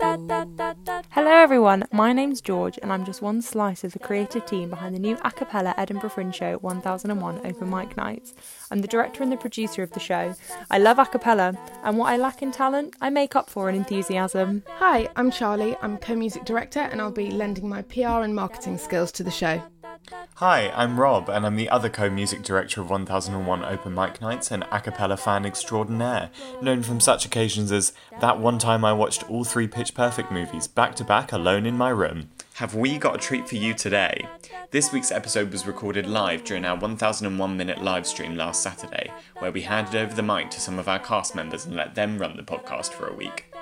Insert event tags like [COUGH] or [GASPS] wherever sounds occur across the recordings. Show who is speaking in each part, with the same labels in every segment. Speaker 1: Hello everyone, my name's George and I'm just one slice of the creative team behind the new a cappella Edinburgh Fringe Show 1001 Open Mic Nights. I'm the director and the producer of the show. I love a cappella and what I lack in talent, I make up for in
Speaker 2: [LAUGHS]
Speaker 1: enthusiasm.
Speaker 3: Hi, I'm Charlie. I'm co music director, and I'll be lending my PR and marketing skills to the show.
Speaker 4: Hi, I'm Rob, and I'm the other co music director of 1001 Open Mic Nights and a cappella fan extraordinaire, known from such occasions as That One Time I Watched All Three Pitch Perfect movies back to back alone in my room. Have we got a treat for you today? This week's episode was recorded live during our 1001 minute live stream last Saturday, where we handed over the mic to some of our cast members and let them run the podcast for a week.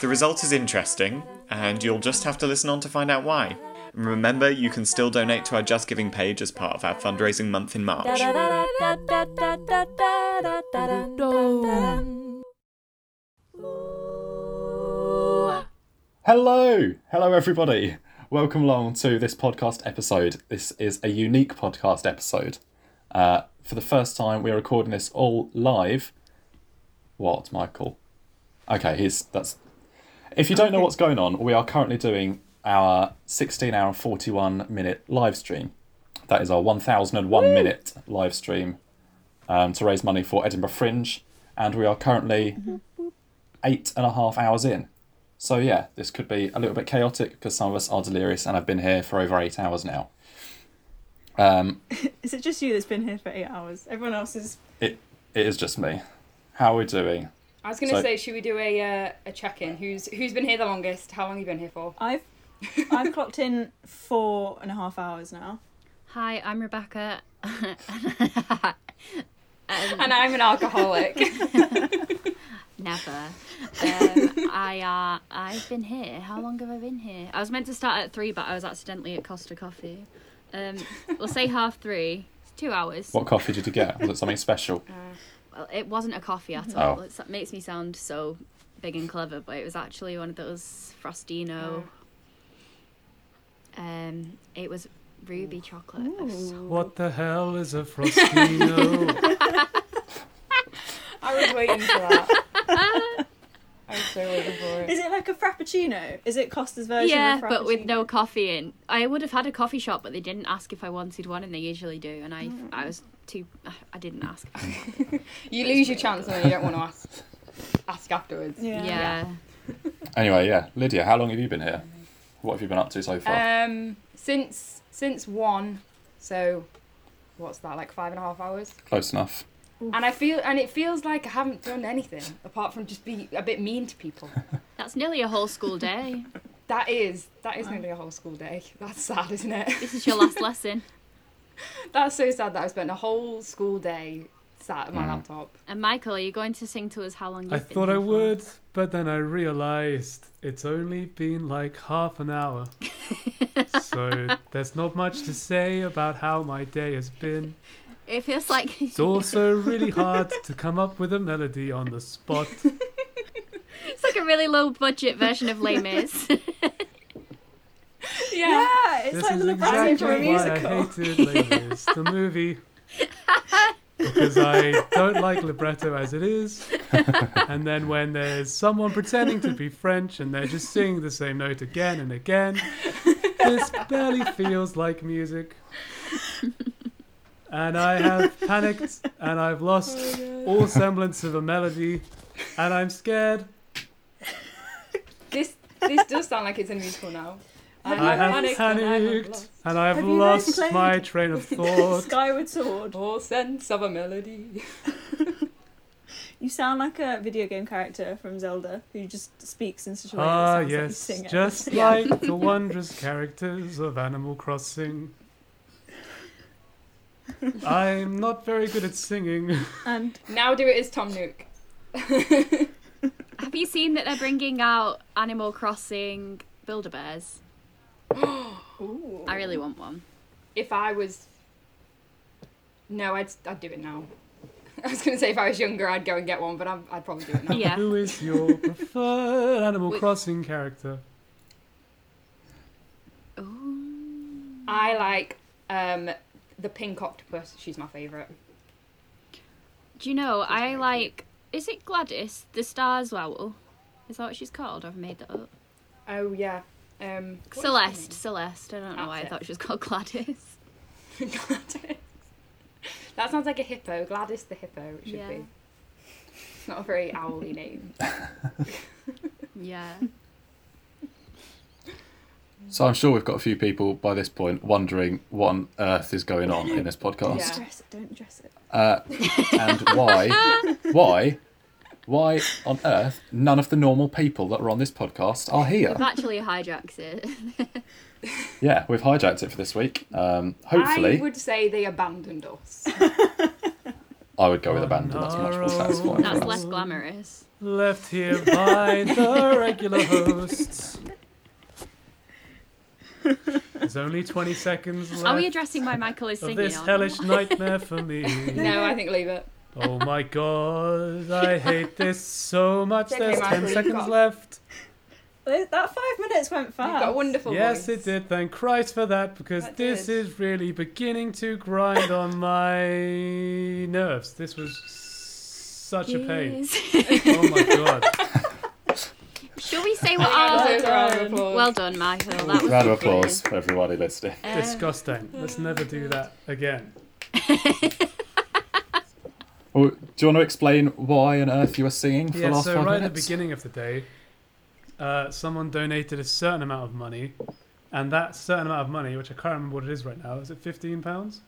Speaker 4: The result is interesting, and you'll just have to listen on to find out why. And remember, you can still donate to our Just Giving page as part of our fundraising month in March.
Speaker 5: Hello! Hello, everybody! Welcome along to this podcast episode. This is a unique podcast episode. Uh, for the first time, we are recording this all live. What, Michael? Okay, here's that's. If you don't know what's going on, we are currently doing our 16 hour and 41 minute live stream. That is our 1001 minute live stream um, to raise money for Edinburgh Fringe, and we are currently eight and a half hours in. So yeah, this could be a little bit chaotic because some of us are delirious and have been here for over eight hours now. Um,
Speaker 6: Is it just you that's been here for eight hours? Everyone else is.
Speaker 5: it it is just me. How are we doing?
Speaker 2: I was gonna
Speaker 5: So-
Speaker 2: say, should we do a uh, a check in? Who's who's been here the longest? How long have you been here for?
Speaker 6: I've I've clocked in four and a half hours now.
Speaker 7: Hi, I'm Rebecca.
Speaker 2: [LAUGHS] And I'm an [LAUGHS] alcoholic.
Speaker 7: [LAUGHS] Never. Um, I uh, I've been here. How long have I been here? I was meant to start at three, but I was accidentally at Costa Coffee. Um, we'll say [LAUGHS] half three. It's two hours.
Speaker 5: What coffee did you get? Was it something special?
Speaker 7: Well, it wasn't a coffee at all.
Speaker 5: Oh.
Speaker 7: It's, that makes me sound so big and clever, but it was actually one of those Frostino. Um, it was ruby chocolate. It was so-
Speaker 8: What the hell is a Frostino?
Speaker 2: I was waiting for that. I was so waiting for it.
Speaker 6: Is it like a frappuccino? Is it Costa's version?
Speaker 7: yeah,
Speaker 6: of frappuccino?
Speaker 7: but with no coffee in. I would have had a coffee shop, but they didn't ask if I wanted one, and they usually do. And I,
Speaker 6: Mm.
Speaker 7: I was too. I didn't ask.
Speaker 2: You lose your chance and then you don't want to ask ask afterwards.
Speaker 6: Yeah.
Speaker 7: yeah.
Speaker 5: Anyway, yeah, Lydia, how long have you been here? What have you been up to so far?
Speaker 2: Um, since since one, so what's that like five and a half hours?
Speaker 5: Close enough.
Speaker 2: And I feel and it feels like I haven't done anything apart from just be a bit mean to people.
Speaker 7: That's nearly a whole school day.
Speaker 2: That is that is nearly a whole school day. That's sad, isn't it? [LAUGHS]
Speaker 7: this is your
Speaker 6: [LAUGHS]
Speaker 7: last lesson,
Speaker 2: That's so sad that I spent a whole school day sat at my laptop.
Speaker 7: and Michael, are you going to sing to us how long you've
Speaker 8: I
Speaker 7: been
Speaker 8: thought I
Speaker 7: here for?
Speaker 8: would, but then I realized it's only been like half an hour. so there's not much to say about how my day has been.
Speaker 7: It feels like [LAUGHS]
Speaker 8: It's also really hard to come up with a melody on the spot.
Speaker 7: it's like a really low budget version of Les Mis. [LAUGHS]
Speaker 2: Yeah.
Speaker 6: Yeah, it's
Speaker 8: this
Speaker 6: like
Speaker 8: is
Speaker 6: the
Speaker 8: exactly
Speaker 6: Nebraska for a musical.
Speaker 8: why I hated Les Mis, the movie. Because I don't like libretto as it is. And then when there's someone pretending to be French and they're just singing the same note again and again, this barely feels like music. And I have panicked and I've lost
Speaker 6: Oh
Speaker 8: all semblance of a melody and I'm scared.
Speaker 2: This this does sound like it's a musical now.
Speaker 8: [LAUGHS] I have
Speaker 2: panicked
Speaker 8: panicked,
Speaker 2: and I have lost
Speaker 8: and I've
Speaker 6: Have you guys
Speaker 8: lost
Speaker 6: played
Speaker 8: my train of thought.
Speaker 6: Skyward Sword.
Speaker 2: All sense of a melody.
Speaker 6: You sound like a video game character from Zelda who just speaks in such a way
Speaker 8: Ah,
Speaker 6: that it sounds like you
Speaker 8: yes,
Speaker 6: sing it. [LAUGHS]
Speaker 8: just
Speaker 6: Yeah.
Speaker 8: like the wondrous characters of Animal Crossing. I'm not very good at singing.
Speaker 6: And
Speaker 2: Now do it as Tom Nook.
Speaker 7: Have you seen that they're bringing out Animal Crossing Builder Bears?
Speaker 6: ooh,
Speaker 7: I really want one.
Speaker 2: If I was No, I'd I'd do it now. [LAUGHS] I was gonna say if I was younger I'd go and get one, but I'm, I'd probably do it now.
Speaker 7: Yeah,
Speaker 8: Who is your preferred Animal
Speaker 7: Wait.
Speaker 8: Crossing character?
Speaker 2: I like um the pink octopus. She's my favourite.
Speaker 7: do you know I like? Is it Gladys the Stars Owl? Is that what she's called? I've made that up.
Speaker 2: Oh yeah. Um, what is her
Speaker 7: Celeste. Celeste. I don't know
Speaker 2: That's
Speaker 7: why I
Speaker 2: it.
Speaker 7: thought she was called Gladys.
Speaker 2: name? Gladys. [LAUGHS] That sounds like a hippo. Gladys the hippo. It should
Speaker 7: Yeah.
Speaker 2: be. It's not a very owly name.
Speaker 7: Yeah.
Speaker 5: So I'm sure we've got a few people by this point wondering what on earth is going on in this podcast. Uh,
Speaker 2: Oh. Yeah.
Speaker 6: Dress it, don't dress it.
Speaker 5: and why, why, why on earth none of the normal people that are on this podcast are here?
Speaker 7: We've actually hijacked it.
Speaker 5: Yeah, we've hijacked it for this week. Um, hopefully,
Speaker 2: I would say they abandoned [LAUGHS] us.
Speaker 5: go with abandon. That's much more satisfying.
Speaker 7: Oh, [LAUGHS] That's
Speaker 5: for us.
Speaker 7: less glamorous.
Speaker 8: Left here by the regular hosts. There's only 20 seconds left
Speaker 7: Are we addressing why Michael is
Speaker 8: of
Speaker 7: singing?
Speaker 8: this
Speaker 7: or not?
Speaker 8: hellish nightmare for me.
Speaker 2: no, I think leave it.
Speaker 8: Oh my god, I hate this so much.
Speaker 2: Okay,
Speaker 8: There's 10
Speaker 2: Michael, you've
Speaker 8: seconds
Speaker 2: got-
Speaker 8: left.
Speaker 6: That that five minutes went
Speaker 2: You've
Speaker 6: fast.
Speaker 2: got a wonderful
Speaker 8: Yes,
Speaker 2: voice.
Speaker 8: it did. Thank Christ for that, because
Speaker 6: That
Speaker 8: this
Speaker 6: did.
Speaker 8: is really beginning to grind on my nerves. This was such a
Speaker 2: [LAUGHS]
Speaker 8: pain.
Speaker 6: [LAUGHS]
Speaker 8: Oh my god.
Speaker 7: Shall we say what
Speaker 2: I
Speaker 7: ours
Speaker 2: think [LAUGHS] that was
Speaker 7: is?
Speaker 2: a round of applause.
Speaker 7: Well done, Michael. That was
Speaker 5: Round of
Speaker 7: lovely.
Speaker 5: applause for everybody listening.
Speaker 6: Uh,
Speaker 7: Um,
Speaker 8: Disgusting.
Speaker 6: oh
Speaker 8: Let's never do that again.
Speaker 5: Well, do you want to explain why on earth you were singing for
Speaker 8: Yeah,
Speaker 5: the last
Speaker 8: so
Speaker 5: five
Speaker 8: right at the
Speaker 5: minutes?
Speaker 8: beginning of the day, uh, someone donated a certain amount of money, and that certain amount of money, which I can't remember what it is right now, is it fifteen pounds?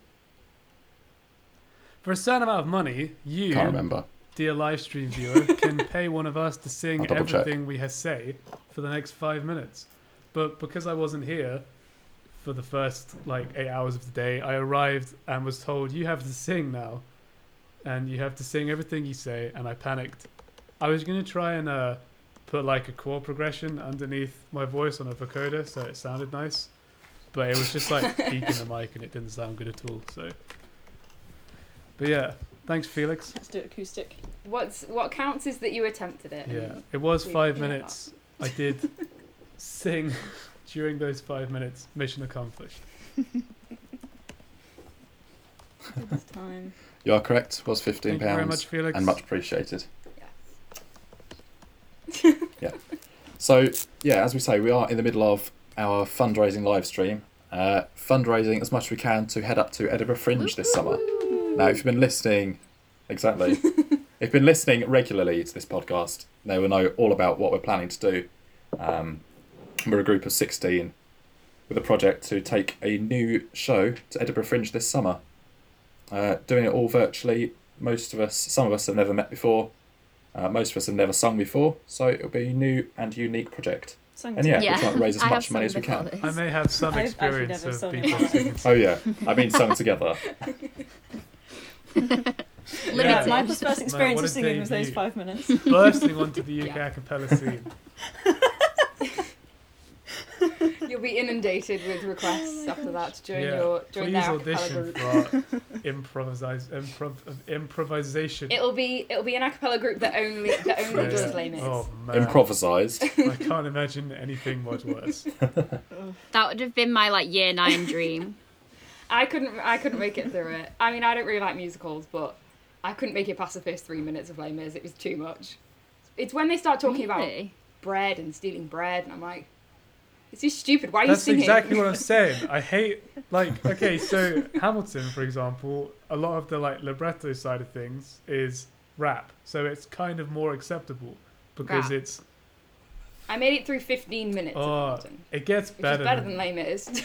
Speaker 8: For a certain amount of money, you,
Speaker 5: Can't remember.
Speaker 8: dear live stream viewer, can pay one of us to
Speaker 5: I'll
Speaker 8: sing
Speaker 5: double check.
Speaker 8: everything we have say for the next five minutes. But because I wasn't here for the first like eight hours of the day, I arrived and was told you have to sing now, and you have to sing everything you say. And I panicked. I was gonna try and uh, put like a chord progression underneath my voice on a vocoder so it sounded nice, but it was just like peeking the mic and it didn't sound good at all. So, but yeah, thanks Felix.
Speaker 6: Let's do it
Speaker 2: [LAUGHS]
Speaker 6: acoustic.
Speaker 2: What's what counts is that you attempted it.
Speaker 8: Yeah, it was
Speaker 2: we-
Speaker 8: five
Speaker 2: yeah.
Speaker 8: minutes. I did sing [LAUGHS] during those five minutes. Mission accomplished.
Speaker 6: This time.
Speaker 5: You are correct. Was fifteen
Speaker 8: Thank you very
Speaker 5: pounds
Speaker 8: much, Felix.
Speaker 5: and much appreciated.
Speaker 2: Yes.
Speaker 5: So yeah, as we say, we are in the middle of our fundraising live stream. Uh, fundraising as much as we can to head up to Edinburgh Fringe this summer. Now, if you've been listening, exactly, if you've been listening regularly to this podcast, they will know all about what we're planning to do. Um, we're a group of sixteen with a project to take a new show to Edinburgh Fringe this summer. Uh, doing it all virtually. Most of us, some of us, have never met before. Uh, most of us have never sung before, so it'll be a new and unique project.
Speaker 6: Sung
Speaker 5: And yeah,
Speaker 7: yeah.
Speaker 5: we try and raise as
Speaker 7: I
Speaker 5: much
Speaker 7: have
Speaker 5: money as we
Speaker 7: sung
Speaker 5: can.
Speaker 7: before
Speaker 8: I
Speaker 7: this.
Speaker 8: may have some
Speaker 6: I've actually
Speaker 8: experience
Speaker 6: never
Speaker 8: of
Speaker 6: sung in
Speaker 8: people
Speaker 6: my life. [LAUGHS]
Speaker 2: [LAUGHS]
Speaker 8: singing.
Speaker 5: Oh yeah, I mean sung
Speaker 8: [LAUGHS]
Speaker 5: together.
Speaker 8: Yeah.
Speaker 6: That's Michael's first experience
Speaker 8: what
Speaker 6: of
Speaker 8: a
Speaker 6: singing was those
Speaker 8: debut.
Speaker 6: five minutes.
Speaker 8: bursting onto the UK
Speaker 2: Yeah.
Speaker 8: acapella scene.
Speaker 2: [LAUGHS] [LAUGHS] You'll be inundated with requests after that to join
Speaker 8: Yeah.
Speaker 2: your join
Speaker 8: Please
Speaker 2: their acapella
Speaker 8: audition
Speaker 2: group.
Speaker 8: for
Speaker 2: [LAUGHS]
Speaker 8: our improvisi- improv- improvisation.
Speaker 2: It'll be it'll be an acapella group that only that only
Speaker 8: Yeah.
Speaker 2: does lame is.
Speaker 8: Oh man,
Speaker 5: Improvised.
Speaker 8: I can't imagine anything much worse.
Speaker 7: That would have been my like year nine dream.
Speaker 2: I couldn't I couldn't make it through it. I mean I don't really like musicals, but I couldn't make it past the first three minutes of lame is. It was too much. It's when they start talking about
Speaker 7: Really?
Speaker 2: bread and stealing bread, and I'm like, this is stupid. Why are
Speaker 8: That's
Speaker 2: you singing?
Speaker 8: exactly
Speaker 2: [LAUGHS]
Speaker 8: what I'm saying. I hate like okay, so Hamilton, for example, a lot of the like libretto side of things is rap, so it's kind of more acceptable because
Speaker 2: Rap.
Speaker 8: it's
Speaker 2: I made it through 15 minutes
Speaker 8: Oh,
Speaker 2: of Hamilton,
Speaker 8: it gets
Speaker 2: which
Speaker 8: better.
Speaker 2: is better than lame is.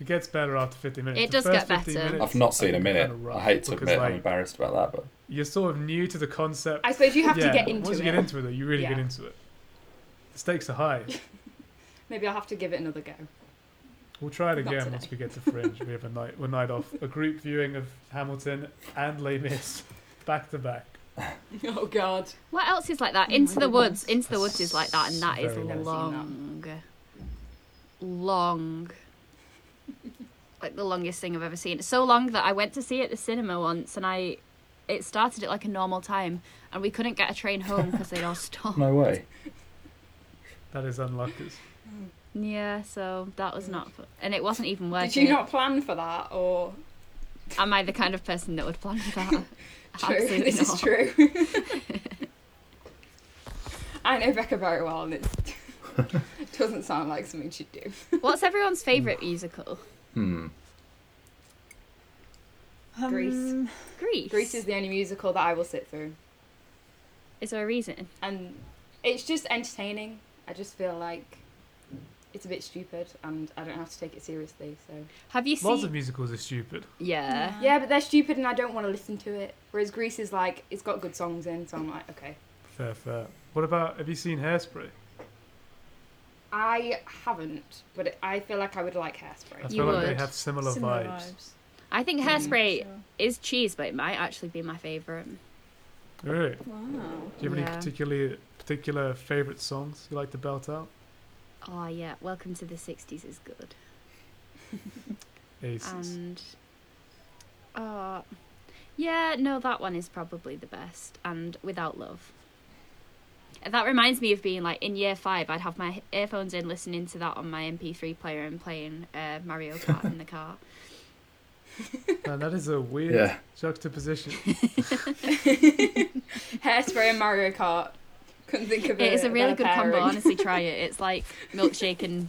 Speaker 8: It gets better after 50 minutes.
Speaker 7: It
Speaker 8: The
Speaker 7: does
Speaker 8: first
Speaker 7: get
Speaker 8: 15
Speaker 7: better.
Speaker 8: minutes
Speaker 5: I've not seen
Speaker 8: are
Speaker 5: a minute.
Speaker 8: kinda rough
Speaker 5: I hate to
Speaker 8: because,
Speaker 5: admit, I'm
Speaker 8: like,
Speaker 5: embarrassed about that, but
Speaker 8: you're sort of new to the concept.
Speaker 2: [LAUGHS] I suppose you have
Speaker 8: Yeah,
Speaker 2: to get into
Speaker 8: once
Speaker 2: it.
Speaker 8: you get into it, you really get
Speaker 2: Yeah.
Speaker 8: into it. The stakes are high.
Speaker 2: Maybe I'll have to give it another go.
Speaker 8: We'll try it
Speaker 2: Not
Speaker 8: again
Speaker 2: today.
Speaker 8: once we get to Fringe. we have a night, one night off, a group viewing of Hamilton and Les Mis [LAUGHS] back to back.
Speaker 2: [LAUGHS] Oh God.
Speaker 7: What else is like that? Into the Woods. Into the Woods is like that, and that is
Speaker 8: Very
Speaker 2: long.
Speaker 7: long. Long. Like the longest thing I've ever seen. So long that I went to see it at the cinema once, and I. It started at like a normal time, and we couldn't get a train home because
Speaker 2: [LAUGHS]
Speaker 7: they'd all
Speaker 8: Oh.
Speaker 7: stopped.
Speaker 5: no way.
Speaker 8: That is unlucky.
Speaker 7: Yeah, so that was not. fu- And it wasn't even worth
Speaker 2: Did you
Speaker 7: it.
Speaker 2: not plan for that, or
Speaker 7: Am I the kind of person that would [LAUGHS] plan for
Speaker 2: [LAUGHS]
Speaker 7: that?
Speaker 2: true?
Speaker 7: Absolutely
Speaker 2: This
Speaker 7: not.
Speaker 2: is true. I know Becca very well, and it
Speaker 7: [LAUGHS]
Speaker 2: doesn't sound like something she'd do.
Speaker 7: What's everyone's favourite musical?
Speaker 5: Hmm.
Speaker 6: Um,
Speaker 2: Grease.
Speaker 7: Grease.
Speaker 2: Grease is the only musical that I will sit through,
Speaker 7: Is there a reason?
Speaker 2: and it's just entertaining. I just feel like it's a bit stupid, and I don't have to take it seriously. So
Speaker 7: Have you
Speaker 8: Lots of
Speaker 7: seen?
Speaker 8: musicals are stupid.
Speaker 7: Uh, Yeah.
Speaker 2: yeah, but they're stupid, and I don't want to listen to it. Whereas Grease is like it's got good songs in, so I'm like, okay.
Speaker 8: Fair, fair. What about have you seen Hairspray?
Speaker 2: I haven't, but it, I feel like I would like hairspray.
Speaker 8: I feel
Speaker 7: You
Speaker 8: like they
Speaker 7: would.
Speaker 8: have similar,
Speaker 6: Similar
Speaker 8: vibes.
Speaker 7: I think
Speaker 2: Hmm.
Speaker 7: Hairspray
Speaker 6: sure.
Speaker 7: is cheese, but it might actually be my favourite.
Speaker 8: Alright.
Speaker 6: Wow.
Speaker 8: Do you have any
Speaker 7: Yeah.
Speaker 8: particularly particular favourite songs you like to belt out?
Speaker 7: Oh yeah, Welcome to the '60s is good.
Speaker 8: Aces.
Speaker 7: And oh, yeah, no, that one is probably the best. And Without Love. That reminds me of being like in year five. I'd have my earphones in, listening to that on my MP3 player, and playing uh, Mario Kart in the car.
Speaker 8: Man, that is a weird
Speaker 5: Yeah.
Speaker 8: juxtaposition.
Speaker 2: Hairspray and Mario Kart. Couldn't think of it.
Speaker 7: It is a really good
Speaker 2: better
Speaker 7: combo.
Speaker 2: pairing.
Speaker 7: Honestly, try it. It's like milkshake and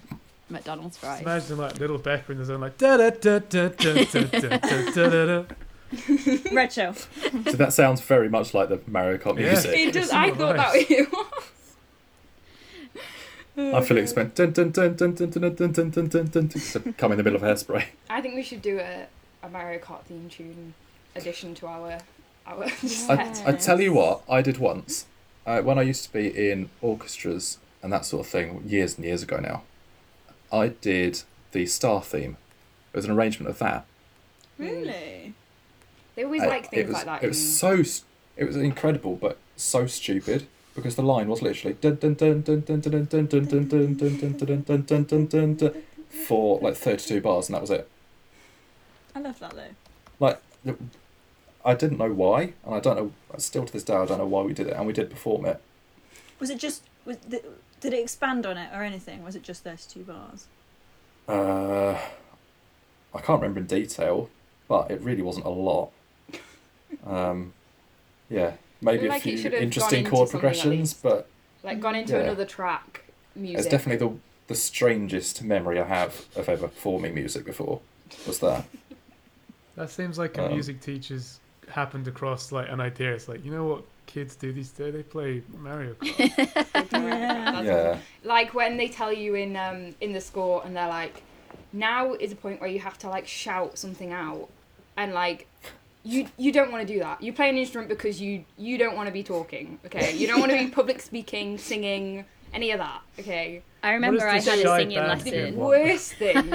Speaker 7: McDonald's
Speaker 8: Just
Speaker 7: fries.
Speaker 8: imagine like little Becker in the zone, like da da da da da da da da da da.
Speaker 6: Red show.
Speaker 5: So that sounds very much like the Mario Kart
Speaker 8: Yeah.
Speaker 5: music.
Speaker 2: It does.
Speaker 8: It's
Speaker 2: I
Speaker 8: similar
Speaker 2: thought that
Speaker 8: vibes.
Speaker 2: was [LAUGHS] you.
Speaker 5: I feel expect dun, dun, dun, dun, dun, dun, dun, dun, dun, dun, dun, to come in the middle of hairspray.
Speaker 2: I think we should do a, a Mario Kart theme tune addition to our our [LAUGHS] set.
Speaker 5: I, I tell you what, I did once uh, when I used to be in orchestras and that sort of thing years and years ago now. I did the star theme. It was an arrangement of that.
Speaker 6: Really?
Speaker 2: they always
Speaker 5: I-
Speaker 2: like
Speaker 5: it
Speaker 2: things
Speaker 5: was
Speaker 2: like that.
Speaker 5: it was
Speaker 2: in-
Speaker 5: so s- it was incredible, but so stupid because the line was literally dun dun dun dun dun dun dun dun dun dun dun dun dun dun dun dun dun dun for like thirty two bars, and that was it.
Speaker 6: I love that though.
Speaker 5: like the- I didn't know why, and I don't know still to this day I don't know why we did it, and we did perform it.
Speaker 6: Was it just was th- did it expand on it or anything? Was it just those two bars?
Speaker 5: Uh, I can't remember in detail, but it really wasn't a lot. Um, yeah, maybe
Speaker 2: like
Speaker 5: a
Speaker 2: it
Speaker 5: few
Speaker 2: should have gone
Speaker 5: interesting
Speaker 2: into
Speaker 5: chord
Speaker 2: something like
Speaker 5: progressions,
Speaker 2: this.
Speaker 5: but
Speaker 2: like gone into
Speaker 5: Yeah.
Speaker 2: another track. Music.
Speaker 5: it's definitely the the strangest memory I have of ever performing music before. Was that?
Speaker 8: That seems like a
Speaker 5: Um,
Speaker 8: music teacher's happened across like an idea. It's like you know what kids do these days? They play Mario Kart.
Speaker 6: Yeah.
Speaker 2: [LAUGHS] That's
Speaker 5: yeah,
Speaker 2: like when they tell you in um in the score and they're like now is a point where you have to like shout something out and like you you don't want to do that you play an instrument because you you don't want to be talking okay you don't want to
Speaker 7: [LAUGHS]
Speaker 2: be public speaking singing any of that okay
Speaker 7: I remember I
Speaker 8: this
Speaker 7: had a
Speaker 8: shy
Speaker 7: singing
Speaker 8: band
Speaker 2: the
Speaker 7: lesson.
Speaker 8: Yeah, kid? what?
Speaker 2: worst thing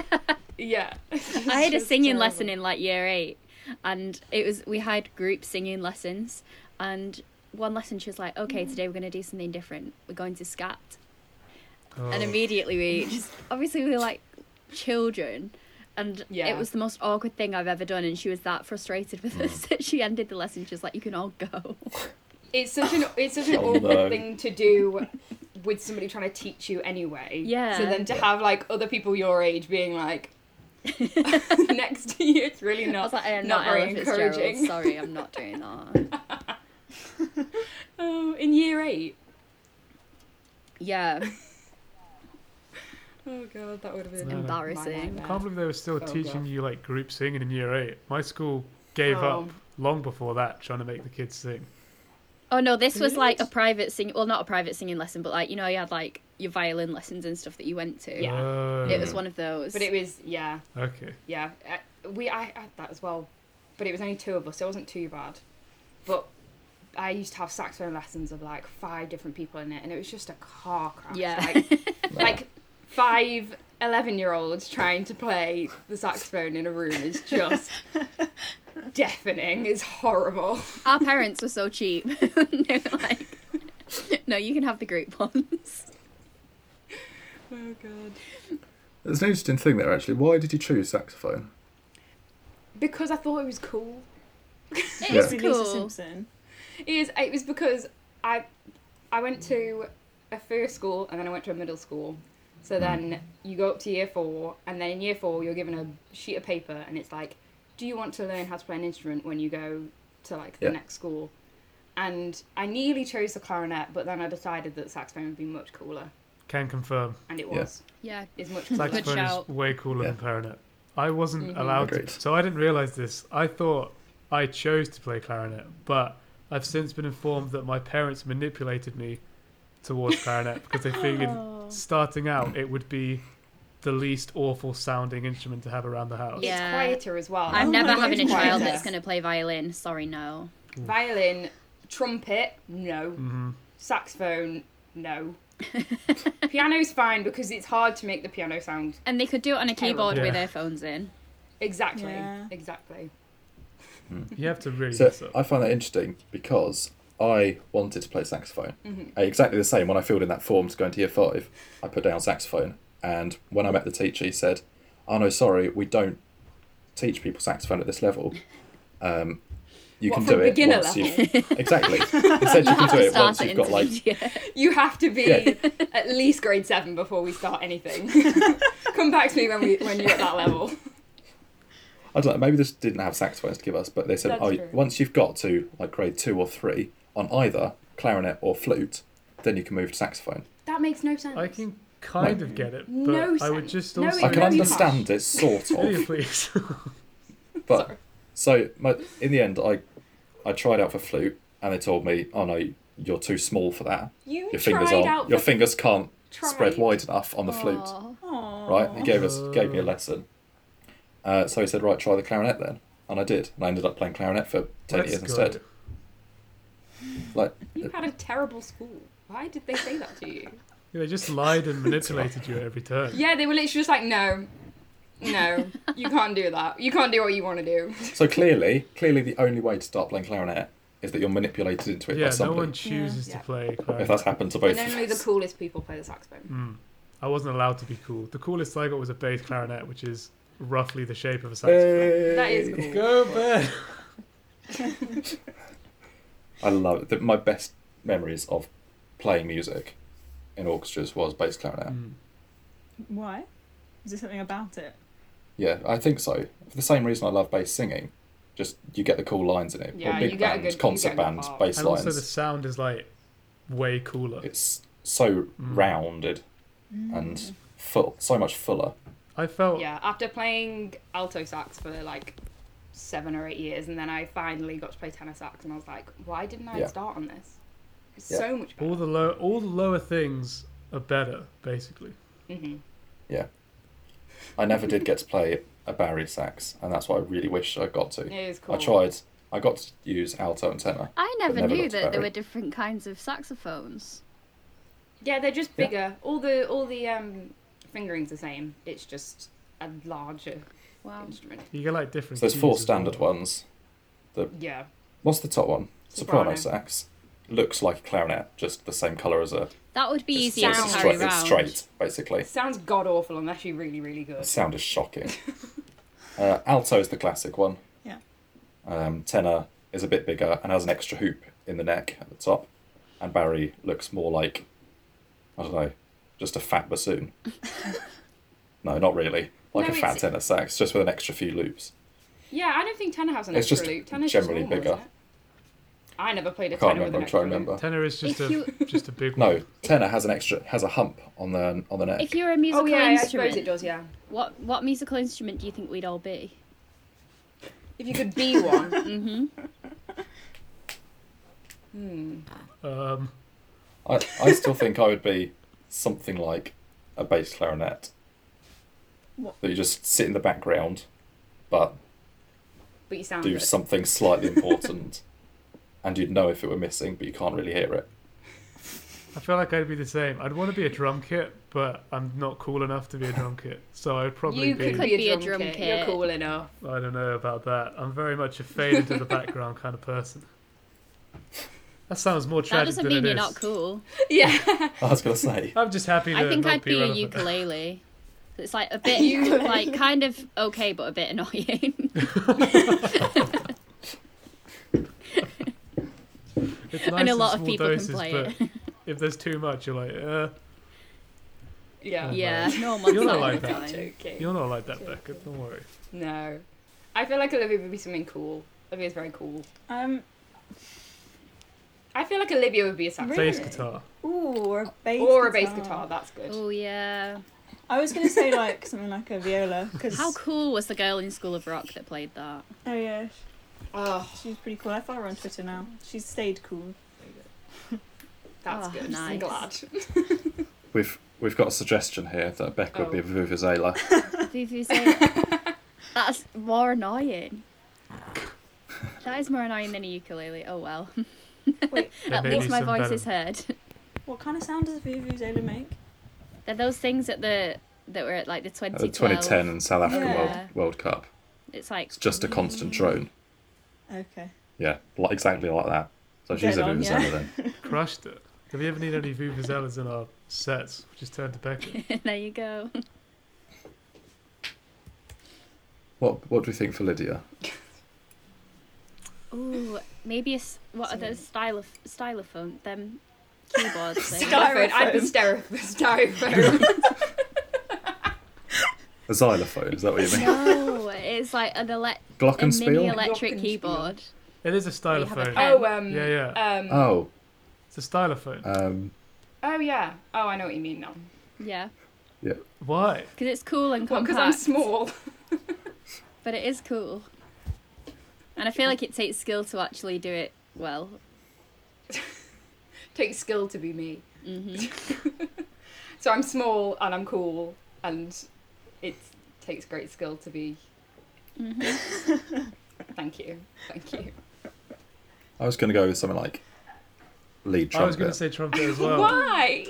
Speaker 2: yeah
Speaker 7: I had a singing lesson in like year eight, and it was we had group singing lessons, and one lesson she was like,
Speaker 2: Mm.
Speaker 7: "Okay, today we're gonna do something different. We're going to scat,"
Speaker 8: Oh,
Speaker 7: and immediately we just obviously we were like children. And
Speaker 2: Yeah.
Speaker 7: it was the most awkward thing I've ever done, and she was that frustrated with us
Speaker 2: Mm.
Speaker 7: [LAUGHS] that she ended the lesson. She was like, "You can all go."
Speaker 2: it's such an it's such an
Speaker 5: Oh,
Speaker 2: awkward
Speaker 5: no.
Speaker 2: thing to do with somebody trying to teach you anyway
Speaker 7: Yeah.
Speaker 2: so then to have like other people your age being
Speaker 7: [LAUGHS]
Speaker 2: like next to you it's really
Speaker 7: I
Speaker 2: not
Speaker 7: was like, "Eh,
Speaker 2: not
Speaker 7: "Not,
Speaker 2: very
Speaker 7: Ella Fitzgerald.
Speaker 2: encouraging.
Speaker 7: Sorry, I'm not doing that."
Speaker 2: [LAUGHS] Oh, in year eight.
Speaker 7: Yeah,
Speaker 2: Oh god, that would have
Speaker 8: No, no.
Speaker 2: been
Speaker 7: embarrassing.
Speaker 8: I can't believe they were still
Speaker 2: Oh,
Speaker 8: teaching
Speaker 2: God.
Speaker 8: you like group singing in year eight. My school gave
Speaker 2: Oh.
Speaker 8: up long before that trying to make the kids sing.
Speaker 7: Oh no, this was like a private sing. Well, not a private singing lesson, but like you know, you had like your violin lessons and stuff that you went to.
Speaker 2: Yeah.
Speaker 8: Oh,
Speaker 7: It was one of those.
Speaker 2: But it was yeah,
Speaker 8: okay.
Speaker 2: yeah. Uh, We I had that as well, but it was only two of us, so it wasn't too bad. But I used to have saxophone lessons of like five different people in it, and it was just a car crash.
Speaker 7: Yeah.
Speaker 2: Like, like five 11 year olds trying to play the saxophone in a room is just deafening. It's horrible.
Speaker 7: Our parents were so cheap. [LAUGHS] They were like, no, you can have the group ones.
Speaker 2: Oh god.
Speaker 5: there's an interesting thing there actually. Why did you choose saxophone?
Speaker 2: Because I thought it was cool.
Speaker 7: It
Speaker 5: Yeah.
Speaker 7: is
Speaker 6: Lisa
Speaker 7: cool.
Speaker 6: Simpson.
Speaker 2: is it was because I I went to a first school and then I went to a middle school.
Speaker 5: Hmm.
Speaker 2: So then you go up to year four and then in year four you're given a sheet of paper and it's like, Do you want to learn how to play an instrument when you go to like the
Speaker 5: Yeah.
Speaker 2: next school? and I nearly chose the clarinet, but then I decided that saxophone would be much cooler,
Speaker 8: Can confirm.
Speaker 2: and it
Speaker 5: Yeah.
Speaker 2: was.
Speaker 7: Yeah.
Speaker 2: It's much cooler.
Speaker 7: [LAUGHS] Good
Speaker 8: Saxophone is
Speaker 7: shout.
Speaker 8: way cooler than
Speaker 5: Yeah.
Speaker 8: clarinet. I wasn't
Speaker 2: Mm-hmm.
Speaker 8: allowed
Speaker 5: Agreed.
Speaker 8: to. So I didn't realise this. I thought I chose to play clarinet, but I've since been informed that my parents manipulated me towards clarinet because they
Speaker 2: [LAUGHS]
Speaker 8: figured
Speaker 2: Oh.
Speaker 8: starting out it would be the least awful sounding instrument to have around the house.
Speaker 2: It's
Speaker 7: Yeah.
Speaker 2: quieter as well.
Speaker 7: I'm never
Speaker 6: my
Speaker 7: having a
Speaker 6: goodness.
Speaker 7: child
Speaker 2: Quieter.
Speaker 7: that's going to play violin. Sorry, no.
Speaker 2: Violin, trumpet, no. Saxophone, no. Piano's fine because it's hard to make the piano sound
Speaker 7: And they could do it on a keyboard with
Speaker 8: Yeah.
Speaker 7: earphones in.
Speaker 2: exactly,
Speaker 6: Yeah.
Speaker 2: exactly.
Speaker 8: You have to really
Speaker 5: So
Speaker 8: mess up.
Speaker 5: I find that interesting because I wanted to play saxophone.
Speaker 2: Mm-hmm.
Speaker 5: Exactly the same when I filled in that form to go into year five, I put down saxophone. And when I met the teacher, he said, "Oh no, sorry, we don't teach people saxophone at this level. Um, you
Speaker 2: What,
Speaker 5: can
Speaker 2: from
Speaker 5: do it
Speaker 2: beginner
Speaker 5: once you've
Speaker 2: [LAUGHS]
Speaker 5: exactly." He said you can do it once you've got like
Speaker 7: intermediate.
Speaker 2: You have to be
Speaker 5: Yeah.
Speaker 2: [LAUGHS] at least grade seven before we start anything. [LAUGHS] Come back to me when we when you're at that level.
Speaker 5: I don't know, maybe this didn't have saxophones to give us, but they said,
Speaker 2: That's
Speaker 5: oh,
Speaker 2: true.
Speaker 5: once you've got to like grade two or three on either clarinet or flute, then you can move to saxophone.
Speaker 2: That makes no sense.
Speaker 8: I can kind of get it, but
Speaker 2: No
Speaker 8: I would
Speaker 2: sense.
Speaker 8: just
Speaker 2: No,
Speaker 8: also.
Speaker 5: I
Speaker 2: Sorry.
Speaker 5: can
Speaker 2: No, you
Speaker 5: understand it sort
Speaker 8: Yeah,
Speaker 5: of,
Speaker 8: please. [LAUGHS]
Speaker 5: but so my, in the end, I I tried out for flute, and they told me, oh no, you're too small for that.
Speaker 2: You
Speaker 5: Your fingers
Speaker 2: tried
Speaker 5: aren't,
Speaker 2: out
Speaker 5: your
Speaker 2: for-
Speaker 5: fingers can't spread
Speaker 2: tried.
Speaker 5: wide enough on the flute.
Speaker 7: Aw.
Speaker 5: right? He gave us gave me a lesson. Uh, so he said, right, try the clarinet then, and I did, and I ended up playing clarinet for 10
Speaker 8: Let's
Speaker 5: years
Speaker 8: go.
Speaker 5: instead. Like,
Speaker 2: You had a terrible school. Why did they say that to you?
Speaker 8: Yeah, They just
Speaker 5: [LAUGHS]
Speaker 8: lied and manipulated you at every turn.
Speaker 2: Yeah, they were literally just like, no, no, you can't do that. You can't do what you want to do.
Speaker 5: so clearly, clearly the only way to start playing clarinet is that you're manipulated into it
Speaker 8: Yeah,
Speaker 5: by
Speaker 8: no
Speaker 5: somebody.
Speaker 8: one chooses
Speaker 2: Yeah.
Speaker 8: to play
Speaker 5: If
Speaker 8: clarinet. Hmm.
Speaker 5: that's happened to both
Speaker 2: And
Speaker 5: of
Speaker 2: only the
Speaker 5: us.
Speaker 2: coolest people play the saxophone.
Speaker 8: I wasn't allowed to be cool. The coolest I got was a bass clarinet, which is roughly the shape of a saxophone.
Speaker 5: Hey!
Speaker 2: That is cool.
Speaker 8: Go bed.
Speaker 5: [LAUGHS] I love it. The, my best memories of playing music in orchestras was bass clarinet.
Speaker 8: Hmm.
Speaker 6: Why? Is there something about it?
Speaker 5: Yeah, I think so. For the same reason I love bass singing. Just you get the cool lines in it.
Speaker 2: Yeah,
Speaker 5: Or big
Speaker 2: you get a
Speaker 5: band,
Speaker 2: good- you
Speaker 5: concert
Speaker 2: get a good
Speaker 5: band,
Speaker 2: part.
Speaker 5: bass
Speaker 8: And also
Speaker 5: lines.
Speaker 8: the sound is like way cooler.
Speaker 5: It's so
Speaker 8: Hmm.
Speaker 5: rounded and
Speaker 2: Mm.
Speaker 5: full, so much fuller.
Speaker 8: I felt
Speaker 2: Yeah, after playing alto sax for like seven or eight years, and then I finally got to play tenor sax, and I was like, why didn't I
Speaker 5: Yeah.
Speaker 2: start on this? It's
Speaker 5: Yeah.
Speaker 2: so much better.
Speaker 8: all the low, all the lower things are better, basically.
Speaker 5: Yeah. I never did get to play a Barry sax, and that's what I really wish I got to.
Speaker 2: It is
Speaker 5: I
Speaker 2: cool.
Speaker 5: tried. I got to use alto and tenor.
Speaker 7: I
Speaker 5: but
Speaker 7: never knew
Speaker 5: got to
Speaker 7: that there
Speaker 5: Barry.
Speaker 7: were different kinds of saxophones.
Speaker 2: Yeah, they're just
Speaker 5: Yeah.
Speaker 2: bigger. All the all the um, fingering's the same. It's just a larger
Speaker 7: Wow.
Speaker 2: instrument.
Speaker 8: You get like different.
Speaker 5: So there's
Speaker 8: keys
Speaker 5: four
Speaker 8: as
Speaker 5: standard
Speaker 8: well.
Speaker 5: ones.
Speaker 2: Yeah.
Speaker 5: What's the top one? Soprano,
Speaker 2: Soprano.
Speaker 5: sax. Looks like a clarinet, just the same colour as a.
Speaker 7: That would be
Speaker 5: It's,
Speaker 7: easier to
Speaker 5: it's
Speaker 2: sound.
Speaker 7: carry
Speaker 5: straight,
Speaker 7: round.
Speaker 5: it's straight, basically.
Speaker 2: It sounds god awful unless you're really, really
Speaker 5: The
Speaker 2: good.
Speaker 5: sound is
Speaker 2: [LAUGHS]
Speaker 5: shocking. uh, alto is the classic one.
Speaker 6: Yeah.
Speaker 5: Um, tenor is a bit bigger and has an extra hoop in the neck at the top. And Barry looks more like, I don't know, just a fat
Speaker 2: [LAUGHS]
Speaker 5: bassoon. no, not really. Like
Speaker 2: No,
Speaker 5: a fat
Speaker 2: it's-
Speaker 5: tenor sax, just with an extra few loops.
Speaker 2: Yeah, I don't think tenor has an
Speaker 5: It's
Speaker 2: extra
Speaker 5: just
Speaker 2: loop. Tenor's
Speaker 5: generally
Speaker 2: just normal,
Speaker 5: bigger.
Speaker 2: isn't it? I never played a
Speaker 5: I can't
Speaker 2: tenor with
Speaker 5: remember.
Speaker 2: an
Speaker 5: I'm trying
Speaker 2: extra
Speaker 5: to remember.
Speaker 8: Tenor is just
Speaker 7: If
Speaker 8: a just a big
Speaker 5: No,
Speaker 8: one.
Speaker 5: tenor has an extra has a hump on the on the neck.
Speaker 7: If you were a
Speaker 2: loop.
Speaker 7: musical
Speaker 2: Oh yeah, I suppose it
Speaker 7: instrument,
Speaker 2: does. Yeah,
Speaker 7: what what musical instrument do you think we'd all be?
Speaker 2: if you could be one.
Speaker 8: Um,
Speaker 5: I, I still think I would be something like a bass clarinet.
Speaker 6: What?
Speaker 5: That you just sit in the background, but
Speaker 2: [LAUGHS] but you sound
Speaker 5: do
Speaker 2: good.
Speaker 5: something slightly important, and you'd know if it were missing, but you can't really hear it.
Speaker 8: I feel like I'd be the same. I'd want to be a drum kit, but I'm not cool enough to be a drum kit. So I'd probably
Speaker 2: You
Speaker 8: be.
Speaker 2: could be a drum kit. You're
Speaker 7: kit.
Speaker 2: cool [LAUGHS] enough.
Speaker 8: I don't know about that. I'm very much a fade into the background kind of person. That sounds more
Speaker 7: That
Speaker 8: tragic
Speaker 7: doesn't
Speaker 8: than
Speaker 7: mean
Speaker 8: it
Speaker 7: you're
Speaker 8: is.
Speaker 7: not cool.
Speaker 5: I was gonna say,
Speaker 8: I'm just happy. To
Speaker 7: I think
Speaker 8: not
Speaker 7: I'd
Speaker 8: be,
Speaker 7: be a
Speaker 8: relevant.
Speaker 7: ukulele. It's like a bit, like kind of okay, but a bit annoying.
Speaker 8: [LAUGHS] It's nice
Speaker 7: I know a
Speaker 8: in
Speaker 7: lot of
Speaker 8: small
Speaker 7: people can
Speaker 8: doses,
Speaker 7: play
Speaker 8: but if there's too much, you're like, uh,
Speaker 2: Yeah. [LAUGHS]
Speaker 7: yeah, normal.
Speaker 8: [LAUGHS] You're not
Speaker 7: all
Speaker 8: like
Speaker 7: the time.
Speaker 8: that.
Speaker 2: Joking.
Speaker 8: you're not like that, Becca. Don't worry.
Speaker 2: No, I feel like Olivia would be something cool. Olivia's very cool.
Speaker 6: Um,
Speaker 2: I feel like Olivia would be a saxophone.
Speaker 8: Bass guitar.
Speaker 6: Ooh, or a bass
Speaker 2: Or a bass guitar, that's good.
Speaker 7: Oh yeah.
Speaker 6: I was going to say like something like a viola because
Speaker 7: [LAUGHS] How cool was the girl in School of Rock that played that?
Speaker 6: oh yeah,
Speaker 2: Oh,
Speaker 6: she's pretty cool. I follow her on Twitter now. She's stayed cool.
Speaker 2: that's
Speaker 7: Oh,
Speaker 2: good. I'm
Speaker 7: nice.
Speaker 2: glad.
Speaker 5: We've we've got a suggestion here that Becca
Speaker 6: Oh.
Speaker 5: would be a vuvuzela.
Speaker 7: Vuvuzela. That's more
Speaker 8: [LAUGHS]
Speaker 7: annoying. That is more annoying than a ukulele. Oh well. [LAUGHS]
Speaker 6: Wait,
Speaker 8: There
Speaker 7: At
Speaker 8: may
Speaker 7: least
Speaker 8: be
Speaker 7: my
Speaker 8: some
Speaker 7: voice
Speaker 8: better-
Speaker 7: is heard.
Speaker 6: what kind of sound does a vuvuzela make?
Speaker 7: They're those things at the that were at like the
Speaker 5: Uh,
Speaker 7: 2012.
Speaker 5: 2010 and South African
Speaker 7: Yeah.
Speaker 5: World World Cup.
Speaker 7: It's like [LAUGHS]
Speaker 5: It's just a constant drone.
Speaker 6: Mm. Okay.
Speaker 5: Yeah, like, exactly like that. So she's
Speaker 6: Dead
Speaker 5: a
Speaker 6: on,
Speaker 5: vuvuzela
Speaker 6: yeah.
Speaker 5: then.
Speaker 8: Crushed it. Have you ever need any vuvuzelas in our sets? Just turn to Becca.
Speaker 7: there you go.
Speaker 5: What what do we think for Lydia?
Speaker 7: Ooh, maybe a s what are those style of stylophone them keyboards?
Speaker 2: [LAUGHS]
Speaker 7: things?
Speaker 2: Styrofoam. I'd be styro- [LAUGHS] styrofoam.
Speaker 5: A xylophone? Is that what you
Speaker 6: [LAUGHS]
Speaker 5: mean?
Speaker 7: No, it's like an elec a mini
Speaker 5: Glockenspiel?
Speaker 7: electric
Speaker 2: Glockenspiel.
Speaker 7: keyboard.
Speaker 8: It is a
Speaker 7: you have a
Speaker 8: stylophone.
Speaker 7: pen.
Speaker 2: oh, um,
Speaker 8: [LAUGHS] Yeah, yeah.
Speaker 2: um,
Speaker 5: Oh,
Speaker 8: It's a stylophone.
Speaker 5: um,
Speaker 2: oh yeah. Oh, I know what you mean now.
Speaker 7: Yeah,
Speaker 8: Why?
Speaker 7: because it's cool and compact.
Speaker 2: Because I'm small. [LAUGHS]
Speaker 7: But it is cool, and I feel like it takes skill to actually do it well.
Speaker 2: Takes skill to be me.
Speaker 7: hmm
Speaker 2: So I'm small and I'm cool, and it takes great skill to be. Mm-hmm. Thank you. Thank you.
Speaker 5: I was going to go with something like lead
Speaker 8: I was
Speaker 5: trumpet.
Speaker 8: going to say trumpet
Speaker 2: [LAUGHS]
Speaker 8: as well.
Speaker 2: Why?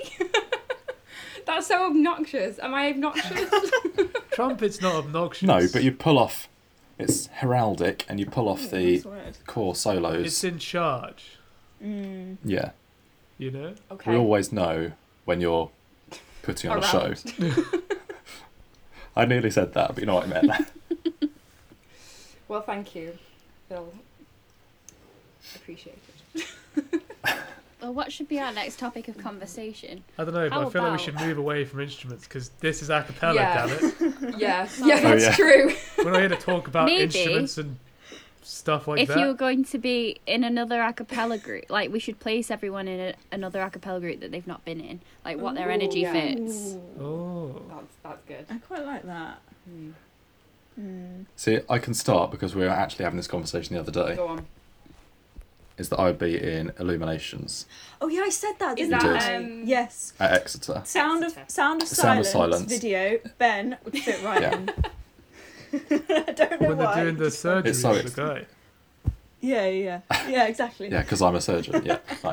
Speaker 2: That's so obnoxious. Am I [LAUGHS] obnoxious?
Speaker 8: Trumpet's not obnoxious.
Speaker 5: no, but you pull off. It's heraldic, and you pull off the
Speaker 6: That's weird.
Speaker 5: core solos.
Speaker 8: It's in charge.
Speaker 6: Mm.
Speaker 5: Yeah,
Speaker 8: You know.
Speaker 2: Okay.
Speaker 5: we always know when you're putting on a
Speaker 2: Around.
Speaker 8: [LAUGHS]
Speaker 5: show. [LAUGHS] I nearly said that, but you know what I meant. [LAUGHS]
Speaker 2: Well, thank you. Phil. Appreciate it.
Speaker 7: Well, what should be our next topic of conversation?
Speaker 8: I don't know, but
Speaker 7: How
Speaker 8: I feel like
Speaker 7: about-
Speaker 8: we should move away from instruments because this is a cappella,
Speaker 2: Yeah.
Speaker 8: damn it.
Speaker 2: [LAUGHS] Yeah, Oh, yeah, that's
Speaker 5: yeah.
Speaker 2: true.
Speaker 8: We're not here to talk about
Speaker 7: Maybe.
Speaker 8: instruments and stuff like
Speaker 7: if
Speaker 8: that.
Speaker 7: you were going to be in another a cappella group, like we should place everyone in a, another a cappella group that they've not been in, like what their energy
Speaker 2: yeah.
Speaker 7: fits.
Speaker 8: Oh,
Speaker 2: That's that's good. Hmm.
Speaker 6: I quite like that. Mm.
Speaker 5: See, I can start because we were actually having this conversation the other day.
Speaker 2: Go on.
Speaker 5: Is that I would be in Illuminations
Speaker 6: Oh yeah, I said that.
Speaker 2: Is
Speaker 6: Didn't
Speaker 5: that,
Speaker 6: I?
Speaker 2: um,
Speaker 6: yes?
Speaker 5: at Exeter.
Speaker 6: Sound of
Speaker 2: Exeter.
Speaker 6: sound of
Speaker 5: Sound of
Speaker 6: silence,
Speaker 5: Silence.
Speaker 6: video.
Speaker 2: [LAUGHS]
Speaker 6: Ben would fit right
Speaker 5: Yeah.
Speaker 6: in. [LAUGHS] I don't know
Speaker 8: when
Speaker 6: why.
Speaker 8: they're
Speaker 6: [LAUGHS]
Speaker 8: doing the surgery
Speaker 5: It's so
Speaker 8: on the
Speaker 5: exciting.
Speaker 8: guy.
Speaker 6: Yeah, yeah, yeah. Exactly.
Speaker 5: Yeah, because I'm a surgeon. Yeah. no.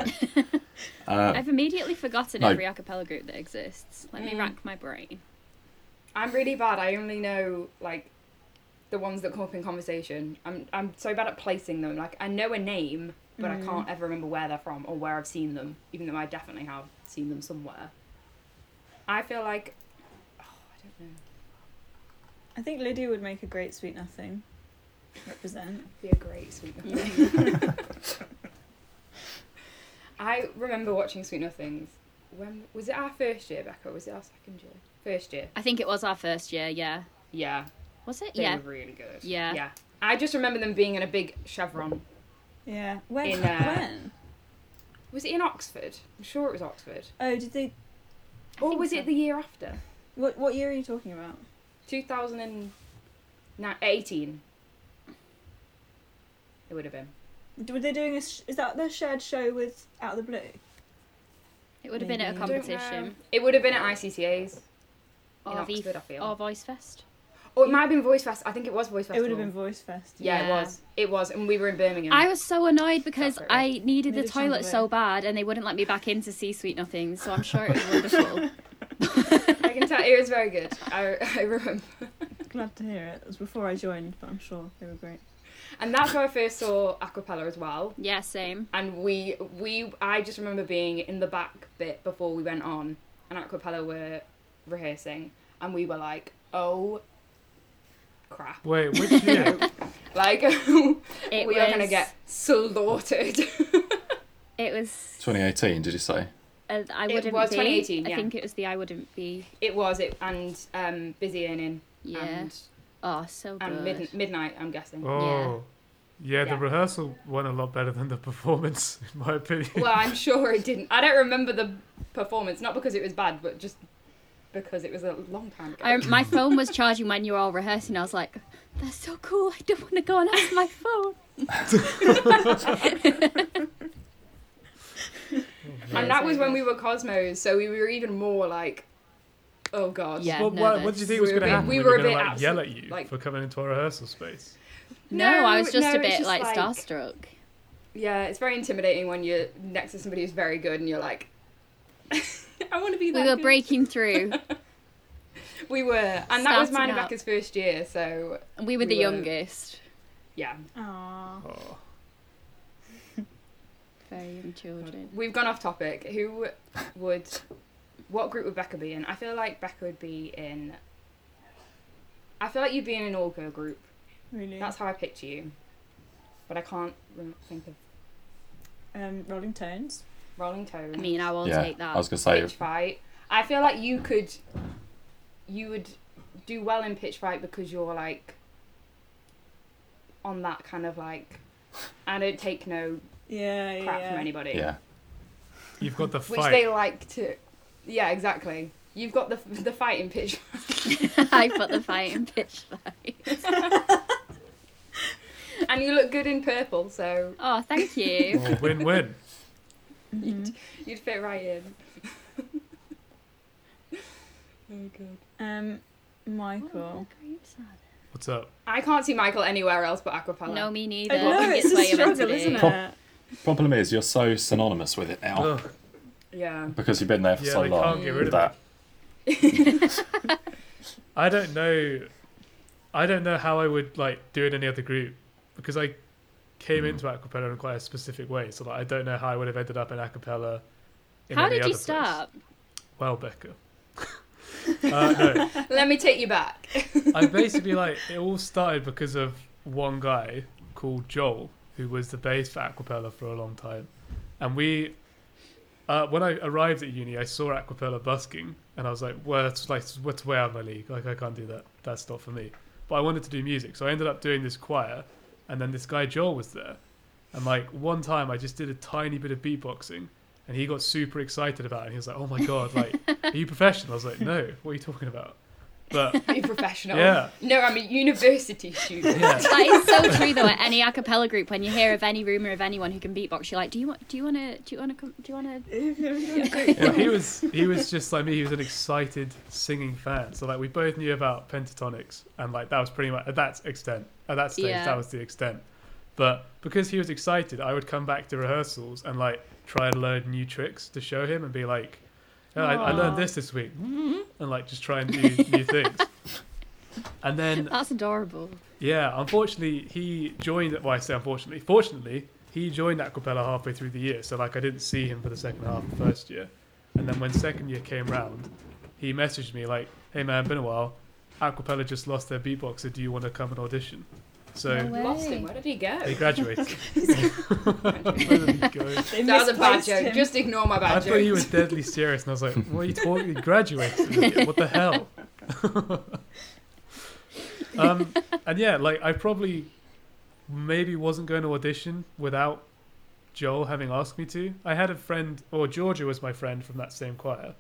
Speaker 5: Uh,
Speaker 7: I've immediately forgotten
Speaker 5: No.
Speaker 7: every a cappella group that exists. Let me
Speaker 2: Mm.
Speaker 7: rack my brain.
Speaker 2: I'm really bad. I only know like the ones that come up in conversation. I'm I'm so bad at placing them. Like I know a name, but I
Speaker 7: Mm.
Speaker 2: can't ever remember where they're from or where I've seen them, even though I definitely have seen them somewhere. I feel like oh, I don't know.
Speaker 6: I think Lydia would make a great sweet nothing. Represent.
Speaker 2: Be a great sweet nothing.
Speaker 7: [LAUGHS]
Speaker 2: I remember watching Sweet Nothings. When was it our first year, Becca? Or was it our second year? First year.
Speaker 7: I think it was our first year. Yeah,
Speaker 2: Yeah.
Speaker 7: was it?
Speaker 2: They
Speaker 7: yeah.
Speaker 2: were really good.
Speaker 7: Yeah.
Speaker 2: Yeah. I just remember them being in a big chevron.
Speaker 6: Yeah. When? [LAUGHS]
Speaker 2: In, uh,
Speaker 6: When?
Speaker 2: Was it in Oxford? I'm sure it was Oxford.
Speaker 6: Oh, did they?
Speaker 2: Or
Speaker 7: think
Speaker 2: was
Speaker 7: so.
Speaker 2: it the year after?
Speaker 6: What What year are you talking about?
Speaker 2: 2018. It would have been.
Speaker 6: Were they doing a? Sh- is that their shared show with Out of the Blue?
Speaker 7: It would have been at a
Speaker 6: Maybe. Don't
Speaker 7: competition
Speaker 2: It would have been at ICCA's in
Speaker 7: or
Speaker 2: Oxford,
Speaker 7: the
Speaker 2: I feel.
Speaker 7: or Voice Fest.
Speaker 2: Or it might have been Voice Fest. I think it was Voice Fest.
Speaker 6: It would have been Voice Fest.
Speaker 2: Yeah, it
Speaker 7: Yeah.
Speaker 2: was. It was, and we were in Birmingham.
Speaker 7: I was so annoyed because
Speaker 2: That's right.
Speaker 7: I needed
Speaker 6: Made a
Speaker 7: the
Speaker 6: sound
Speaker 7: toilet
Speaker 6: of it.
Speaker 7: so bad, and they wouldn't let me back in to see Sweet Nothings. So I'm sure
Speaker 2: [LAUGHS]
Speaker 7: it was wonderful.
Speaker 2: [LAUGHS] I can tell it was very good. I, [LAUGHS] I remember.
Speaker 6: Glad to hear it. It was before I joined, but I'm sure they were great.
Speaker 2: And that's where I first saw Aquapella as well.
Speaker 7: yeah, same.
Speaker 2: And we, we, I just remember being in the back bit before we went on, and Aquapella were rehearsing, and we were like, oh crap.
Speaker 8: Wait,
Speaker 2: [LAUGHS]
Speaker 8: which year?
Speaker 2: Like [LAUGHS] we
Speaker 7: It was.
Speaker 2: are gonna get slaughtered. [LAUGHS]
Speaker 7: It was
Speaker 5: 2018, did you say?
Speaker 7: Uh, I
Speaker 2: It
Speaker 7: wouldn't
Speaker 2: was
Speaker 7: be.
Speaker 2: 2018,
Speaker 7: I
Speaker 2: yeah.
Speaker 7: think it was the I wouldn't be.
Speaker 2: it was it and um busy earning
Speaker 7: Yeah.
Speaker 2: and
Speaker 7: oh, so good.
Speaker 2: and mid- midnight I'm guessing.
Speaker 8: Oh, Yeah, the
Speaker 2: Yeah.
Speaker 8: rehearsal went a lot better than the performance, [LAUGHS] in my opinion.
Speaker 2: [LAUGHS] Well, I'm sure it didn't. I don't remember the performance, not because it was bad, but just because it was a long time ago.
Speaker 7: I, my phone was charging when you were all rehearsing. I was like, "That's so cool! I don't want to go and ask my phone."
Speaker 2: and that was when we were Cosmos, so we were even more like, oh god.
Speaker 7: Yeah.
Speaker 8: Well, what, what
Speaker 7: nervous.
Speaker 8: did you think was
Speaker 2: We were
Speaker 8: going to
Speaker 2: a bit-
Speaker 8: happen?
Speaker 2: we
Speaker 8: We
Speaker 2: were
Speaker 8: were
Speaker 2: a
Speaker 8: going to
Speaker 2: bit
Speaker 8: like, yell at
Speaker 2: absolute-
Speaker 8: you
Speaker 2: like-
Speaker 8: for coming into our rehearsal space.
Speaker 7: No, I was just
Speaker 2: no,
Speaker 7: a
Speaker 2: it's
Speaker 7: bit
Speaker 2: just
Speaker 7: like, starstruck.
Speaker 2: Yeah, it's very intimidating when you're next to somebody who's very good and you're like, [LAUGHS] I want to be that
Speaker 7: We were
Speaker 2: good.
Speaker 7: breaking through.
Speaker 2: We were. And that was mine
Speaker 7: Starting
Speaker 2: and
Speaker 7: out.
Speaker 2: Becca's first year, so
Speaker 7: and we were the
Speaker 2: We were-
Speaker 7: youngest.
Speaker 2: yeah.
Speaker 6: Aww.
Speaker 8: Oh,
Speaker 7: Very young children.
Speaker 2: We've gone off topic. Who would. What group would Becca be in? I feel like Becca would be in. I feel like you'd be in an all girl group.
Speaker 6: Really?
Speaker 2: That's how I picture you. But I can't rem- think of
Speaker 6: um, Rolling Tones.
Speaker 2: Rolling Tones.
Speaker 7: I mean, I will
Speaker 5: yeah,
Speaker 7: take that.
Speaker 5: I was gonna say
Speaker 2: pitch fight. I feel like you could, you would do well in pitch fight because you're like on that kind of like, I don't take no
Speaker 6: Yeah, yeah.
Speaker 2: crap
Speaker 6: yeah.
Speaker 2: from anybody,
Speaker 5: yeah.
Speaker 8: you've got the
Speaker 2: which they
Speaker 8: fight.
Speaker 2: like to. Yeah, exactly. You've got the the fight in pitch.
Speaker 7: [LAUGHS]
Speaker 2: [LAUGHS]
Speaker 7: I put the fight in pitch fight.
Speaker 2: and you look good in purple, so
Speaker 7: Oh, thank you.
Speaker 8: Oh, win-win.
Speaker 6: Mm-hmm.
Speaker 2: you'd, you'd fit right in. oh god.
Speaker 6: Um, Michael.
Speaker 8: What's up?
Speaker 2: I can't see Michael anywhere else but Aquapella.
Speaker 7: [LAUGHS] no, me neither.
Speaker 6: I know,
Speaker 7: It's
Speaker 6: it's a
Speaker 7: where you're meant to
Speaker 6: struggle,
Speaker 7: be.
Speaker 6: isn't
Speaker 5: Cool.
Speaker 6: it?
Speaker 5: Problem is, you're so synonymous with it now
Speaker 8: Ugh,
Speaker 2: Yeah.
Speaker 5: because you've been there for
Speaker 8: yeah,
Speaker 5: so
Speaker 8: they
Speaker 5: long.
Speaker 8: can't get rid of
Speaker 5: that
Speaker 8: it. I don't know. I don't know how I would like do it in any other group because I came into acapella in quite a specific way. So like, I don't know how I would have ended up in acapella. In
Speaker 7: How
Speaker 8: any
Speaker 7: did
Speaker 8: other
Speaker 7: you
Speaker 8: place.
Speaker 7: start?
Speaker 8: Well, Becca.
Speaker 7: [LAUGHS]
Speaker 8: uh, no,
Speaker 2: Let me take you back.
Speaker 8: I basically like it all started because of one guy called Joel who was the bass for Aquapella for a long time, and we. Uh, when I arrived at uni, I saw Aquapella busking, and I was like, "Well, that's like what's way out of my league. Like, I can't do that. That's not for me." But I wanted to do music, so I ended up doing this choir, and then this guy Joel was there, and like one time I just did a tiny bit of beatboxing, and he got super excited about it. And he was like, "Oh my god, like, are you professional?" I was like, "No, what are you talking about?" But
Speaker 2: Be professional.
Speaker 8: Yeah.
Speaker 2: No, I'm a university student.
Speaker 8: yeah,
Speaker 7: That is so true, though. At any a cappella group, when you hear of any rumor of anyone who can beatbox, you're like, "Do you want? Do you want to? Do you want to? come? Do you want to?"
Speaker 6: [LAUGHS]
Speaker 8: Yeah, he was he was just like me. He was an excited singing fan. So like we both knew about pentatonics, and like that was pretty much at that extent. At that stage,
Speaker 7: Yeah.
Speaker 8: that was the extent. But because he was excited, I would come back to rehearsals and like try and learn new tricks to show him and be like, "Oh, I, I learned this this week, and like just try and do new things. And then
Speaker 7: That's adorable.
Speaker 8: yeah, unfortunately, he joined. Well, I say unfortunately. Fortunately, he joined Aquapella halfway through the year, so like I didn't see him for the second half of first year, and then when second year came round, he messaged me like, "Hey man, been a while. Aquapella just lost their beatboxer. Do you want to come and audition?" So
Speaker 2: Lost him. Where did he go?
Speaker 8: he graduated. [LAUGHS] Where did he go?
Speaker 6: They
Speaker 2: That was a bad
Speaker 6: misplaced
Speaker 2: joke.
Speaker 6: him.
Speaker 2: Just ignore my bad
Speaker 8: I
Speaker 2: joke.
Speaker 8: thought you were deadly serious, and I was like, "What are you talking?
Speaker 2: [LAUGHS]
Speaker 8: You graduated? What the hell?" [LAUGHS] um, and yeah, like I probably maybe wasn't going to audition without Joel having asked me to. I had a friend, or Georgia was my friend from that same choir,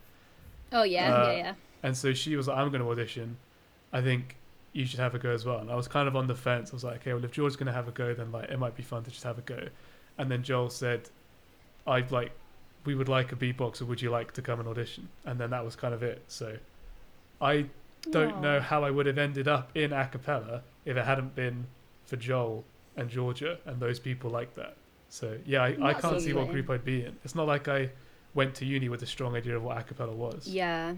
Speaker 7: Oh yeah,
Speaker 8: Uh,
Speaker 7: yeah, yeah.
Speaker 8: and so she was like, "I'm going to audition. I think you should have a go as well." And I was kind of on the fence. I was like, "Okay, well, if George's going to have a go, then like it might be fun to just have a go." And then Joel said, "I'd like, we would like a beatboxer. Would you like to come and audition?" And then that was kind of it. So I don't
Speaker 7: Aw.
Speaker 8: know how I would have ended up in a cappella if it hadn't been for Joel and Georgia and those people like that. So yeah, I, I
Speaker 7: That's
Speaker 8: can't see what
Speaker 7: amazing.
Speaker 8: group I'd be in. It's not like I went to uni with a strong idea of what a cappella was.
Speaker 7: Yeah,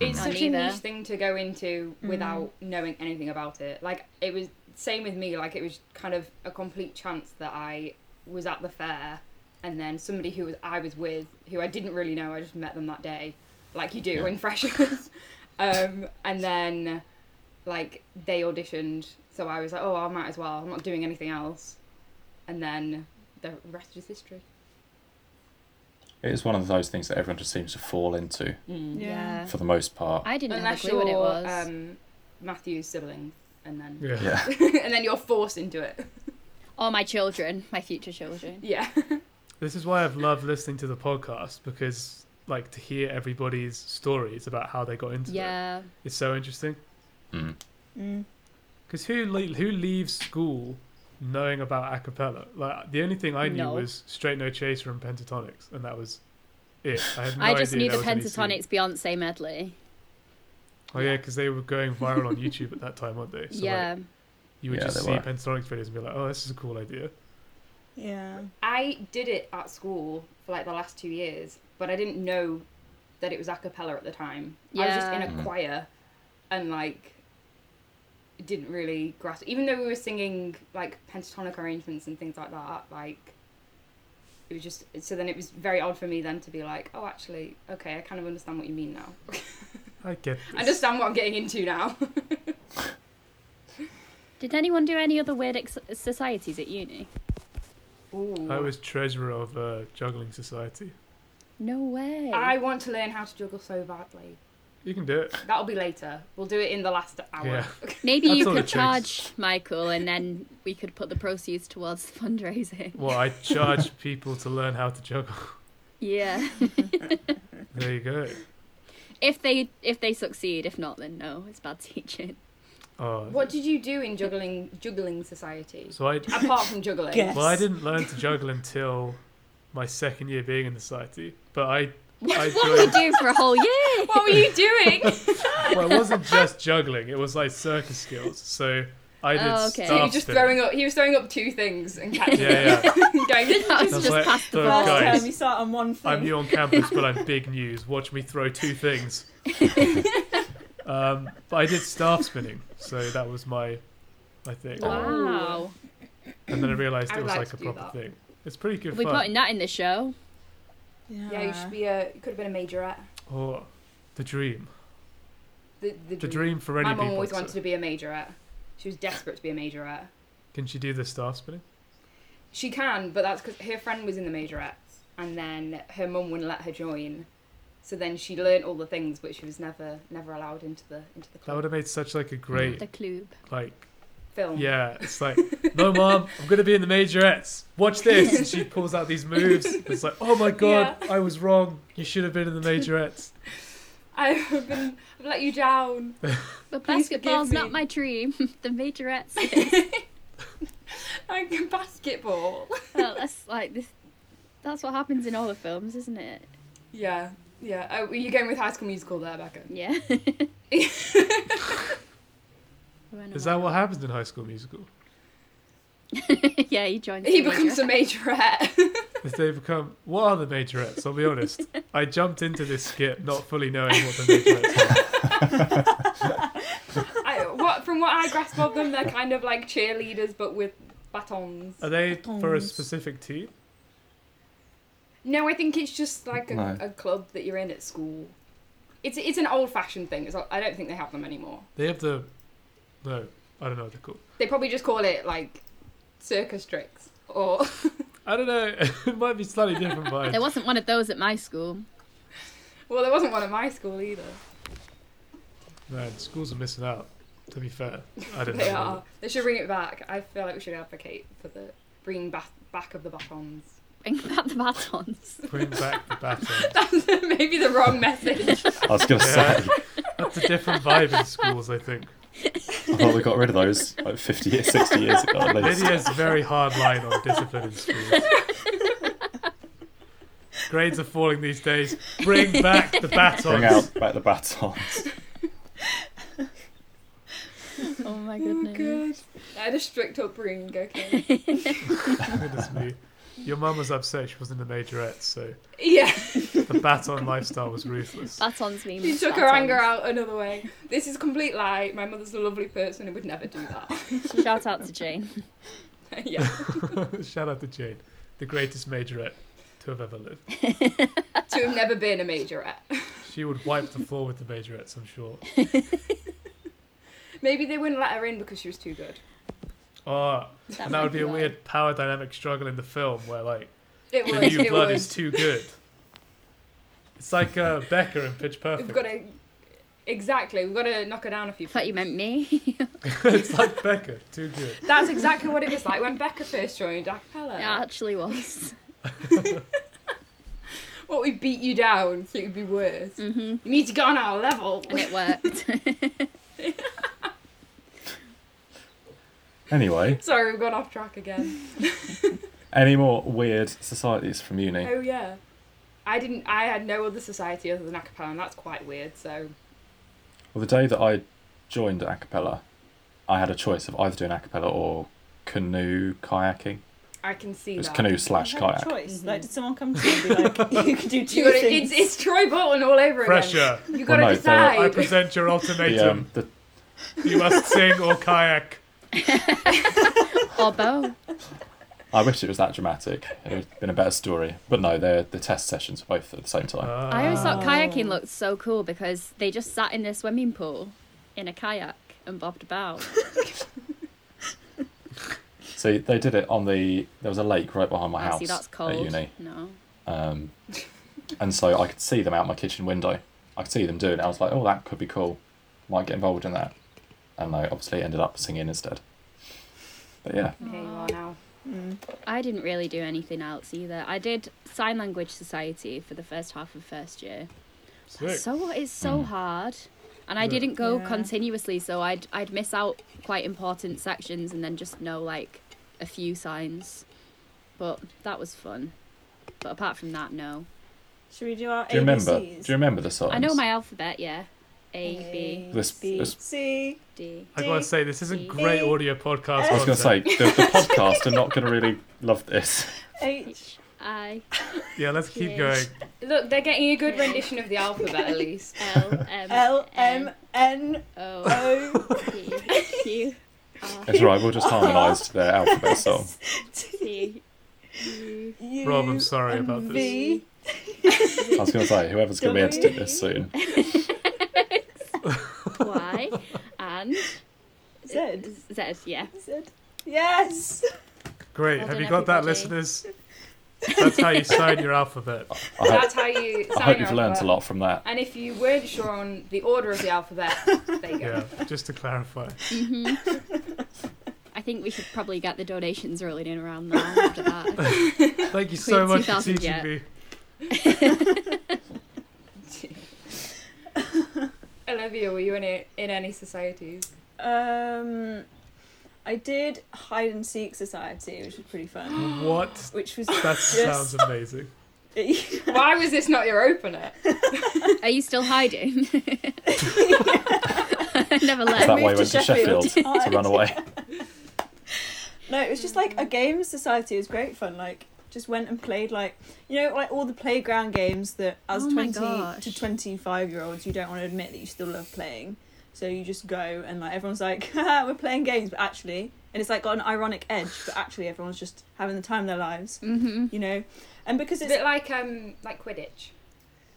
Speaker 2: it's
Speaker 7: Not
Speaker 2: such a
Speaker 7: neither. Mm.
Speaker 2: niche thing to go into without knowing anything about it. Like it was same with me. Like it was kind of a complete chance that I was at the fair, and then somebody who was I was with, who I didn't really know, I just met them that day, like you do
Speaker 5: Yeah.
Speaker 2: in [LAUGHS] freshers. um, and then, like they auditioned, so I was like, oh, I might as well. I'm not doing anything else. And then the rest is history.
Speaker 5: it is one of those things that everyone just seems to fall into
Speaker 7: yeah.
Speaker 6: Yeah.
Speaker 5: for the most part.
Speaker 7: I didn't
Speaker 2: Unless
Speaker 7: have a clue
Speaker 2: you're
Speaker 7: what it was.
Speaker 2: um, Matthew's sibling, and then
Speaker 8: Yeah.
Speaker 5: Yeah,
Speaker 2: [LAUGHS] and then you're forced into it.
Speaker 7: Or my children, my future children.
Speaker 2: Yeah.
Speaker 8: This is why I've loved listening to the podcast because, like, to hear everybody's stories about how they got into it
Speaker 7: Yeah.
Speaker 8: is so interesting.
Speaker 6: Mm.
Speaker 8: Because who le- who leaves school knowing about a cappella? Like the only thing I knew
Speaker 7: No.
Speaker 8: was Straight No Chaser and Pentatonics, and that was it. I, had no
Speaker 7: I just
Speaker 8: idea
Speaker 7: knew the
Speaker 8: there was any scene.
Speaker 7: Pentatonics Beyonce medley.
Speaker 8: Oh yeah, because they were going viral on YouTube at that time, weren't they? So,
Speaker 7: yeah.
Speaker 8: Like, you would
Speaker 5: Yeah,
Speaker 8: just
Speaker 5: they
Speaker 8: see
Speaker 5: were.
Speaker 8: Pentatonics videos and be like, "Oh, this is a cool idea."
Speaker 6: Yeah.
Speaker 2: I did it at school for like the last two years, but I didn't know that it was a cappella at the time. I was just in a
Speaker 5: Yeah. Mm.
Speaker 2: choir and like didn't really grasp even though we were singing like pentatonic arrangements and things like that, like it was just so then it was very odd for me then to be like, Oh actually, okay, I kind of understand what you mean now. [LAUGHS]
Speaker 8: I get.
Speaker 2: I understand what I'm getting into now.
Speaker 7: Did anyone do any other weird ex- societies at uni?
Speaker 2: Ooh.
Speaker 8: I was treasurer of a juggling society.
Speaker 7: No way.
Speaker 2: I want to learn how to juggle so badly.
Speaker 8: You can do it.
Speaker 2: That'll be later. We'll do it in the last hour.
Speaker 8: Yeah.
Speaker 7: Maybe
Speaker 8: That's
Speaker 7: you
Speaker 8: all it
Speaker 7: could
Speaker 8: takes.
Speaker 7: charge Michael and then we could put the proceeds towards [LAUGHS] fundraising.
Speaker 8: Well, I
Speaker 7: [LAUGHS]
Speaker 8: charge people to learn how to juggle.
Speaker 7: Yeah.
Speaker 8: There you go.
Speaker 7: if they if they succeed, if not then no, it's bad teaching.
Speaker 8: [LAUGHS] Oh,
Speaker 2: What did you do in juggling juggling society?
Speaker 8: so I
Speaker 2: Apart from juggling.
Speaker 6: Yes.
Speaker 8: Well, I didn't learn to juggle until my second year being in the society,
Speaker 2: [LAUGHS]
Speaker 8: but I I
Speaker 7: What
Speaker 8: joined.
Speaker 7: do you do for a whole year?
Speaker 2: What were you
Speaker 8: [LAUGHS]
Speaker 2: doing?
Speaker 8: Well, it wasn't just juggling; it was like circus skills. So I did
Speaker 7: Oh,
Speaker 8: oh,
Speaker 7: okay.
Speaker 8: okay.
Speaker 7: So
Speaker 2: he was just throwing up he was throwing up two things and catching
Speaker 8: Yeah, yeah.
Speaker 2: them. [LAUGHS] Going,
Speaker 7: [LAUGHS] That was
Speaker 8: That's
Speaker 7: just
Speaker 8: like-
Speaker 7: past the
Speaker 8: so
Speaker 7: ball.
Speaker 6: First
Speaker 8: guys-
Speaker 6: time you start on one thing.
Speaker 8: I'm new on campus, but I'm big news. Watch me throw two
Speaker 2: [LAUGHS]
Speaker 8: things. um, but I did staff spinning, so that was my my thing.
Speaker 7: Wow.
Speaker 8: And then I realised
Speaker 2: I
Speaker 8: it
Speaker 2: would
Speaker 8: was
Speaker 2: like
Speaker 8: like,
Speaker 2: to
Speaker 8: a
Speaker 2: do
Speaker 8: proper
Speaker 2: that.
Speaker 8: thing. It's pretty good
Speaker 7: We're
Speaker 8: fun.
Speaker 7: putting that in the show.
Speaker 6: yeah.
Speaker 2: Yeah, you should be a you could have been a majorette.
Speaker 8: oh, the dream,
Speaker 2: The the,
Speaker 8: the dream for any
Speaker 2: My mum
Speaker 8: people.
Speaker 2: always
Speaker 8: so-
Speaker 2: wanted to be a majorette. She was desperate to be a majorette.
Speaker 8: Can she do the staff spinning?
Speaker 2: She can, but that's because her friend was in the majorettes, and then her mum wouldn't let her join. So then she learnt all the things, but she was never never allowed into the into the
Speaker 8: That
Speaker 2: club.
Speaker 8: would have made such like a great
Speaker 7: The club.
Speaker 8: like
Speaker 2: film.
Speaker 8: Yeah, it's like, no, mom, I'm gonna be in the majorettes. Watch this. And she pulls out these moves. It's like, oh my god, I was wrong. You should have been in the majorettes.
Speaker 2: [LAUGHS] I've been I've let you down.
Speaker 7: But
Speaker 2: Please forgive
Speaker 7: basketball's
Speaker 2: me.
Speaker 7: not my dream. [LAUGHS] the majorettes.
Speaker 2: Like basketball.
Speaker 7: well, that's like this. That's what happens in all the films, isn't it?
Speaker 2: Yeah, yeah. Oh, were you going with High School Musical there, Becca?
Speaker 8: [LAUGHS]
Speaker 7: Yeah. Run
Speaker 8: Is
Speaker 7: away.
Speaker 8: that what happens in High School Musical?
Speaker 7: [LAUGHS] yeah, he joins.
Speaker 2: He
Speaker 7: the
Speaker 2: becomes a
Speaker 7: majorette.
Speaker 2: majorette.
Speaker 8: [LAUGHS] If they become, what are the majorettes? I'll be honest. I jumped into this skit not fully knowing what the majorettes are.
Speaker 2: I, what, from what I grasp of them, they're kind of like cheerleaders, but with batons.
Speaker 8: Are they for a
Speaker 6: Buttons.
Speaker 8: specific team?
Speaker 2: No, I think it's just like a,
Speaker 5: No.
Speaker 2: a club that you're in at school. It's it's an old-fashioned thing. It's not, I don't think they have them anymore.
Speaker 8: They have the, no, I don't know what they're called.
Speaker 2: They probably just call it like circus tricks or [LAUGHS]
Speaker 8: I don't know. [LAUGHS] it might be slightly different
Speaker 7: There
Speaker 8: vibes.
Speaker 7: wasn't one of those at my school.
Speaker 2: well, there wasn't one at my school either.
Speaker 8: Man, schools are missing out. To be fair, I don't
Speaker 2: They
Speaker 8: know.
Speaker 2: are. They should bring it back. I feel like we should advocate for the bringing back back of the batons. [LAUGHS]
Speaker 7: Bring back the batons.
Speaker 8: Bring back the baton.
Speaker 2: That's maybe the
Speaker 7: [LAUGHS]
Speaker 2: wrong message.
Speaker 5: I was going to
Speaker 8: Yeah.
Speaker 5: say,
Speaker 8: That's a different vibe in schools, I think.
Speaker 5: [LAUGHS] I thought we got rid of those like 50 years, 60 years ago at least.
Speaker 8: Lydia has a very hard line on discipline in schools. Grades are falling these days. Bring back the
Speaker 5: Bring
Speaker 8: batons.
Speaker 5: out back the batons.
Speaker 7: Oh my goodness.
Speaker 2: Oh, I had a strict upbringing. Okay.
Speaker 7: [LAUGHS]
Speaker 8: Goodness me. Your mum was upset she wasn't a majorette, so
Speaker 2: Yeah.
Speaker 8: the baton lifestyle was ruthless. [LAUGHS]
Speaker 7: Batons mean.
Speaker 2: She took her
Speaker 7: batons.
Speaker 2: anger out another way. This is a complete lie. My mother's a lovely person and would never do that.
Speaker 7: [LAUGHS] Shout out to Jane.
Speaker 2: yeah.
Speaker 8: Shout out to Jane, the greatest majorette to have ever lived.
Speaker 2: To have never been a majorette.
Speaker 8: She would wipe the floor with the majorettes, I'm sure.
Speaker 2: Maybe they wouldn't let her in because she was too good.
Speaker 8: Oh, and that would
Speaker 7: might
Speaker 8: be a
Speaker 7: why.
Speaker 8: weird power dynamic struggle in the film where, like,
Speaker 2: It
Speaker 8: the
Speaker 2: was.
Speaker 8: new
Speaker 2: It
Speaker 8: blood
Speaker 2: was.
Speaker 8: [LAUGHS] is too good. It's like uh, Becca in Pitch Perfect.
Speaker 2: We've got to. Exactly. We've got to knock her down a few.
Speaker 7: I thought you meant me. [LAUGHS]
Speaker 8: it's like Becca, too good.
Speaker 2: That's exactly what it was like when Becca first joined a cappella.
Speaker 7: it actually was.
Speaker 2: What we beat you down, so it would be worse. Mm-hmm. You need to get on our level. [LAUGHS]
Speaker 7: And it worked.
Speaker 5: Anyway,
Speaker 2: Sorry, we've gone off track again.
Speaker 5: any more weird societies from uni?
Speaker 2: oh yeah. I didn't. I had no other society other than a cappella, and that's quite weird. So
Speaker 5: Well, the day that I joined a cappella, I had a choice of either doing a cappella or canoe kayaking.
Speaker 2: I can see
Speaker 5: It was
Speaker 2: that. [LAUGHS]
Speaker 5: canoe slash
Speaker 6: You had a
Speaker 5: kayak.
Speaker 6: choice. Like, did someone come to you and be like, [LAUGHS] you could do two
Speaker 2: Mm-hmm. You gotta,
Speaker 6: things?
Speaker 2: it's, it's Troy Bolton all over
Speaker 8: Pressure.
Speaker 2: again. You gotta
Speaker 5: Well, no, they were-
Speaker 2: decide.
Speaker 8: I present your
Speaker 5: The,
Speaker 8: ultimatum.
Speaker 5: um, the,
Speaker 8: You must sing or kayak.
Speaker 7: or both.
Speaker 5: I wish it was that dramatic. It would have been a better story. But no, the the test sessions were both at the same time.
Speaker 8: Ah.
Speaker 7: I always thought kayaking looked so cool because they just sat in their swimming pool in a kayak and bobbed about.
Speaker 5: So they did it on the there was a lake right behind my
Speaker 7: Ah,
Speaker 5: house
Speaker 7: See, that's
Speaker 5: at
Speaker 7: cold.
Speaker 5: uni,
Speaker 7: No.
Speaker 5: um, and so I could see them out my kitchen window. I could see them doing it. I was like, oh, that could be cool. Might get involved in that. And I obviously ended up singing instead. But yeah,
Speaker 2: Here you are now.
Speaker 6: Mm.
Speaker 7: I didn't really do anything else either. I did sign language society for the first half of first year.
Speaker 8: Sick.
Speaker 7: So it's so hard. And I didn't go
Speaker 6: Hmm. Yeah.
Speaker 7: continuously, so I'd I'd miss out quite important sections and then just know like a few signs. But that was fun. But apart from that, no.
Speaker 6: Should we do our
Speaker 5: do you remember? Do
Speaker 6: ABCs?
Speaker 5: you remember the songs?
Speaker 7: I know my alphabet, yeah. A B
Speaker 5: This-
Speaker 6: B,
Speaker 5: this-
Speaker 6: C.
Speaker 7: D.
Speaker 8: I gotta say, this isn't
Speaker 7: D.
Speaker 8: great audio podcast.
Speaker 5: I was going to say
Speaker 8: content.
Speaker 5: the, the
Speaker 7: [LAUGHS]
Speaker 5: podcast are not going to really love this.
Speaker 6: H.
Speaker 7: I
Speaker 8: Yeah, let's keep
Speaker 7: Yeah.
Speaker 8: going.
Speaker 2: Look, they're getting a good rendition of the alphabet at least.
Speaker 6: [LAUGHS]
Speaker 7: L M
Speaker 6: L M
Speaker 7: N,
Speaker 6: N
Speaker 7: O
Speaker 6: O
Speaker 7: P Q R
Speaker 5: It's right. We'll just harmonise their alphabet song.
Speaker 7: T U
Speaker 6: U.
Speaker 8: Rob, I'm sorry about this.
Speaker 6: V.
Speaker 5: I was going to say whoever's going to be editing this soon.
Speaker 7: Y and
Speaker 6: Z.
Speaker 7: Z. Yeah.
Speaker 6: Z. Yes.
Speaker 8: Great.
Speaker 7: Well
Speaker 8: Have
Speaker 7: done,
Speaker 8: you got that,
Speaker 7: everybody.
Speaker 8: listeners? That's how you sign your
Speaker 7: [LAUGHS]
Speaker 8: alphabet.
Speaker 5: I hope,
Speaker 2: That's how you. Sign
Speaker 5: [LAUGHS] I hope
Speaker 2: your
Speaker 5: you've learnt
Speaker 2: alphabet.
Speaker 5: a lot from that.
Speaker 2: And if you weren't sure on the order of the alphabet, there you go.
Speaker 8: Yeah, just to clarify.
Speaker 6: Mm-hmm.
Speaker 7: [LAUGHS] I think we should probably get the donations rolling in around now after that.
Speaker 6: [LAUGHS]
Speaker 8: Thank you so much for
Speaker 7: 2,000
Speaker 8: teaching
Speaker 7: yet.
Speaker 8: me.
Speaker 2: [LAUGHS] Olivia, were you in, a, in any societies?
Speaker 6: Um, I did hide and seek society, which was pretty fun.
Speaker 8: [GASPS] What?
Speaker 6: Which was
Speaker 8: That sounds
Speaker 6: just
Speaker 8: amazing.
Speaker 2: Why was this not your opener?
Speaker 7: Are you
Speaker 6: [LAUGHS]
Speaker 7: still hiding? Never
Speaker 5: Is
Speaker 7: left.
Speaker 5: that why you went
Speaker 6: moved to
Speaker 5: to
Speaker 6: Sheffield
Speaker 5: Sheffield to
Speaker 6: to
Speaker 2: [LAUGHS]
Speaker 5: run away?
Speaker 6: no, it was just like a
Speaker 7: Mm.
Speaker 6: game society was great fun. Like just went and played like you know like all the playground games that as
Speaker 7: Oh my
Speaker 6: twenty to
Speaker 7: gosh.
Speaker 6: twenty five year olds you don't want to admit that you still love playing. So you just go and like everyone's like [LAUGHS] Haha, we're playing games, but actually, and it's like got an ironic edge, but actually everyone's just having the time of their lives,
Speaker 7: Mm-hmm.
Speaker 6: you know. And because
Speaker 2: It's a
Speaker 6: it's
Speaker 2: bit like um like Quidditch.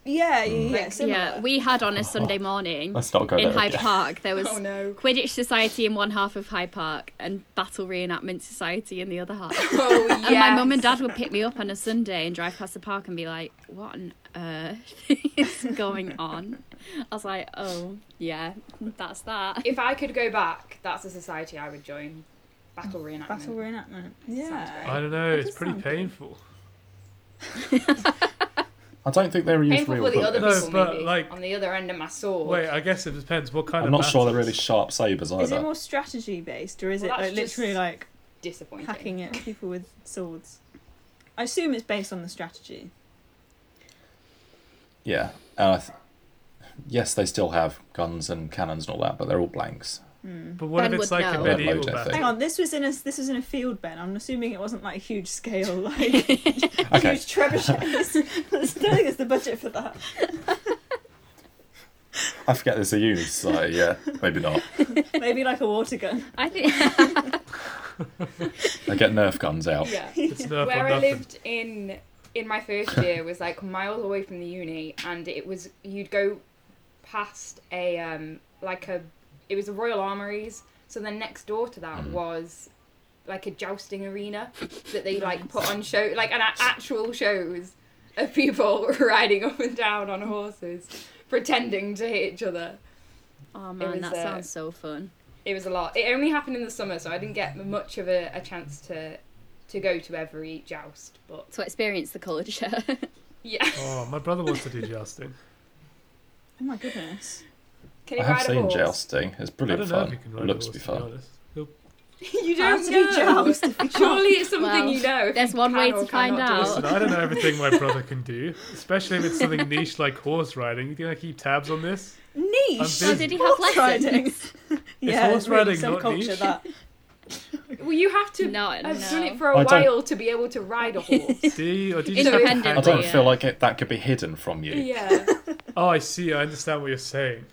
Speaker 6: yeah yeah yeah,
Speaker 2: Like,
Speaker 6: similar.
Speaker 7: Yeah, we had on a Sunday morning
Speaker 5: Let's not go
Speaker 7: in
Speaker 5: there
Speaker 7: Hyde
Speaker 5: again.
Speaker 7: Park. There was
Speaker 6: Oh,
Speaker 2: no.
Speaker 7: Quidditch Society in one half of Hyde Park and Battle Reenactment Society in the other half.
Speaker 2: [LAUGHS] Oh yeah.
Speaker 7: And my mum and dad would pick me up on a Sunday and drive past the park and be like, "What on earth [LAUGHS] is going on?" I was like, "Oh yeah, that's that."
Speaker 2: If I could go back, that's a society I would join. Battle reenactment.
Speaker 6: battle reenactment. Yeah.
Speaker 8: I don't know. It's
Speaker 6: does
Speaker 8: pretty
Speaker 6: sound good.
Speaker 8: painful.
Speaker 5: I don't think they were used
Speaker 2: Painful
Speaker 5: real
Speaker 2: for the other
Speaker 5: books.
Speaker 8: No,
Speaker 2: people,
Speaker 8: but,
Speaker 2: maybe.
Speaker 8: like-
Speaker 2: on the other end of my sword.
Speaker 8: Wait, I guess it depends what kind
Speaker 5: I'm
Speaker 8: of.
Speaker 5: not sure they're
Speaker 8: battles.
Speaker 5: really sharp sabers
Speaker 6: Is it
Speaker 5: either.
Speaker 6: more strategy based or is
Speaker 2: Well,
Speaker 6: it like
Speaker 2: that's just-
Speaker 6: literally like
Speaker 2: Disappointing.
Speaker 6: hacking
Speaker 2: [LAUGHS]
Speaker 6: at people with swords? I assume it's based on the strategy.
Speaker 5: Yeah. And I th- yes, they still have guns and cannons and all that, but they're all
Speaker 2: [LAUGHS]
Speaker 5: blanks.
Speaker 8: But what
Speaker 7: Ben
Speaker 8: if it's
Speaker 7: would
Speaker 8: like a
Speaker 7: know.
Speaker 8: medieval
Speaker 5: Loads, I
Speaker 8: battle?
Speaker 5: think.
Speaker 6: Hmm. Hang on, this was in a this was in a field, Ben. I'm assuming it wasn't like huge scale, [LAUGHS] like
Speaker 5: Okay.
Speaker 6: huge [LAUGHS]
Speaker 2: [LAUGHS]
Speaker 6: trebuchets. I don't think it's the budget for that.
Speaker 5: I forget there's a uni society. Yeah, maybe not.
Speaker 6: Maybe like a water gun.
Speaker 7: I [LAUGHS] think
Speaker 5: They get Nerf guns out.
Speaker 2: Yeah.
Speaker 8: [LAUGHS]
Speaker 6: [LAUGHS]
Speaker 8: It's nerf
Speaker 2: Where
Speaker 8: or
Speaker 2: I
Speaker 8: nothing.
Speaker 2: lived in in my first year was like miles away from the uni, and it was you'd go past a um like a it was the Royal Armouries. So then next door to that
Speaker 5: Mm.
Speaker 2: was like a jousting arena that they like put on show like an a- actual shows [LAUGHS] of people riding up and down on horses pretending to hit each other.
Speaker 7: Oh man,
Speaker 2: was,
Speaker 7: that
Speaker 2: uh,
Speaker 7: sounds so fun.
Speaker 2: It was a lot. It only happened in the summer, so I didn't get much of a, a chance to to go to every joust. But
Speaker 7: To experience the culture.
Speaker 2: yeah,
Speaker 8: Oh, my brother wants to do jousting.
Speaker 6: Oh my goodness.
Speaker 2: can
Speaker 5: I
Speaker 2: you
Speaker 5: have
Speaker 2: ride a
Speaker 5: seen
Speaker 2: horse?
Speaker 5: jousting. It's
Speaker 8: I
Speaker 5: brilliant
Speaker 8: don't know if
Speaker 5: fun.
Speaker 8: you can
Speaker 5: It
Speaker 8: ride
Speaker 5: looks
Speaker 8: a
Speaker 5: to be
Speaker 8: horse,
Speaker 5: fun.
Speaker 8: be honest. You'll-
Speaker 2: you
Speaker 6: How
Speaker 2: don't
Speaker 6: to
Speaker 2: know.
Speaker 6: do
Speaker 2: [LAUGHS]
Speaker 6: joust if you can't.
Speaker 2: Surely it's something
Speaker 7: Well,
Speaker 2: you know. if
Speaker 7: there's
Speaker 2: you
Speaker 7: one way
Speaker 2: can or
Speaker 7: to find
Speaker 2: cannot do.
Speaker 7: out.
Speaker 8: Listen, I don't know everything my brother can do, especially if
Speaker 7: [LAUGHS]
Speaker 8: it's something niche like horse riding. You think I keep tabs on this? I'm
Speaker 6: Niche.
Speaker 7: oh, [LAUGHS]
Speaker 8: busy.
Speaker 7: did he have
Speaker 6: Horse
Speaker 7: lessons?
Speaker 6: Yeah,
Speaker 8: horse
Speaker 6: really
Speaker 8: riding not
Speaker 6: subculture
Speaker 8: niche? [LAUGHS]
Speaker 6: that.
Speaker 2: Well, you have to.
Speaker 7: No,
Speaker 2: I've
Speaker 7: no.
Speaker 2: done it for a
Speaker 5: I don't-
Speaker 2: while to be able to
Speaker 5: [LAUGHS]
Speaker 2: ride a horse.
Speaker 8: Do you, or do you
Speaker 7: It's
Speaker 8: just have
Speaker 7: dependent,
Speaker 5: I
Speaker 8: to hang on?
Speaker 5: don't
Speaker 7: Yeah.
Speaker 5: feel like it, that could be hidden from you.
Speaker 2: yeah.
Speaker 8: Oh, I see. I understand what you're saying.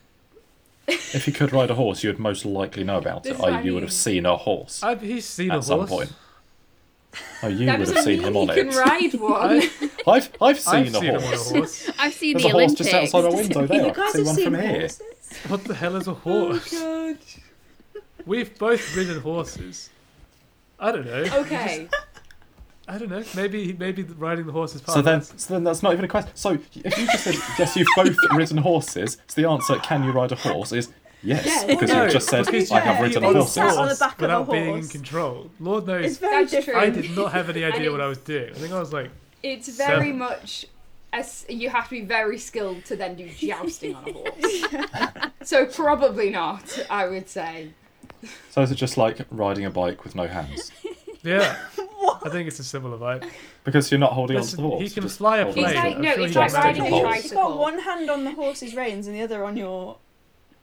Speaker 5: If you could ride a horse, you would most likely know about
Speaker 2: This
Speaker 5: it.
Speaker 2: is what
Speaker 5: Or
Speaker 2: I
Speaker 5: you would have
Speaker 2: mean.
Speaker 5: seen a horse
Speaker 8: I've, he's seen a
Speaker 5: at some
Speaker 8: horse.
Speaker 5: point. Oh, you
Speaker 2: That
Speaker 5: would have
Speaker 2: doesn't
Speaker 5: seen
Speaker 2: mean
Speaker 5: him
Speaker 2: you
Speaker 5: on
Speaker 2: can
Speaker 5: it. [LAUGHS]
Speaker 2: ride one.
Speaker 5: I've I've seen
Speaker 8: I've
Speaker 5: a
Speaker 8: seen him on
Speaker 5: horse.
Speaker 8: a horse.
Speaker 7: I've seen
Speaker 5: There's
Speaker 7: the
Speaker 5: a horse
Speaker 7: Olympics.
Speaker 5: just outside my window there.
Speaker 6: [LAUGHS] You
Speaker 5: I can
Speaker 6: guys
Speaker 5: see
Speaker 6: have
Speaker 5: one
Speaker 6: seen
Speaker 5: from here.
Speaker 6: horses?
Speaker 8: What the hell is
Speaker 7: [LAUGHS]
Speaker 8: a horse?
Speaker 2: God.
Speaker 8: We've both ridden horses. I don't know.
Speaker 5: [LAUGHS]
Speaker 2: Okay.
Speaker 8: I don't know. Maybe maybe riding the horse is part
Speaker 5: So
Speaker 8: of
Speaker 5: then,
Speaker 8: us.
Speaker 5: so then that's not even a question. So if you just said yes, you've both [LAUGHS] ridden horses. So the answer, can you ride a horse, is yes,
Speaker 2: Yeah,
Speaker 5: because
Speaker 8: no,
Speaker 5: you've just said
Speaker 8: because
Speaker 5: I have
Speaker 6: you-
Speaker 5: ridden
Speaker 6: you
Speaker 5: horses.
Speaker 6: sat on the back of a
Speaker 8: without being in
Speaker 6: horse.
Speaker 8: control. Lord
Speaker 6: It's
Speaker 8: knows,
Speaker 6: very
Speaker 2: That's
Speaker 6: different.
Speaker 8: I did
Speaker 2: [LAUGHS]
Speaker 8: not have any idea
Speaker 2: didn't-
Speaker 8: what I was doing. I think I was like,
Speaker 2: It's very
Speaker 8: Seven.
Speaker 2: much as you have to be very skilled to then [LAUGHS] do jousting on a horse. [LAUGHS] so probably not, I would say.
Speaker 5: So is it just like riding a bike with no hands?
Speaker 2: [LAUGHS]
Speaker 8: yeah. I think it's a similar vibe.
Speaker 5: Because you're not holding on to
Speaker 8: Listen,
Speaker 5: the horse.
Speaker 8: he can
Speaker 5: you're just
Speaker 8: fly a
Speaker 5: holding
Speaker 8: plane.
Speaker 2: It's
Speaker 5: onto it.
Speaker 2: like-
Speaker 8: I'm
Speaker 2: no,
Speaker 8: sure
Speaker 2: it's
Speaker 8: he
Speaker 2: like
Speaker 8: can
Speaker 2: riding
Speaker 8: do
Speaker 2: a
Speaker 8: that.
Speaker 2: horse.
Speaker 6: You've got one hand on the horse's reins and the other on your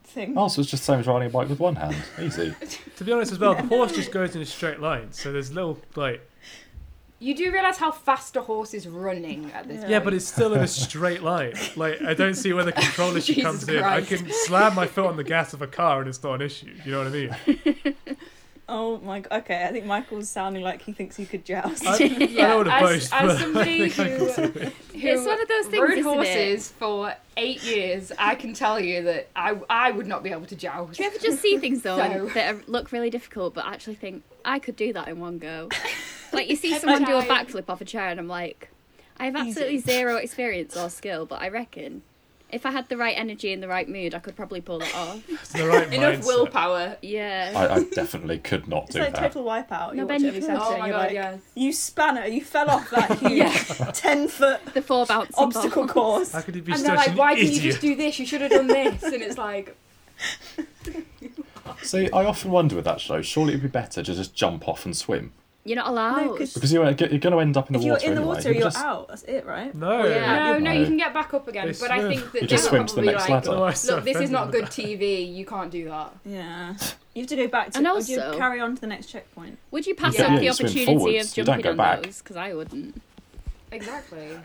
Speaker 6: thing.
Speaker 5: Oh, so it's just the same as riding a bike with one hand. Easy.
Speaker 8: To be honest, as well, the horse just goes in a straight line. So there's little like,
Speaker 2: [LAUGHS] You do realise how fast a horse is running at this point.
Speaker 8: yeah, but it's still in a straight line. Like I don't see where the control
Speaker 2: [LAUGHS]
Speaker 8: issue
Speaker 2: Jesus
Speaker 8: comes in. I
Speaker 2: Christ.
Speaker 8: can slam my foot on the gas of a car and it's not an issue. You know what I mean?
Speaker 6: Oh my god. Okay, I think Michael's sounding like he thinks he could joust.
Speaker 8: I, I
Speaker 2: Yeah,
Speaker 8: don't want to
Speaker 2: as-
Speaker 8: boast,
Speaker 2: as
Speaker 8: but
Speaker 2: somebody
Speaker 8: I think I can do it.
Speaker 2: who
Speaker 7: It's one of those things,
Speaker 2: rode
Speaker 7: isn't it?
Speaker 2: horses for eight years, I can tell you that I I would not be able to joust.
Speaker 7: Do you ever just see things though
Speaker 2: [LAUGHS] So-
Speaker 7: that are, look really difficult, but actually think I could do that in
Speaker 2: [LAUGHS]
Speaker 7: one go? like you see someone do a
Speaker 2: time.
Speaker 7: backflip off a chair, and I'm like, I have
Speaker 2: [LAUGHS]
Speaker 7: absolutely zero experience or skill, but I reckon if I had the right energy and the right mood, I could probably pull that off.
Speaker 2: [LAUGHS]
Speaker 8: It's the right
Speaker 2: Enough
Speaker 8: mindset.
Speaker 2: willpower.
Speaker 7: Yeah.
Speaker 6: [LAUGHS]
Speaker 5: I, I definitely could not
Speaker 6: It's
Speaker 5: do
Speaker 6: like
Speaker 5: that.
Speaker 6: total wipeout. You
Speaker 7: No,
Speaker 6: watch
Speaker 7: Ben, you
Speaker 6: every
Speaker 7: can.
Speaker 6: Saturday
Speaker 2: Oh
Speaker 6: and
Speaker 2: my
Speaker 6: you're
Speaker 2: god,
Speaker 6: like,
Speaker 2: yes.
Speaker 6: You spanner, you fell off [LAUGHS] that huge ten foot
Speaker 7: the four bounce
Speaker 6: obstacle course.
Speaker 8: How could you be
Speaker 2: And
Speaker 8: such
Speaker 2: they're like,
Speaker 8: an
Speaker 2: why
Speaker 8: idiot?
Speaker 2: didn't you just do this? You should have done this. And it's
Speaker 8: [LAUGHS]
Speaker 2: like,
Speaker 5: See, I often wonder with that show. Surely it'd be better to just jump off and swim
Speaker 7: You're not allowed.
Speaker 6: No, 'cause
Speaker 5: because you're, you're going to end up in the
Speaker 6: if you're
Speaker 5: water
Speaker 6: in the
Speaker 5: anyway.
Speaker 6: water,
Speaker 5: You could
Speaker 6: you're
Speaker 5: just-
Speaker 6: out. That's it,
Speaker 5: [LAUGHS]
Speaker 6: right?
Speaker 8: No.
Speaker 7: Yeah.
Speaker 2: no, no, you
Speaker 5: No.
Speaker 2: can get back up again.
Speaker 8: They
Speaker 2: But I
Speaker 8: swim.
Speaker 2: think that
Speaker 5: You just
Speaker 2: they
Speaker 5: swim
Speaker 2: were
Speaker 5: to the
Speaker 2: probably
Speaker 5: next
Speaker 2: like,
Speaker 5: ladder.
Speaker 8: Otherwise,
Speaker 2: Look, this
Speaker 8: offended
Speaker 2: is not
Speaker 8: by
Speaker 2: good
Speaker 8: that.
Speaker 2: TV. You can't do that.
Speaker 6: Yeah. You have to go back to
Speaker 7: And
Speaker 6: or do you
Speaker 7: also-
Speaker 6: carry on to the next checkpoint.
Speaker 7: Would you pass
Speaker 5: Yeah,
Speaker 7: up the
Speaker 5: you swim
Speaker 7: opportunity
Speaker 5: forwards,
Speaker 7: of
Speaker 5: you don't
Speaker 7: jumping
Speaker 5: go
Speaker 7: on
Speaker 5: back.
Speaker 7: those? Because I wouldn't.
Speaker 2: Exactly.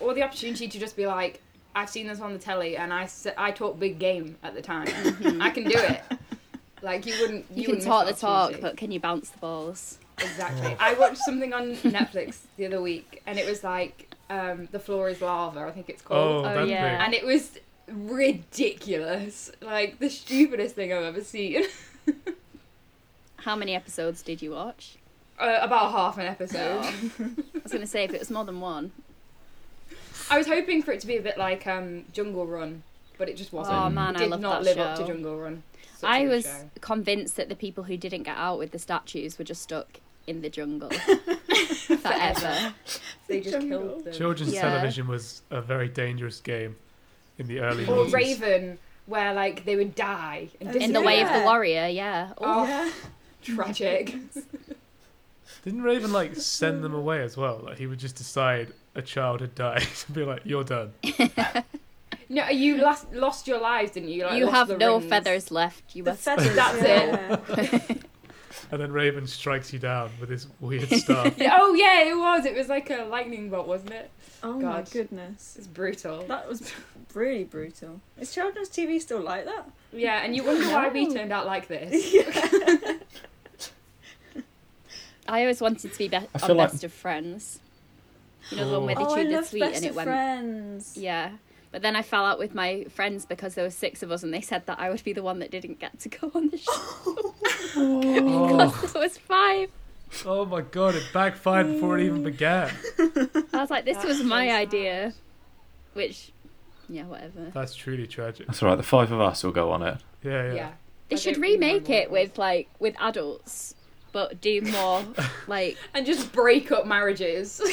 Speaker 2: or the opportunity to just be like, I've seen this on the telly, and I s- I talk big game at the time. I can do it. Like you wouldn't.
Speaker 7: Mm-hmm.
Speaker 2: wouldn't
Speaker 7: You, can
Speaker 2: miss
Speaker 7: talk the
Speaker 2: that
Speaker 7: talk,
Speaker 2: opportunity.
Speaker 7: but can you bounce the balls?
Speaker 2: Exactly. I watched something on Netflix the other week, and it was like um, the floor is lava. I think it's
Speaker 8: Oh,
Speaker 2: called,
Speaker 7: Oh,
Speaker 8: that
Speaker 7: yeah.
Speaker 8: thing.
Speaker 2: and it was ridiculous. Like the stupidest thing I've ever seen. [LAUGHS]
Speaker 7: How many episodes did you watch?
Speaker 2: uh, about half an episode.
Speaker 7: I was going to say if it was more than one.
Speaker 2: I was hoping for it to be a bit like um, Jungle Run, but it just wasn't.
Speaker 7: Oh man,
Speaker 2: It did
Speaker 7: I love
Speaker 2: not
Speaker 7: that
Speaker 2: live
Speaker 7: show.
Speaker 2: up to Jungle Run. Such a
Speaker 7: I
Speaker 2: good
Speaker 7: was
Speaker 2: show.
Speaker 7: convinced that the people who didn't get out with the statues were just stuck in the
Speaker 6: [LAUGHS]
Speaker 7: jungle forever.
Speaker 2: They just
Speaker 6: Jungle.
Speaker 2: killed them.
Speaker 8: Children's
Speaker 7: Yeah.
Speaker 8: television was a very dangerous game in the early
Speaker 2: Or
Speaker 8: 90s.
Speaker 2: Raven, where like they would die and
Speaker 6: Oh,
Speaker 2: disappear.
Speaker 7: in the way of the
Speaker 6: Yeah.
Speaker 7: warrior, yeah. Oh,
Speaker 2: Oh,
Speaker 6: Yeah.
Speaker 2: tragic.
Speaker 8: Didn't Raven like send them away as well? Like he would just decide a child had died [LAUGHS] and be like, "You're done."
Speaker 2: No, you last, lost your lives, didn't you? Like,
Speaker 7: you
Speaker 2: lost
Speaker 7: have
Speaker 2: the
Speaker 7: no
Speaker 2: rings.
Speaker 7: feathers left. You
Speaker 6: The
Speaker 7: must.
Speaker 6: feathers.
Speaker 2: That's
Speaker 6: yeah.
Speaker 8: And then Raven strikes you down with his
Speaker 2: [LAUGHS]
Speaker 8: weird stuff.
Speaker 2: Yeah, [LAUGHS] oh yeah, it was. It was like a lightning bolt, wasn't it?
Speaker 6: Oh my
Speaker 2: God.
Speaker 6: goodness.
Speaker 2: It's brutal.
Speaker 6: That was [LAUGHS] really brutal. Is children's TV still like that?
Speaker 2: Yeah, and you wonder why we turned out like this.
Speaker 7: [LAUGHS] I always wanted to be, be-
Speaker 5: I feel
Speaker 7: on
Speaker 5: like-
Speaker 7: Best of Friends. You know the
Speaker 5: [GASPS]
Speaker 7: one where they
Speaker 6: oh, I
Speaker 7: chewed the
Speaker 6: love
Speaker 7: sweet
Speaker 6: Best
Speaker 7: and it
Speaker 6: of
Speaker 7: went.
Speaker 6: Friends.
Speaker 7: Yeah. But then I fell out with my friends because there were six of us and they said that I would be the one that didn't get to go on the show.
Speaker 6: [LAUGHS]
Speaker 8: oh,
Speaker 7: Because there was five.
Speaker 8: oh my god! It backfired before it even began.
Speaker 7: I was like, this was my idea. Which Yeah, whatever.
Speaker 8: That's truly tragic.
Speaker 5: That's all right. The five of us will go on it.
Speaker 8: Yeah, yeah.
Speaker 2: Yeah.
Speaker 7: They
Speaker 2: I
Speaker 7: should
Speaker 2: don't really
Speaker 7: remake
Speaker 2: mind
Speaker 7: it with like with adults, but do more like
Speaker 2: And just break up
Speaker 7: [LAUGHS]
Speaker 2: marriages. [LAUGHS]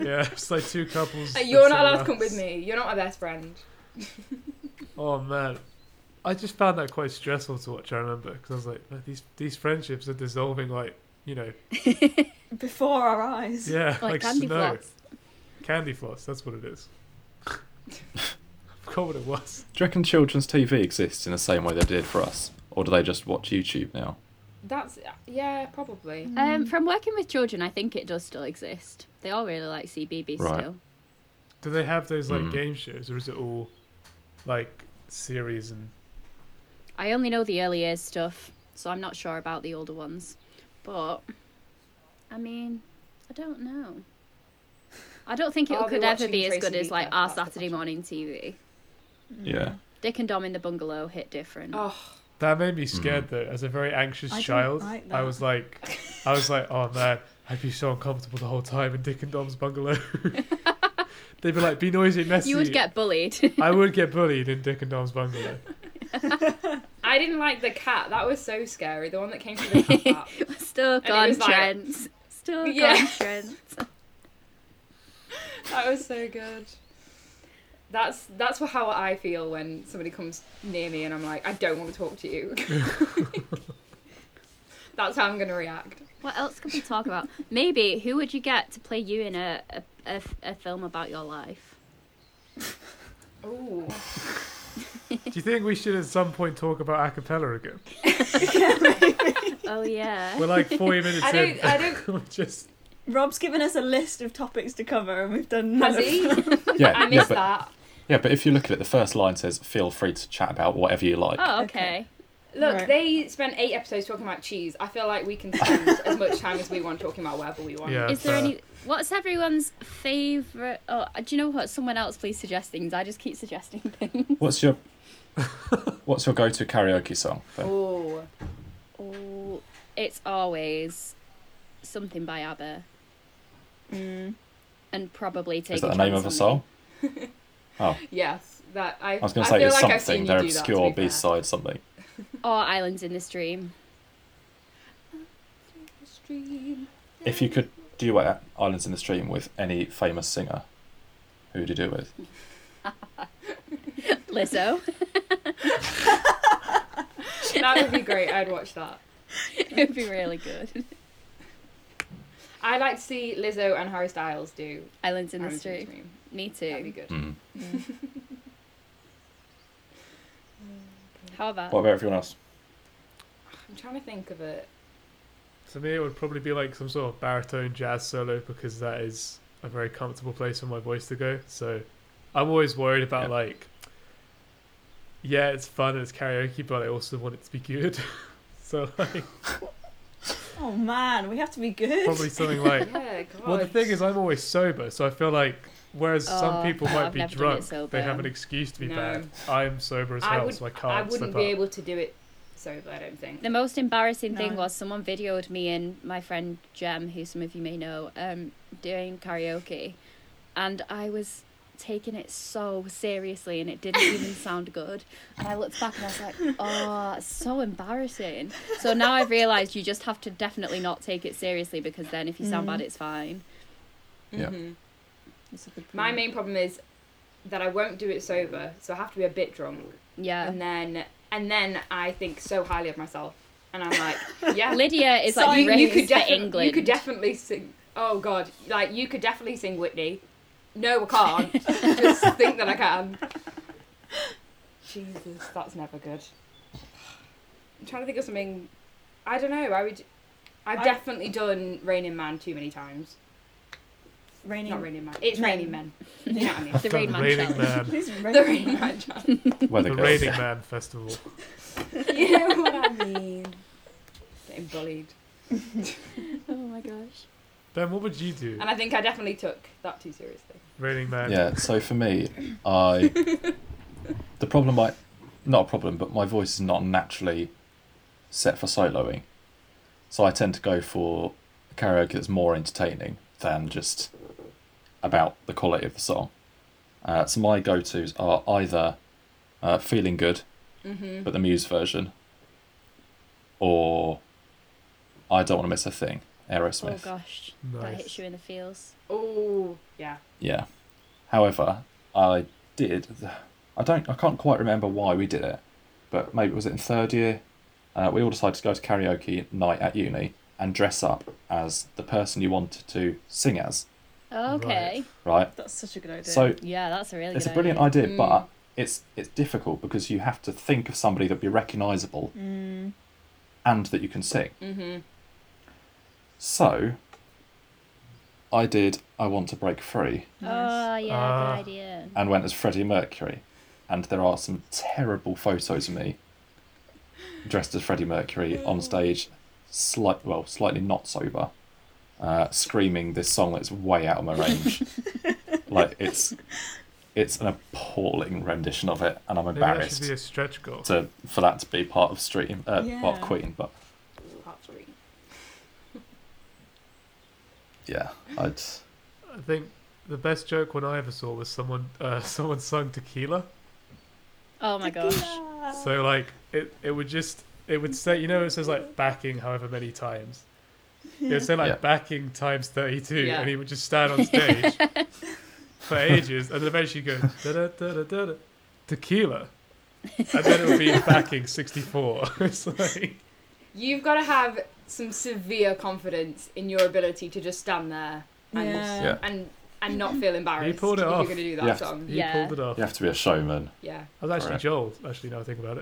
Speaker 8: Yeah, it's like two couples.
Speaker 2: Like, you're
Speaker 8: with
Speaker 2: not
Speaker 8: someone
Speaker 2: allowed to come
Speaker 8: else.
Speaker 2: with me. You're not my best friend.
Speaker 8: Oh man, I just found that quite stressful to watch. I remember because I was like, "Man, these these friendships are dissolving like you know,
Speaker 6: Before our [LAUGHS] eyes.
Speaker 8: yeah,
Speaker 7: like, candy
Speaker 8: snow,
Speaker 7: floss.
Speaker 8: candy floss. That's what it is. [LAUGHS] I forgot what it was.
Speaker 5: Do you reckon children's TV exists in the same way they did for us, or do they just watch YouTube now?
Speaker 2: That's yeah, probably.
Speaker 7: Um, from working with children, I think it does still exist. They all really like CBB
Speaker 5: Right.
Speaker 7: still.
Speaker 8: Do they have those like
Speaker 5: Mm.
Speaker 8: game shows, or is it all like series and?
Speaker 7: I only know the early years stuff, so I'm not sure about the older ones. But I mean, I don't know. I don't think it
Speaker 2: I'll be
Speaker 7: could ever
Speaker 2: watching
Speaker 7: be as
Speaker 2: Tracy
Speaker 7: good as like
Speaker 2: Beaker,
Speaker 7: our
Speaker 2: that's the
Speaker 7: Saturday
Speaker 2: question.
Speaker 7: morning TV.
Speaker 2: Mm.
Speaker 5: Yeah.
Speaker 7: Dick and Dom in the Bungalow hit different.
Speaker 2: Oh,
Speaker 8: That made me scared though. As a very anxious
Speaker 6: I don't
Speaker 8: child,
Speaker 6: like
Speaker 8: I
Speaker 6: that.
Speaker 8: was like, I was like, oh man, I'd be so uncomfortable the whole time in Dick and Dom's bungalow. [LAUGHS] They'd be like, be noisy, messy.
Speaker 7: you would get bullied.
Speaker 8: [LAUGHS]
Speaker 7: [LAUGHS]
Speaker 8: I would get bullied in Dick and Dom's bungalow.
Speaker 2: I didn't like the cat. That was so scary. The one that came from the cat. app.
Speaker 7: Still
Speaker 2: it
Speaker 7: gone,
Speaker 2: was like-
Speaker 7: Trent. Still
Speaker 2: Yeah.
Speaker 7: gone, Trent.
Speaker 2: that was so good. That's that's wh- how I feel when somebody comes near me and I'm like, I don't want to talk to you. that's how I'm gonna react.
Speaker 7: What else could we talk about? [LAUGHS] Maybe who would you get to play you in a a, a f- a film about your life?
Speaker 2: Ooh.
Speaker 8: Do you think we should at some point talk about acapella again?
Speaker 7: Oh yeah.
Speaker 8: [LAUGHS] We're like 40 minutes
Speaker 2: I
Speaker 8: in.
Speaker 2: don't. I don't.
Speaker 8: [LAUGHS] We're just
Speaker 6: Rob's given us a list of topics to cover and we've done none of
Speaker 2: Has
Speaker 6: them. [LAUGHS]
Speaker 2: he?
Speaker 5: [LAUGHS] Yeah.
Speaker 2: [LAUGHS] I
Speaker 5: yeah,
Speaker 2: missed
Speaker 5: but,
Speaker 2: that.
Speaker 5: Yeah, but if you look at it, the first line says, "Feel free to chat about whatever you like."
Speaker 7: oh okay.
Speaker 6: Okay.
Speaker 2: Look,
Speaker 6: Right.
Speaker 2: they spent eight episodes talking about cheese. I feel like we can spend as much time as we want talking about whatever we want.
Speaker 8: yeah.
Speaker 7: Is there
Speaker 8: uh,
Speaker 7: any? What's everyone's favorite? Oh, do you know what? Someone else please suggest things. I just keep suggesting things.
Speaker 5: What's your What's your go-to karaoke song? Then?
Speaker 2: Oh,
Speaker 7: Oh, it's always something by ABBA and probably take.
Speaker 5: Is that
Speaker 7: a
Speaker 5: the name
Speaker 7: Chance
Speaker 5: of a
Speaker 7: on Me.
Speaker 5: song? Oh,
Speaker 2: yes. That I.
Speaker 5: I was going to
Speaker 2: I
Speaker 5: say
Speaker 2: feel
Speaker 5: it's
Speaker 2: like I've
Speaker 5: something.
Speaker 2: seen you
Speaker 5: They're
Speaker 2: do that, to
Speaker 5: obscure
Speaker 2: be fair.
Speaker 5: B-side something.
Speaker 7: Or Islands in the Stream. [LAUGHS]
Speaker 5: If you could duet "Islands in the Stream" with any famous singer, who would you do it with?
Speaker 7: Lizzo.
Speaker 2: That would be great. I'd watch that.
Speaker 7: it would be really good.
Speaker 2: I'd like to see Lizzo and Harry Styles do
Speaker 7: Islands in the
Speaker 2: Harry's
Speaker 7: Stream.
Speaker 2: Dream.
Speaker 7: Me
Speaker 2: That'd be
Speaker 7: too.
Speaker 2: good.
Speaker 5: Mm.
Speaker 8: Hmm.
Speaker 7: How about?
Speaker 5: What about everyone else?
Speaker 2: I'm trying to think of
Speaker 8: [LAUGHS]
Speaker 2: it.
Speaker 8: To me, it would probably be like some sort of baritone jazz solo because that is a very comfortable place for my voice to go. So I'm always worried about
Speaker 5: Yeah.
Speaker 8: like, yeah, it's fun and it's karaoke, but I also want it to be good. [LAUGHS] so like,
Speaker 6: Oh man, we have to be good.
Speaker 7: [LAUGHS]
Speaker 8: probably something like.
Speaker 2: Yeah, God.
Speaker 8: Well, the thing is, I'm always sober, so I feel like whereas
Speaker 7: Oh,
Speaker 8: some people
Speaker 7: no,
Speaker 8: might
Speaker 7: I've
Speaker 8: be
Speaker 7: never done it
Speaker 8: drunk,
Speaker 7: sober.
Speaker 8: they have an excuse to be
Speaker 2: No.
Speaker 8: bad. I'm sober as
Speaker 2: I
Speaker 8: hell,
Speaker 2: would-
Speaker 8: so I can't
Speaker 2: I
Speaker 8: step
Speaker 2: wouldn't be
Speaker 8: up.
Speaker 2: able to do it sober. I don't think.
Speaker 7: The most embarrassing thing
Speaker 6: No.
Speaker 7: was someone videoed me and my friend Jem, who some of you may know, um, doing karaoke, and I was taking it so seriously, and it
Speaker 2: [LAUGHS]
Speaker 7: didn't even sound good. And I looked back and I was like, "Oh, that's so embarrassing." So now I've realised you just have to definitely not take it seriously because then if you sound
Speaker 2: Mm.
Speaker 7: bad, it's fine.
Speaker 5: Yeah.
Speaker 2: Mhm.
Speaker 6: That's a good
Speaker 2: My
Speaker 6: point.
Speaker 2: main problem is that I won't do it sober, so I have to be a bit drunk,
Speaker 7: Yeah.
Speaker 2: and then and then I think so highly of myself, and I'm [LAUGHS] like, yeah,
Speaker 7: Lydia is
Speaker 2: So
Speaker 7: like
Speaker 2: you, you could
Speaker 7: raised for
Speaker 2: defi-
Speaker 7: England.
Speaker 2: You could definitely sing. Oh God, like you could definitely sing Whitney. No, I can't. Just think that I can. Jesus, that's never good. I'm trying to think of something. I don't know. I would. I've
Speaker 6: I-
Speaker 2: definitely done Raining Man too many times.
Speaker 6: Raining.
Speaker 2: Not Raining Man. It's
Speaker 6: Men.
Speaker 2: Raining Men. [LAUGHS] You know what I mean?
Speaker 7: the
Speaker 8: The
Speaker 7: Rain Man
Speaker 8: Raining
Speaker 7: challenge.
Speaker 6: [LAUGHS]
Speaker 2: [LAUGHS]
Speaker 8: Man,
Speaker 6: Who's
Speaker 2: the
Speaker 6: raining?
Speaker 2: Raining Man. challenge.
Speaker 5: Weather
Speaker 8: the
Speaker 5: girls.
Speaker 8: Raining Man festival.
Speaker 2: You know what I mean? Getting bullied.
Speaker 7: Oh my gosh.
Speaker 8: Ben, what would
Speaker 2: [LAUGHS]
Speaker 8: you do?
Speaker 2: And I think I definitely took that too seriously.
Speaker 8: Raining Man.
Speaker 5: Yeah, so for me, I the problem I not a problem, but my voice is not naturally set for soloing. So I tend to go for karaoke that's more entertaining than just about the quality of the song. Uh, so my go tos are either uh, Feeling Good,
Speaker 2: Mm-hmm.
Speaker 5: but the Muse version, or I Don't Want to Miss a Thing,
Speaker 7: Oh
Speaker 5: Aerosmith.
Speaker 7: gosh, that
Speaker 8: Nice.
Speaker 7: hits you in the feels.
Speaker 2: Oh, yeah.
Speaker 5: Yeah. However, I did. I don't. I can't quite remember why we did it, but maybe was it in third year? Uh, we all decided to go to karaoke night at uni and dress up as the person you wanted to sing as.
Speaker 7: Okay,
Speaker 5: Right.
Speaker 6: That's such a good idea.
Speaker 5: So
Speaker 7: yeah, that's a really
Speaker 5: it's a
Speaker 7: good
Speaker 5: brilliant
Speaker 7: idea.
Speaker 5: idea, but it's it's difficult because you have to think of somebody that'd be recognisable and that you can sing. Mm-hmm. So I did. I want to break free.
Speaker 6: Uh,
Speaker 7: Oh yeah,
Speaker 8: Ah.
Speaker 7: good idea.
Speaker 5: and went as Freddie Mercury. And there are some terrible photos of me dressed as Freddie Mercury on stage, slight, well, slightly not sober, uh, screaming this song that's way out of my range. like it's it's an appalling rendition of it, and I'm
Speaker 8: Maybe that should
Speaker 5: embarrassed
Speaker 8: be a stretch goal.
Speaker 5: to for that to be part of stream, uh, part of
Speaker 6: Yeah.
Speaker 5: Queen. But
Speaker 2: Part three.
Speaker 5: yeah, I'd
Speaker 8: I think the best joke one I ever saw was someone uh, [LAUGHS] someone sung tequila.
Speaker 7: Oh my gosh.
Speaker 8: So like it it would just it would say you know it says like backing however many times. It would say like
Speaker 5: Yeah.
Speaker 8: backing times thirty two,
Speaker 2: Yeah.
Speaker 8: and he would just stand on stage for ages, and then eventually go da da da da da da tequila, and then it would be backing sixty four. [LAUGHS] it's like
Speaker 2: You've got to have some severe confidence in your ability to just stand there and
Speaker 6: Yeah.
Speaker 5: Yeah.
Speaker 2: and and not feel embarrassed.
Speaker 8: pulled it
Speaker 2: if
Speaker 8: off.
Speaker 2: You're going to do that
Speaker 5: Yeah.
Speaker 2: song.
Speaker 8: he
Speaker 7: Yeah.
Speaker 8: pulled it off.
Speaker 5: you have to be a showman.
Speaker 2: Yeah.
Speaker 8: I was actually
Speaker 5: Alright.
Speaker 8: Joel. Actually, now I think about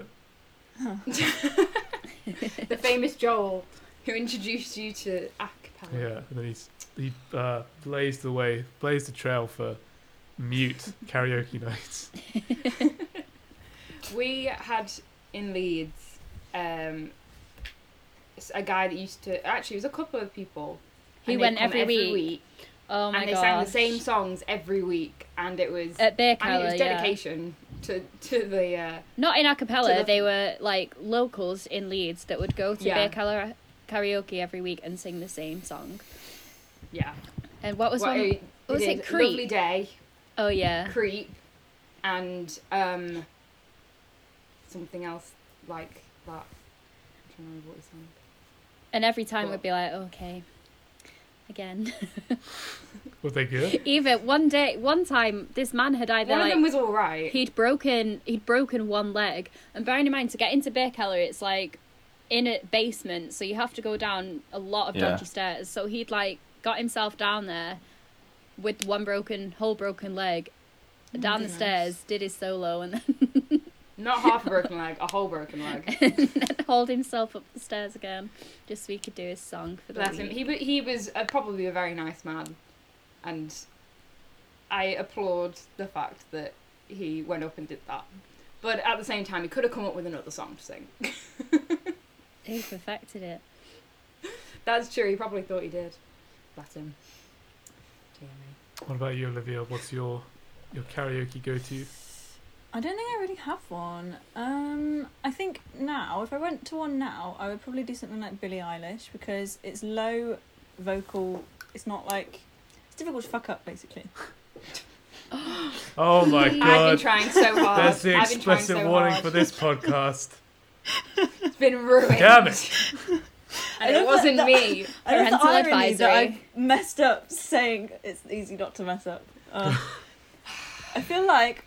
Speaker 8: it.
Speaker 2: The famous Joel who introduced you to a cappella.
Speaker 8: Yeah, and then he's he uh, blazed the way, blazed the trail for mute karaoke [LAUGHS] nights.
Speaker 2: We had in Leeds um, s- a guy that used to actually it was a couple of people.
Speaker 7: Who
Speaker 2: and they'd
Speaker 7: went
Speaker 2: come
Speaker 7: every week. Oh my
Speaker 2: and they
Speaker 7: gosh.
Speaker 2: sang the same songs every week, and it was
Speaker 7: at Beer
Speaker 2: and it
Speaker 7: Colour,
Speaker 2: was
Speaker 7: yeah.
Speaker 2: dedication to to the uh,
Speaker 7: Not in a cappella,
Speaker 2: the-
Speaker 7: they were like locals in Leeds that would go to
Speaker 2: Yeah.
Speaker 7: beer colour karaoke every week and sing the same song.
Speaker 2: yeah.
Speaker 7: And what was
Speaker 2: What-
Speaker 7: one?
Speaker 2: it-
Speaker 7: what was
Speaker 2: they
Speaker 7: it?
Speaker 2: did
Speaker 7: Creep.
Speaker 2: Lovely day,
Speaker 7: oh yeah.
Speaker 2: creep, and um, something else like that. I can't remember what it sang.
Speaker 7: And every time
Speaker 2: Cool.
Speaker 7: we'd be like, okay, again. [LAUGHS]
Speaker 8: Were they good?
Speaker 7: Either one day, one time, this man had either
Speaker 2: One
Speaker 7: like
Speaker 2: of them was all right.
Speaker 7: he'd broken he'd broken one leg and bearing in mind to get into beer Keller, it's like in a basement so you have to go down a lot of
Speaker 5: Yeah.
Speaker 7: dodgy stairs so he'd like got himself down there with one broken whole broken leg
Speaker 2: Oh,
Speaker 7: down the stairs did his solo and then [LAUGHS]
Speaker 2: Not half a broken leg, a whole broken leg.
Speaker 7: hauled himself up the stairs again just so he could do his song for the
Speaker 2: Bless him.
Speaker 7: week.
Speaker 2: He wa- he was uh, probably a very nice man, and I applaud the fact that he went up and did that. But at the same time, he could have come up with another song to sing.
Speaker 7: he perfected it
Speaker 2: That's true. He probably thought he did. Bless him. Dear me.
Speaker 8: What about you, Olivia? What's your your karaoke go to?
Speaker 6: I don't think I really have one. Um, I think now, if I went to one now, I would probably do something like Billie Eilish because it's low vocal. It's not like it's difficult to fuck up basically.
Speaker 8: Oh my
Speaker 2: I've [LAUGHS] been
Speaker 8: god.
Speaker 2: trying so hard.
Speaker 8: [LAUGHS] That's the
Speaker 2: I've been trying
Speaker 8: explicit
Speaker 2: so
Speaker 8: warning
Speaker 2: hard.
Speaker 8: for this podcast.
Speaker 2: It's been ruined.
Speaker 7: [LAUGHS]
Speaker 8: Damn it!
Speaker 2: And it wasn't me.
Speaker 6: I love the
Speaker 7: Parental
Speaker 6: irony that
Speaker 7: advisory.
Speaker 6: I've messed up saying it's easy not to mess up.
Speaker 7: [LAUGHS]
Speaker 6: Uh, I feel like,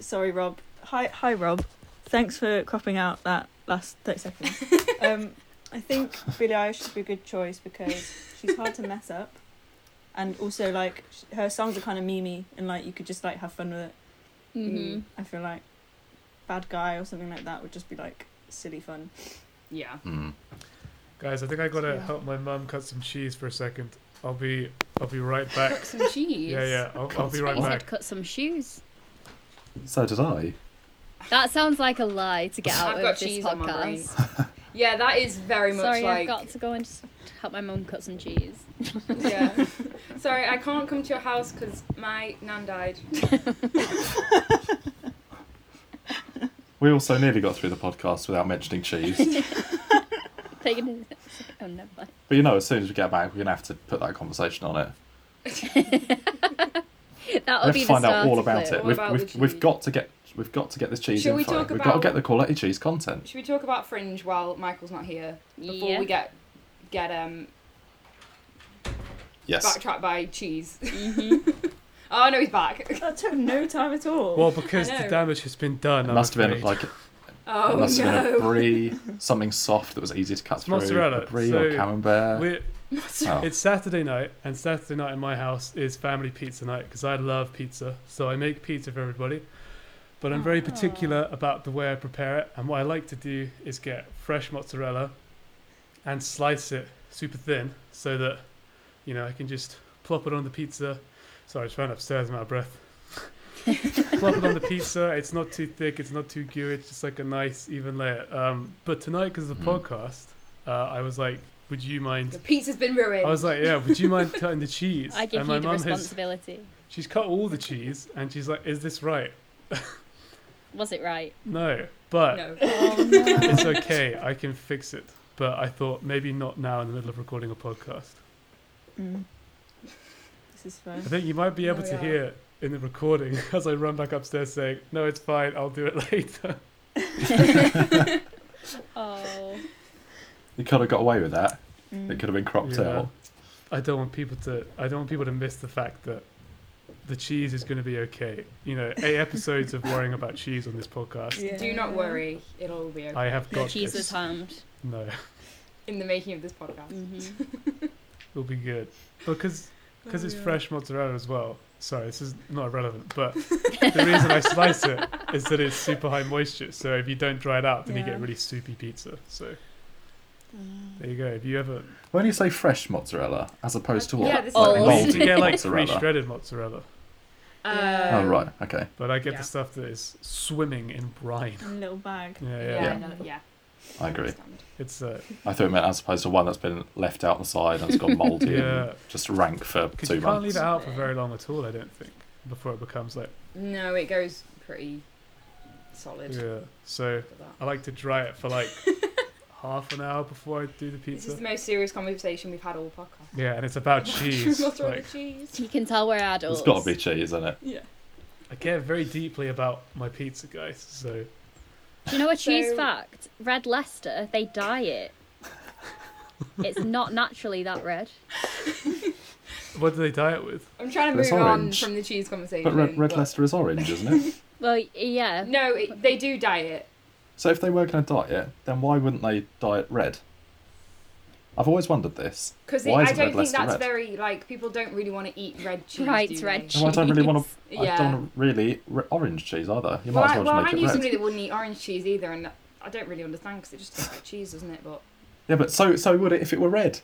Speaker 6: sorry, Rob. Hi, hi, Rob. Thanks for cropping out that last thirty
Speaker 7: [LAUGHS]
Speaker 6: seconds. Um, I think Billie Eilish should be a good choice because she's hard to mess up, and also like sh- her songs are kind of memey and like you could just like have fun with it. Mm.
Speaker 7: mm-hmm.
Speaker 6: I feel like Bad Guy or something like that would just be like silly fun. [LAUGHS]
Speaker 2: Yeah.
Speaker 5: Mm.
Speaker 8: Guys, I think I gotta
Speaker 7: Yeah.
Speaker 8: help my mum cut some cheese for a second. I'll be I'll be right back.
Speaker 2: Some cheese.
Speaker 8: Yeah, yeah, I'll, I'll be right
Speaker 7: he
Speaker 8: back.
Speaker 7: said cut some shoes
Speaker 5: So did I.
Speaker 7: that sounds like a lie to get out
Speaker 2: I've
Speaker 7: of
Speaker 2: got
Speaker 7: this
Speaker 2: cheese
Speaker 7: podcast
Speaker 2: on my brain. Yeah, that is very much
Speaker 7: sorry
Speaker 2: like.
Speaker 7: i've got to go and just help my mum cut some cheese
Speaker 2: [LAUGHS] yeah. Sorry, I can't come to your house because my nan died.
Speaker 5: We also nearly got through the podcast without mentioning cheese.
Speaker 7: Taking it. [LAUGHS] Oh, never mind. [LAUGHS]
Speaker 5: But you know, as soon as we get back, we're gonna have to put that conversation on it.
Speaker 7: That'll
Speaker 5: have
Speaker 7: be
Speaker 5: to
Speaker 7: the
Speaker 5: find out
Speaker 7: starter
Speaker 5: all about
Speaker 7: clip.
Speaker 5: it.
Speaker 2: All
Speaker 5: We've,
Speaker 2: about
Speaker 5: we've,
Speaker 2: the
Speaker 5: we've
Speaker 2: cheese.
Speaker 5: got to get we've got to get this cheese
Speaker 2: Shall we
Speaker 5: info.
Speaker 2: talk
Speaker 5: we've got to
Speaker 2: about-
Speaker 5: get the quality cheese content.
Speaker 2: Should we talk about Fringe while Michael's not here before
Speaker 7: Yeah.
Speaker 2: we get get um
Speaker 5: Yes.
Speaker 2: backtracked by cheese?
Speaker 7: Mm-hmm.
Speaker 2: [LAUGHS] oh no, he's back.
Speaker 6: That took no time at all.
Speaker 8: Well, because
Speaker 2: I
Speaker 8: the
Speaker 2: know.
Speaker 8: damage has been done.
Speaker 5: It
Speaker 8: I'm
Speaker 5: must have been
Speaker 8: afraid.
Speaker 5: like it
Speaker 2: Oh
Speaker 5: must have been a
Speaker 2: no. [LAUGHS]
Speaker 5: brie, something soft that was easy to cut through.
Speaker 8: mozzarella,
Speaker 5: A brie or
Speaker 8: so
Speaker 5: camembert.
Speaker 8: We're,
Speaker 5: Oh.
Speaker 8: It's Saturday night, and Saturday night in my house is family pizza night because I love pizza. So I make pizza for everybody. But I'm very particular about the way I prepare it. And what I like to do is get fresh mozzarella and slice it super thin so that, you know, I can just plop it on the pizza. Sorry, I just ran upstairs I'm out of breath. [LAUGHS] plop it on the pizza. It's not too thick, it's not too gooey. It's just like a nice, even layer. Um, but tonight, because of the podcast, uh, I was like, would you mind
Speaker 2: The pizza's been ruined.
Speaker 8: I was like, yeah, would you mind cutting the cheese?
Speaker 7: [LAUGHS] I give
Speaker 8: and
Speaker 7: you
Speaker 8: my
Speaker 7: the
Speaker 8: mum has,
Speaker 7: responsibility.
Speaker 8: she's cut all the cheese, and she's like, is this right?
Speaker 7: Was it right?
Speaker 8: No, but
Speaker 2: no.
Speaker 8: it's okay. I can fix it. But I thought maybe not now in the middle of recording a podcast.
Speaker 6: Mm. This is fun.
Speaker 8: I think you might be able
Speaker 2: Oh,
Speaker 8: to
Speaker 2: yeah.
Speaker 8: hear in the recording [LAUGHS] as I run back upstairs saying, no, it's fine. I'll do it [LAUGHS] later. [LAUGHS]
Speaker 7: Oh,
Speaker 5: You could have got away with that. It
Speaker 6: Mm.
Speaker 5: could have been cropped
Speaker 8: Yeah.
Speaker 5: out.
Speaker 8: I don't want people to. I don't want people to miss the fact that the cheese is going to be okay. You know,
Speaker 7: [LAUGHS]
Speaker 8: eight episodes of worrying about cheese on this podcast.
Speaker 6: Yeah.
Speaker 2: Do not worry, it'll all be okay.
Speaker 8: I have
Speaker 7: the
Speaker 8: got
Speaker 7: cheese
Speaker 8: this.
Speaker 7: was harmed.
Speaker 8: No. [LAUGHS]
Speaker 2: In the making of this podcast.
Speaker 7: Mm-hmm.
Speaker 8: It'll be good because because
Speaker 2: Oh,
Speaker 8: it's fresh mozzarella as well. Sorry, this is not relevant, but the reason I slice it is that it's super high moisture. So if you don't dry it out, then you
Speaker 6: Yeah.
Speaker 8: get really soupy pizza. So
Speaker 2: Mm.
Speaker 8: there you go. If
Speaker 5: [LAUGHS]
Speaker 8: you ever
Speaker 5: When you say fresh mozzarella, as opposed to what?
Speaker 2: Yeah, this
Speaker 7: Oh,
Speaker 5: like
Speaker 7: is-
Speaker 8: you [LAUGHS]
Speaker 5: moldy
Speaker 8: get like free
Speaker 5: mozzarella.
Speaker 8: shredded mozzarella,
Speaker 2: Uh,
Speaker 5: Oh right, okay.
Speaker 8: but I get
Speaker 2: Yeah.
Speaker 8: the stuff that is swimming in brine.
Speaker 6: In a little bag.
Speaker 8: Yeah, yeah.
Speaker 2: Yeah,
Speaker 5: Yeah.
Speaker 2: I know, yeah.
Speaker 5: I agree.
Speaker 2: understand.
Speaker 8: It's uh,
Speaker 5: I thought it meant as opposed to one that's been left out on the side and it's
Speaker 8: [LAUGHS]
Speaker 5: got mouldy
Speaker 8: yeah,
Speaker 5: and just rank for
Speaker 8: because
Speaker 5: two
Speaker 8: you can't
Speaker 5: months.
Speaker 8: leave it out for very long at all. I don't think before it becomes like
Speaker 2: No, it goes pretty solid.
Speaker 8: yeah. So
Speaker 2: after that.
Speaker 8: I like to dry it
Speaker 6: [LAUGHS]
Speaker 8: for like half an hour before I do the
Speaker 2: This is
Speaker 8: pizza.
Speaker 2: the most serious conversation we've had all podcast.
Speaker 8: Yeah, and it's about
Speaker 2: [LAUGHS]
Speaker 8: cheese.
Speaker 2: Mozzarella
Speaker 8: like,
Speaker 2: cheese.
Speaker 7: You can tell we're adults.
Speaker 5: [LAUGHS] It's got to be cheese in it.
Speaker 6: Yeah.
Speaker 8: I care very deeply about my pizza, guys. So
Speaker 7: Do you know [LAUGHS] a cheese
Speaker 2: So-
Speaker 7: fact? Red Leicester, they dye it. [LAUGHS] It's not naturally that red.
Speaker 8: what do they dye it with?
Speaker 2: I'm trying to
Speaker 5: But
Speaker 2: move
Speaker 5: it's
Speaker 2: on
Speaker 5: orange.
Speaker 2: from the cheese conversation.
Speaker 5: But red, red Leicester is orange, isn't it?
Speaker 7: Well, yeah.
Speaker 2: No, it, they do diet.
Speaker 5: so if they were going to dye it, then why wouldn't they dye it red? I've always wondered this.
Speaker 2: Because
Speaker 5: Why
Speaker 2: I
Speaker 5: isn't
Speaker 2: don't
Speaker 5: red
Speaker 2: think
Speaker 5: Leicester
Speaker 2: that's
Speaker 5: red?
Speaker 2: very like people don't really want to eat red cheese.
Speaker 7: Right,
Speaker 2: do
Speaker 7: red
Speaker 2: they?
Speaker 7: cheese.
Speaker 5: No, I don't really want to. I
Speaker 2: Yeah.
Speaker 5: don't wanna really re- orange cheese either. You
Speaker 2: Well,
Speaker 5: might
Speaker 2: I,
Speaker 5: as well,
Speaker 2: well, I
Speaker 5: just make
Speaker 2: knew
Speaker 5: it red.
Speaker 2: somebody that wouldn't eat orange cheese either, and I don't really understand because it just tastes like cheese, doesn't it? But
Speaker 5: Yeah, but so so would it if it were red?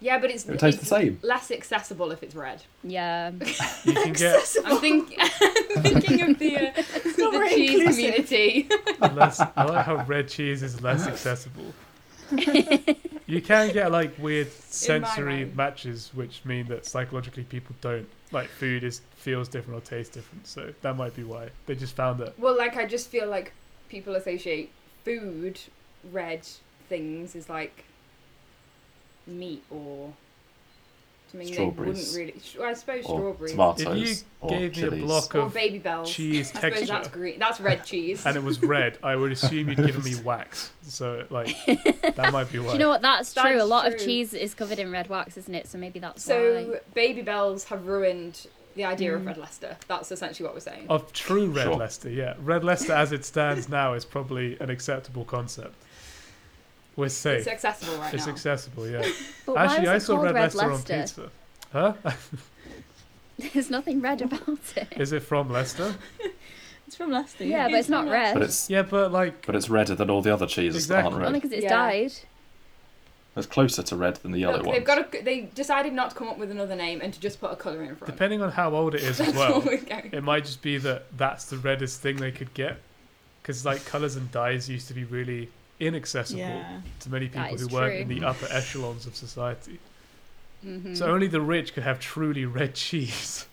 Speaker 2: yeah, but it's,
Speaker 5: It would taste the
Speaker 2: it's
Speaker 5: same.
Speaker 2: less accessible if it's red.
Speaker 7: Yeah.
Speaker 8: You can get
Speaker 2: I'm think, [LAUGHS] thinking of the, uh, the
Speaker 6: very
Speaker 2: cheese
Speaker 6: inclusive.
Speaker 2: community.
Speaker 8: less. I like how red cheese is
Speaker 2: [LAUGHS]
Speaker 8: less accessible. you can get like weird sensory
Speaker 2: mind.
Speaker 8: matches, which mean that psychologically people don't like food is feels different or tastes different. So that might be why they just found that.
Speaker 2: Well, like I just feel like people associate food, red things is like meat or something
Speaker 5: Strawberries.
Speaker 2: they wouldn't really. sh- I suppose
Speaker 5: Or
Speaker 2: strawberries
Speaker 8: If you
Speaker 5: tomatoes or
Speaker 8: gave me a
Speaker 5: chilies.
Speaker 8: block
Speaker 2: or
Speaker 8: of
Speaker 2: baby bells.
Speaker 8: cheese
Speaker 2: I suppose
Speaker 8: texture
Speaker 2: that's green. That's
Speaker 8: [LAUGHS]
Speaker 2: red cheese.
Speaker 8: and it was red, I would assume you'd given me wax. So
Speaker 2: [LAUGHS]
Speaker 8: like that might be why.
Speaker 7: Do you know what? That's true. a
Speaker 2: That's
Speaker 7: lot of
Speaker 2: true.
Speaker 7: cheese is covered in red wax, isn't it? So maybe that's
Speaker 2: so
Speaker 7: why.
Speaker 2: baby bells have ruined the idea of red Leicester. That's essentially what we're saying.
Speaker 8: Of true Red
Speaker 5: Sure.
Speaker 8: Leicester, yeah. Red Leicester as it stands now is probably an acceptable concept. We're safe.
Speaker 2: It's accessible right
Speaker 8: It's
Speaker 2: now.
Speaker 8: accessible, yeah.
Speaker 7: But
Speaker 8: Actually,
Speaker 7: why
Speaker 8: I
Speaker 7: is it
Speaker 8: saw
Speaker 7: called
Speaker 8: Red,
Speaker 7: Red
Speaker 8: Leicester, on
Speaker 7: Leicester?
Speaker 8: pizza. Huh?
Speaker 7: [LAUGHS] There's nothing red about it.
Speaker 8: Is it from Leicester?
Speaker 6: It's from Leicester.
Speaker 7: Yeah, but it's not red.
Speaker 5: But it's
Speaker 8: Yeah, but like,
Speaker 5: but it's redder than all the other cheeses that
Speaker 8: Exactly.
Speaker 5: aren't
Speaker 7: Only
Speaker 5: red.
Speaker 7: because it's
Speaker 2: Yeah.
Speaker 7: dyed.
Speaker 5: It's closer to red than the yellow
Speaker 2: Look,
Speaker 5: one.
Speaker 2: they've got a, they decided not to come up with another name and to just put a colour in front.
Speaker 8: depending on how old it
Speaker 2: [LAUGHS]
Speaker 8: is as
Speaker 2: That's all
Speaker 8: well,
Speaker 2: we're going.
Speaker 8: it might just be that that's the reddest thing they could get. Because like colours and dyes used to be really inaccessible
Speaker 6: Yeah.
Speaker 8: to many
Speaker 7: That
Speaker 8: people
Speaker 7: is
Speaker 8: who weren't
Speaker 7: true.
Speaker 8: in the upper echelons of society.
Speaker 7: Mm-hmm.
Speaker 8: So only the rich could have truly red cheese.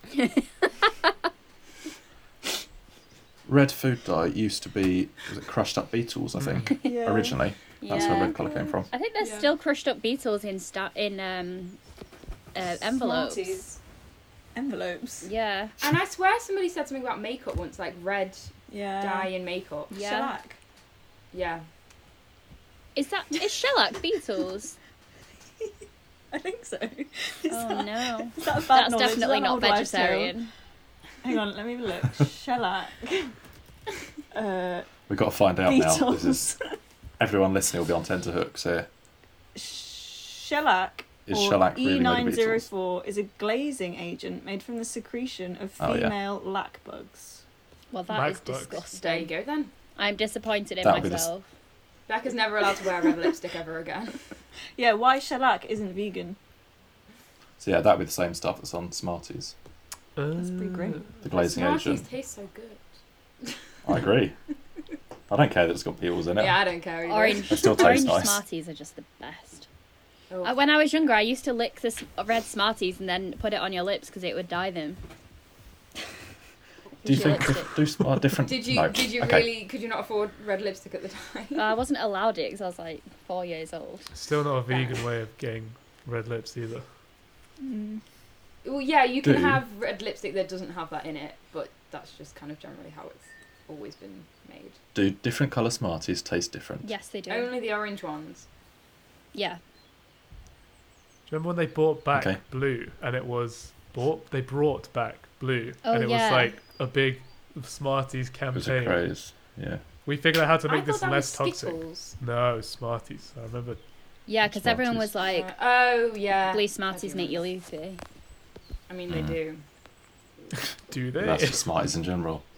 Speaker 5: Red food dye used to be was it crushed up beetles? I think
Speaker 6: Yeah.
Speaker 5: [LAUGHS] originally that's where
Speaker 7: Yeah.
Speaker 5: red colour came from.
Speaker 7: I think there's
Speaker 2: Yeah.
Speaker 7: still crushed up beetles in sta- in um, uh, envelopes.
Speaker 6: Smarties. envelopes.
Speaker 7: Yeah.
Speaker 2: And I swear somebody said something about makeup once, like red
Speaker 6: Yeah.
Speaker 2: dye in makeup.
Speaker 7: Yeah.
Speaker 6: Shellac.
Speaker 2: Yeah.
Speaker 7: Is that is shellac beetles?
Speaker 6: I think so. [LAUGHS] Is
Speaker 7: oh
Speaker 6: that-
Speaker 7: no.
Speaker 6: is that a bad
Speaker 7: That's
Speaker 6: knowledge? Is
Speaker 7: definitely
Speaker 6: that an
Speaker 7: not
Speaker 6: old wives' tale?
Speaker 7: vegetarian.
Speaker 6: Hang on, let me have a
Speaker 7: [LAUGHS]
Speaker 6: look. Shellac. Uh,
Speaker 5: We've got to find out now. This
Speaker 6: beetles.
Speaker 5: is [LAUGHS] everyone listening will be on tenterhooks here.
Speaker 6: Shellac.
Speaker 5: Is
Speaker 6: or E
Speaker 5: shellac really
Speaker 2: E
Speaker 5: made of beetles?
Speaker 6: E904 is a glazing agent made from the secretion of
Speaker 5: Oh, yeah.
Speaker 6: female lac bugs.
Speaker 7: Well, that is
Speaker 8: Back books.
Speaker 2: There you
Speaker 7: disgusting.
Speaker 2: go then.
Speaker 7: I'm disappointed in
Speaker 5: That'll be the s-
Speaker 7: myself.
Speaker 2: Becca's never allowed to wear [LAUGHS] red lipstick ever again.
Speaker 6: Yeah, why shellac isn't vegan?
Speaker 5: So yeah, that'd be the same stuff that's on Smarties.
Speaker 6: That's pretty great.
Speaker 5: The glazing
Speaker 2: Smarties
Speaker 5: agent.
Speaker 2: taste so good.
Speaker 5: I agree. I don't care that it's got beetles in it.
Speaker 2: Yeah, I don't care either.
Speaker 7: Orange,
Speaker 5: It still tastes
Speaker 7: orange
Speaker 5: nice.
Speaker 7: Smarties are just the best.
Speaker 2: Oh.
Speaker 7: Uh, When I was younger, I used to lick this red Smarties and then put it on your lips because it would dye them.
Speaker 5: Do you
Speaker 7: She
Speaker 5: think
Speaker 7: likes it.
Speaker 5: do smart different?
Speaker 2: [LAUGHS] Did you
Speaker 5: Hmm, No.
Speaker 2: did you
Speaker 5: Okay.
Speaker 2: really could you not afford red lipstick at the [LAUGHS] time?
Speaker 7: Uh, I wasn't allowed it because I was like four years old.
Speaker 8: Still not a vegan way of getting red lips either.
Speaker 2: Well, yeah, you can
Speaker 5: Do.
Speaker 2: have red lipstick that doesn't have that in it, but that's just kind of generally how it's always been made.
Speaker 5: Do different colour Smarties taste different?
Speaker 7: Yes, they do.
Speaker 2: Only the orange ones.
Speaker 7: yeah.
Speaker 8: Do you remember when they bought back
Speaker 5: Okay.
Speaker 8: blue and it was bought? They brought back blue
Speaker 7: Oh,
Speaker 8: and it
Speaker 7: yeah.
Speaker 8: was like a big Smarties
Speaker 5: It was a
Speaker 8: campaign.
Speaker 5: craze. Yeah.
Speaker 8: We figured out how to
Speaker 2: I
Speaker 8: make
Speaker 2: thought
Speaker 8: this
Speaker 2: that was
Speaker 8: less toxic.
Speaker 2: Skittles.
Speaker 8: No, Smarties. I remember.
Speaker 7: Yeah, because everyone was like,
Speaker 2: Uh, oh yeah.
Speaker 7: blue Smarties
Speaker 2: do
Speaker 7: make you loopy.
Speaker 2: I mean, they
Speaker 5: Mm.
Speaker 2: do.
Speaker 8: Do
Speaker 5: But
Speaker 8: they?
Speaker 5: That's just Smarties in general.
Speaker 8: [LAUGHS]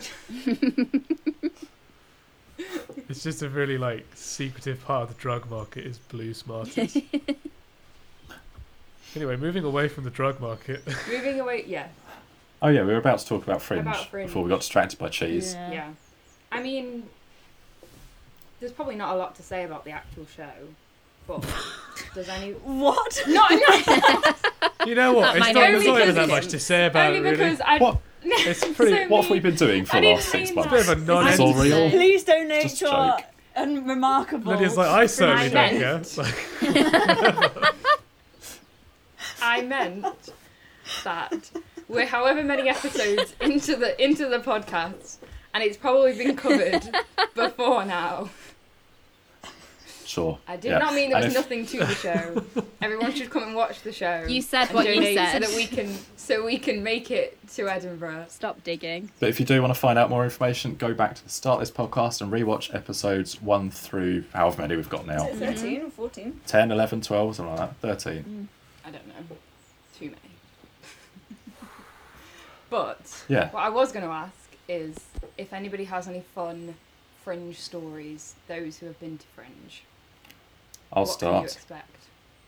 Speaker 8: It's just a really like secretive part of the drug market is blue
Speaker 2: [LAUGHS]
Speaker 8: Smarties. anyway, moving away from the
Speaker 2: [LAUGHS]
Speaker 8: drug market.
Speaker 2: Moving away, yeah,
Speaker 5: Oh yeah, we were about to talk about fringe,
Speaker 2: About Fringe.
Speaker 5: before we got distracted by cheese.
Speaker 2: yeah, I mean, there's probably not a lot to say about the actual show, but does any?
Speaker 6: What?
Speaker 2: [LAUGHS] Not, not
Speaker 8: You know what?
Speaker 7: That
Speaker 8: It's
Speaker 7: might
Speaker 8: not,
Speaker 7: not
Speaker 8: there's
Speaker 7: be
Speaker 8: not even
Speaker 7: consistent.
Speaker 8: that much to say about
Speaker 2: only
Speaker 8: it, really.
Speaker 2: because I. [LAUGHS]
Speaker 5: What?
Speaker 8: It's pretty.
Speaker 2: so
Speaker 5: What have we
Speaker 2: mean.
Speaker 5: been doing for
Speaker 2: I
Speaker 5: the
Speaker 2: didn't
Speaker 5: last six
Speaker 2: mean
Speaker 5: months?
Speaker 8: it's a bit of a
Speaker 2: I
Speaker 5: It's all
Speaker 8: non-entity.
Speaker 5: real.
Speaker 6: [LAUGHS] Please donate
Speaker 5: Just
Speaker 6: to
Speaker 5: a
Speaker 6: our
Speaker 5: joke.
Speaker 6: unremarkable.
Speaker 8: Lydia's like, I certainly
Speaker 2: meant-
Speaker 8: don't care. [LAUGHS] It's like,
Speaker 2: I meant that we're however many episodes into the into the podcast, and it's probably been covered [LAUGHS] before now.
Speaker 5: Sure.
Speaker 2: I did
Speaker 5: yeah.
Speaker 2: not mean there
Speaker 5: And
Speaker 2: was
Speaker 5: if-
Speaker 2: nothing to the show.
Speaker 5: [LAUGHS]
Speaker 2: Everyone should come and watch the show.
Speaker 7: You said
Speaker 2: and
Speaker 7: what you
Speaker 2: donate
Speaker 7: said.
Speaker 2: so that we can so we can make it to Edinburgh.
Speaker 7: Stop digging.
Speaker 5: But if you do want to find out more information, go back to the start of this podcast and rewatch episodes 1 through however many we've got now
Speaker 8: Mm-hmm.
Speaker 6: Is it 13 or 14?
Speaker 5: 10, 11, 12, something like that, 13.
Speaker 2: I don't know, too many. [LAUGHS] but
Speaker 5: Yeah.
Speaker 2: what I was going to ask is if anybody has any fun fringe stories, those who have been to fringe.
Speaker 5: I'll
Speaker 2: what Can you
Speaker 5: start.
Speaker 2: expect?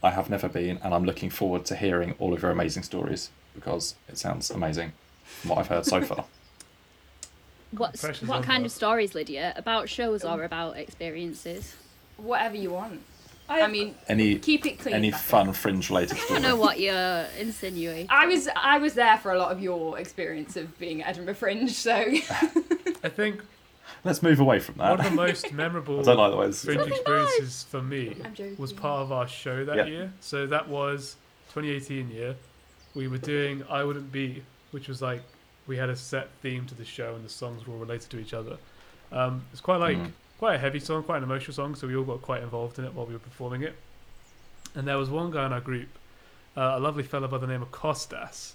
Speaker 5: I have never been, and I'm looking forward to hearing all of your amazing stories because it sounds amazing from what I've heard so
Speaker 7: [LAUGHS]
Speaker 5: far.
Speaker 7: What
Speaker 8: Pressure's
Speaker 7: what
Speaker 8: on
Speaker 7: kind
Speaker 8: now.
Speaker 7: of stories, Lydia? About shows
Speaker 2: Um,
Speaker 7: or about experiences?
Speaker 2: Whatever you want.
Speaker 6: I,
Speaker 2: I mean,
Speaker 5: Any
Speaker 2: keep it clean.
Speaker 5: any
Speaker 2: Becca.
Speaker 5: fun fringe related
Speaker 7: I don't
Speaker 5: stories?
Speaker 7: know what you're insinuating.
Speaker 2: I was I was there for a lot of your experience of being at Edinburgh Fringe, so
Speaker 8: I think
Speaker 5: Let's move away from
Speaker 8: one of
Speaker 5: that.
Speaker 8: the most memorable
Speaker 5: [LAUGHS] I don't like the way this is.
Speaker 8: fringe
Speaker 5: going.
Speaker 8: experiences for me
Speaker 2: [LAUGHS] I'm joking.
Speaker 8: was part of our show that
Speaker 5: Yeah.
Speaker 8: year. So that was 2018 year. We were doing I Wouldn't Be, which was like we had a set theme to the show and the songs were all related to each other. Um, it's quite like
Speaker 5: Mhm.
Speaker 8: quite a heavy song, quite an emotional song, so we all got quite involved in it while we were performing it. And there was one guy in our group, uh, a lovely fellow by the name of Costas,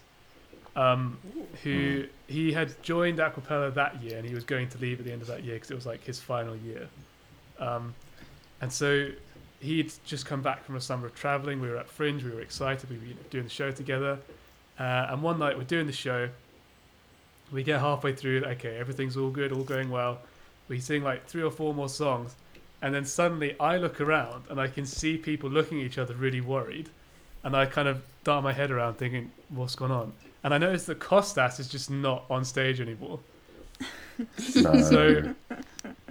Speaker 8: um, who he had joined Aquapella that year and he was going to leave at the end of that year because it was like his final year. Um, and so he'd just come back from a summer of traveling. We were at Fringe, we were excited, we were you know, doing the show together. Uh, and one night we're doing the show, we get halfway through, okay, everything's all good, all going well. We sing like three or four more songs, and then suddenly I look around and I can see people looking at each other really worried. And I kind of dart my head around thinking, what's going on? And I notice that Costas is just not on stage anymore.
Speaker 5: No.
Speaker 8: [LAUGHS] So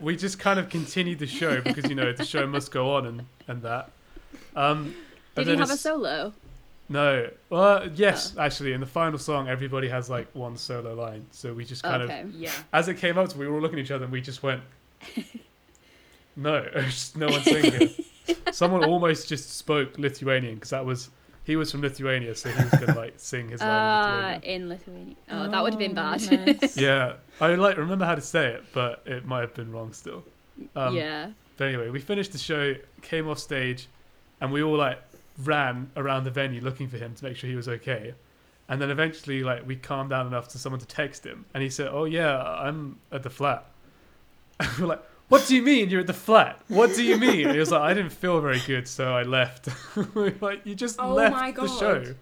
Speaker 8: we just kind of continued
Speaker 7: [LAUGHS]
Speaker 8: the show because you know the show must go on and and that. Um,
Speaker 7: Did
Speaker 8: and
Speaker 7: he
Speaker 8: then
Speaker 7: have a
Speaker 8: it's-
Speaker 7: solo? Oh.
Speaker 8: No. Well, yes, actually, in the final song, everybody has like one solo line. So we just kind
Speaker 7: okay.
Speaker 2: [LAUGHS]
Speaker 8: of,
Speaker 2: yeah.
Speaker 8: as it came out, we were all looking at each other and we just went, [LAUGHS] "No, just no one's singing." Someone almost just spoke Lithuanian because that was He was from Lithuania, so he was gonna like sing his line.
Speaker 7: Uh, in
Speaker 8: in Lithuanian.
Speaker 7: Lithuania. Oh, that would have been bad. [LAUGHS]
Speaker 6: nice.
Speaker 8: Yeah, I like remember how to say it, but it might have been wrong still. Um,
Speaker 7: yeah.
Speaker 8: But anyway, we finished the show, came off stage, and we all like ran around the venue looking for him to make sure he was okay. And then eventually, like we calmed down enough to someone to text him, and he said, "Oh yeah, I'm at the flat." [LAUGHS] And we're like, "What do you mean you're at the flat? What do you mean?" And he was like, "I didn't feel very good, so I left." [LAUGHS] we were like, "You just
Speaker 2: Oh
Speaker 8: left
Speaker 2: my
Speaker 8: the
Speaker 2: God.
Speaker 8: show.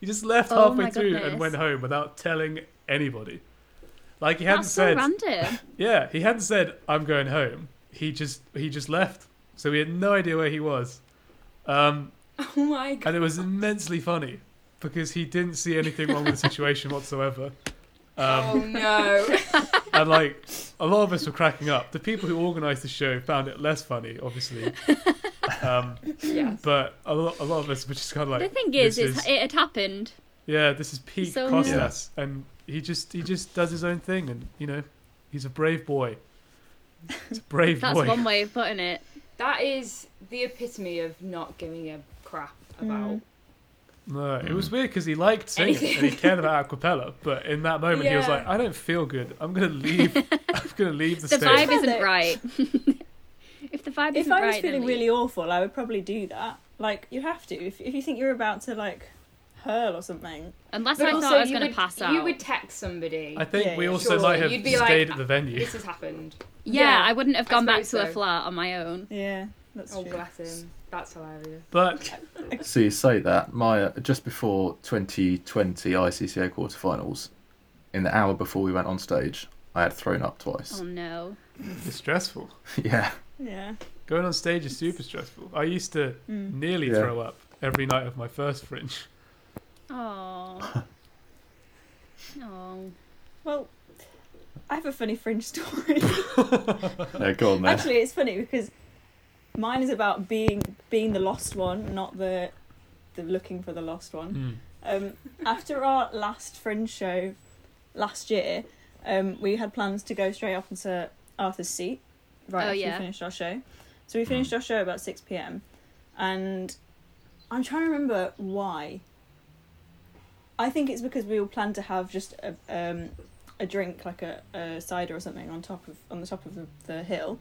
Speaker 8: You just left
Speaker 7: Oh my
Speaker 8: halfway through and
Speaker 7: goodness.
Speaker 8: went home without telling anybody." Like he hadn't
Speaker 7: That's so
Speaker 8: said
Speaker 7: random.
Speaker 8: yeah, he hadn't said I'm going home. He just he just left, so we had no idea where he was, um,
Speaker 2: Oh my god.
Speaker 8: and it was immensely funny because he didn't see anything wrong with the situation [LAUGHS] whatsoever.
Speaker 2: Oh
Speaker 8: Um, [LAUGHS]
Speaker 2: no.
Speaker 8: and like a lot of us were cracking up. The people who organised the show found it less funny,
Speaker 7: [LAUGHS]
Speaker 8: obviously, um,
Speaker 2: yes.
Speaker 8: but a lot a lot of us were just kind of like.
Speaker 7: the thing is,
Speaker 8: this
Speaker 7: it's, it had happened.
Speaker 8: yeah, this is peak
Speaker 7: So
Speaker 8: Costas, and he just he just does his own thing, and you know, he's a brave boy. He's a brave
Speaker 7: That's
Speaker 8: boy.
Speaker 7: one way of putting it.
Speaker 2: That is the epitome of not giving a crap about.
Speaker 8: No, it was weird because he liked [LAUGHS] singing
Speaker 2: Anything.
Speaker 8: and he cared about acapella, but in that moment he was
Speaker 2: Yeah.
Speaker 8: like, "I don't feel good. I'm gonna [LAUGHS] leave. I'm gonna leave the,
Speaker 7: The
Speaker 8: stage."
Speaker 7: vibe isn't right. [LAUGHS] if the vibe
Speaker 6: if
Speaker 7: isn't
Speaker 6: I was
Speaker 7: right, then
Speaker 6: feeling
Speaker 7: leave.
Speaker 6: really awful, I would probably do that. Like you have to if if you think you're about to like hurl or something.
Speaker 7: unless
Speaker 2: But
Speaker 7: I
Speaker 2: also
Speaker 7: thought I was
Speaker 2: you
Speaker 7: going to
Speaker 2: would-
Speaker 7: pass out.
Speaker 2: You would text somebody.
Speaker 8: I think
Speaker 6: Yeah,
Speaker 8: we
Speaker 6: yeah,
Speaker 8: also
Speaker 2: surely.
Speaker 8: might have
Speaker 2: You'd be
Speaker 8: stayed
Speaker 2: like,
Speaker 8: at the venue.
Speaker 2: This has happened.
Speaker 7: yeah,
Speaker 6: Yeah,
Speaker 7: I wouldn't have gone back to
Speaker 2: suppose
Speaker 7: a
Speaker 2: so.
Speaker 7: flat on my own.
Speaker 6: Yeah, that's
Speaker 2: Oh,
Speaker 6: true.
Speaker 2: bless him. That's hilarious. [LAUGHS]
Speaker 8: But
Speaker 9: So you say that Maya just before 2020 ICCA quarterfinals, in the hour before we went on stage, I had thrown up twice.
Speaker 7: Oh no.
Speaker 8: it's stressful.
Speaker 2: Oh.
Speaker 9: [LAUGHS] yeah,
Speaker 6: Yeah.
Speaker 8: Going on stage is super stressful. I used to
Speaker 6: Mm.
Speaker 8: nearly
Speaker 9: Yeah.
Speaker 8: throw up every night of my first [LAUGHS] fringe.
Speaker 7: Oh. [LAUGHS] Oh.
Speaker 6: Well, I have a funny fringe [LAUGHS] story.
Speaker 9: yeah, go on
Speaker 2: [LAUGHS]
Speaker 9: then.
Speaker 6: Actually, it's funny because mine is about being being the lost one, not the the looking for the lost one.
Speaker 8: Mm.
Speaker 6: Um, after our last fringe show last year, um, we had plans to go straight off into Arthur's seat right
Speaker 7: Oh,
Speaker 6: after
Speaker 7: yeah.
Speaker 6: we finished our show. So we finished our show about six pm, and I'm trying to remember why. I think it's because we all planned to have just a um, a drink like a, a cider or something on top of on the top of the, the hill,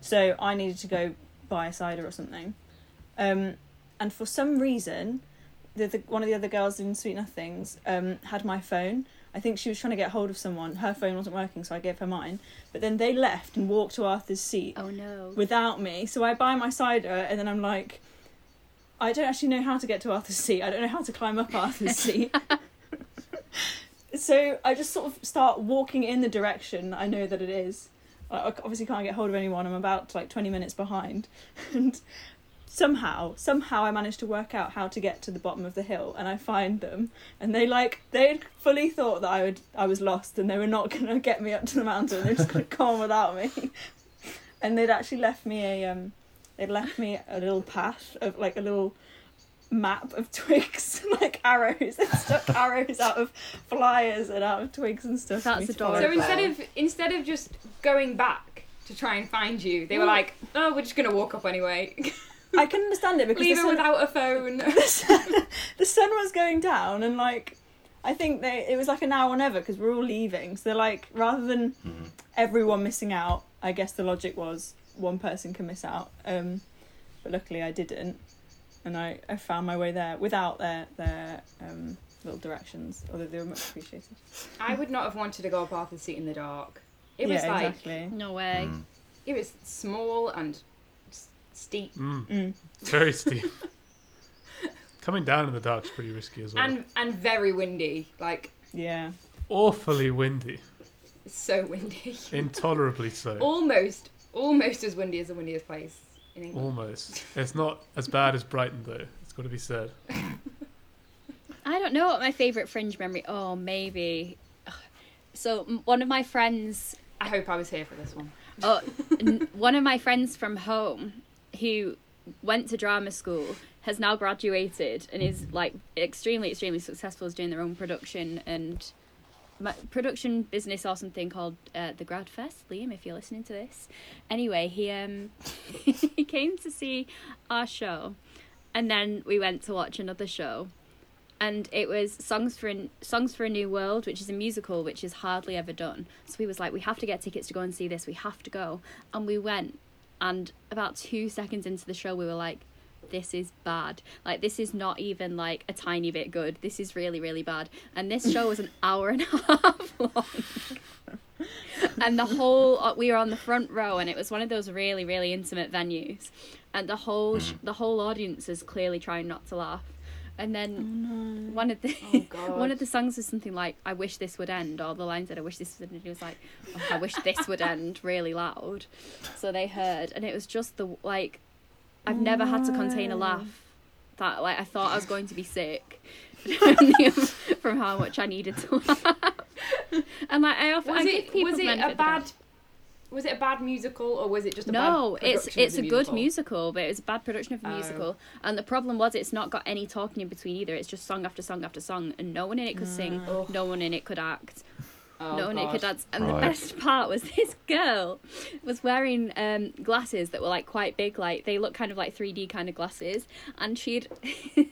Speaker 6: so I needed to go buy a cider or something, um, and for some reason, the, the one of the other girls in Sweet Nothings um, had my phone. I think she was trying to get hold of someone. Her phone wasn't working, so I gave her mine. But then they left and walked to Arthur's seat
Speaker 7: Oh no.
Speaker 6: without me. So I buy my cider, and then I'm like, I don't actually know how to get to Arthur's seat. I don't know how to climb up Arthur's seat. so I just sort of start walking in the direction I know that it is. I I obviously can't get hold of anyone. I'm about like 20 minutes behind, [LAUGHS] and somehow, somehow I managed to work out how to get to the bottom of the hill, and I find them. And they like they had fully thought that I would I was lost, and they were not [LAUGHS] going to get me up to the mountain. They're just going to come without me [LAUGHS] and they'd actually left me a um they'd left me a little path of like a little map of [LAUGHS] twigs like arrows they
Speaker 7: [LAUGHS]
Speaker 6: stuck arrows out of flyers and out of twigs and stuff for
Speaker 7: That's
Speaker 6: me to
Speaker 7: adorable.
Speaker 6: follow.
Speaker 2: So instead of instead of just going back to try and find you, they were like, "Oh, we're just gonna walk up
Speaker 7: [LAUGHS]
Speaker 2: anyway.
Speaker 6: i can understand it because
Speaker 2: Leave
Speaker 6: the
Speaker 2: her
Speaker 6: sun-
Speaker 2: without a phone."
Speaker 6: the sun, the sun was going down and like I think they it was like an hour or never because we're all leaving. So they're like rather than
Speaker 8: Mm-hmm.
Speaker 6: everyone missing out, I guess the logic was one person can miss out. Um, but luckily I didn't, and I, I found my way there without their their um, little directions, although they were much appreciated.
Speaker 2: I would not have wanted to go up Arthur's seat in the dark. It was
Speaker 6: yeah,
Speaker 2: like
Speaker 6: exactly.
Speaker 7: No way.
Speaker 9: Hmm.
Speaker 5: Mm.
Speaker 2: it was small and s- steep
Speaker 8: Mm.
Speaker 6: Mm.
Speaker 8: It's very steep. Coming down in the dark's pretty risky as well.
Speaker 2: and and very windy, like
Speaker 6: Yeah,
Speaker 8: Awfully windy,
Speaker 2: so windy,
Speaker 8: intolerably so.
Speaker 2: [LAUGHS] almost almost as windy as the windiest place in England.
Speaker 8: Almost. It's not as bad as Brighton though. It's got to be said.
Speaker 7: I don't know what my favourite fringe memory. Oh, maybe. So m- one of my friends,
Speaker 2: I hope I was here for this one.
Speaker 7: oh, n- one of my friends from home, who went to drama school, has now graduated and is like extremely, extremely successful. Is doing their own production and my production business or something called uh, the Grad Fest. Liam, if you're listening to [LAUGHS] this, anyway, he um he came to see our show and then we went to watch another show, and it was songs for a, songs for a new world, which is a musical which is hardly ever done. So we was like, we have to get tickets to go and see this. We have to go, and we went. And about two seconds into the show, we were like, this is bad. Like this is not even like a tiny bit good. This is really really bad. And this show was an hour and a half long. and the whole uh, we were on the front row and it was one of those really really intimate venues. And the whole sh- the whole audience is clearly trying not to laugh. And
Speaker 2: Oh,
Speaker 7: then
Speaker 2: [LAUGHS]
Speaker 7: one of the
Speaker 2: Mm. God.
Speaker 7: [LAUGHS] one of the songs was something like "I wish this would end," or the line said "I wish this would end." And he was like, "Oh, "I wish this would end," really loud. So they heard, and it was just the like
Speaker 2: Oh,
Speaker 7: I've never had to contain a laugh. That like I thought I was going to be sick [LAUGHS] from, the- from how much I needed to [LAUGHS] laugh. And like I often
Speaker 2: Was
Speaker 7: I give
Speaker 2: it
Speaker 7: people
Speaker 2: was it
Speaker 7: benefit
Speaker 2: a
Speaker 7: of the doubt.
Speaker 2: bad was it a bad musical or was it just a
Speaker 7: No,
Speaker 2: bad
Speaker 7: it's
Speaker 2: production of
Speaker 7: it's
Speaker 2: the
Speaker 7: a good musical, but it's a bad production of a
Speaker 2: Oh.
Speaker 7: musical. And the problem was it's not got any talking in between either. It's just song after song after song, and no one in it could sing,
Speaker 2: Ugh.
Speaker 7: no one in it could act,
Speaker 2: Oh,
Speaker 7: no one in it could
Speaker 2: God.
Speaker 7: dance. And
Speaker 5: Right.
Speaker 7: the best part was [LAUGHS] this girl was wearing um, glasses that were like quite big, like they look kind of like three D kind of glasses, and she'd. [LAUGHS]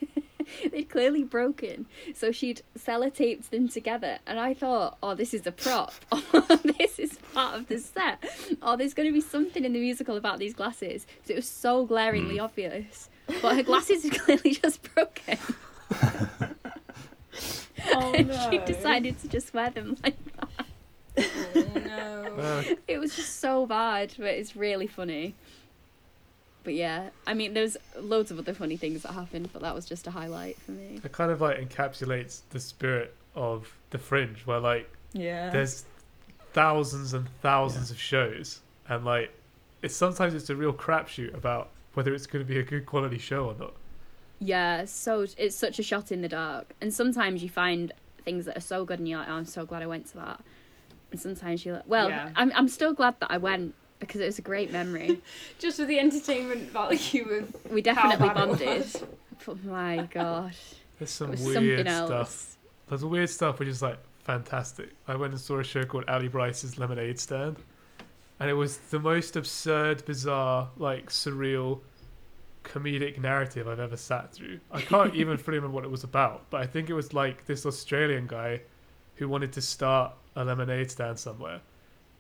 Speaker 7: They'd clearly broken, so she'd sellotaped them together. And I thought, oh, this is a prop. [LAUGHS] Oh, this is part of the set. Oh, there's going to be something in the musical about these glasses. Because it was so glaringly obvious. But her glasses had [LAUGHS] clearly just broken.
Speaker 6: Oh,
Speaker 7: and she
Speaker 6: no.
Speaker 7: decided to just wear them like that.
Speaker 2: No.
Speaker 8: Uh,
Speaker 7: It was just so bad, but it's really funny. But yeah, I mean, there's loads of other funny things that happened, but that was just a highlight for me.
Speaker 8: it kind of like encapsulates the spirit of the Fringe, where like
Speaker 6: Yeah.
Speaker 8: there's thousands and thousands of shows, and like it's sometimes it's a real crapshoot about whether it's going to be a good quality show or not.
Speaker 7: Yeah, so it's such a shot in the dark. And sometimes you find things that are so good and you're like, oh, I'm so glad I went to that. And sometimes you're like, well,
Speaker 2: Yeah.
Speaker 7: I'm, I'm still glad that I went because it was a great memory.
Speaker 2: Just for the entertainment value of
Speaker 7: We
Speaker 2: how
Speaker 7: definitely
Speaker 2: bad it
Speaker 7: bonded.
Speaker 2: was.
Speaker 7: But my gosh,
Speaker 8: There's
Speaker 7: it
Speaker 8: some
Speaker 7: was
Speaker 8: weird
Speaker 7: something
Speaker 8: stuff.
Speaker 7: else.
Speaker 8: There's weird stuff which is like fantastic. I went and saw a show called Ali Bryce's Lemonade Stand, and it was the most absurd, bizarre, like surreal, comedic narrative I've ever sat through. I can't even fully remember what it was about, but I think it was like this Australian guy who wanted to start a lemonade stand somewhere.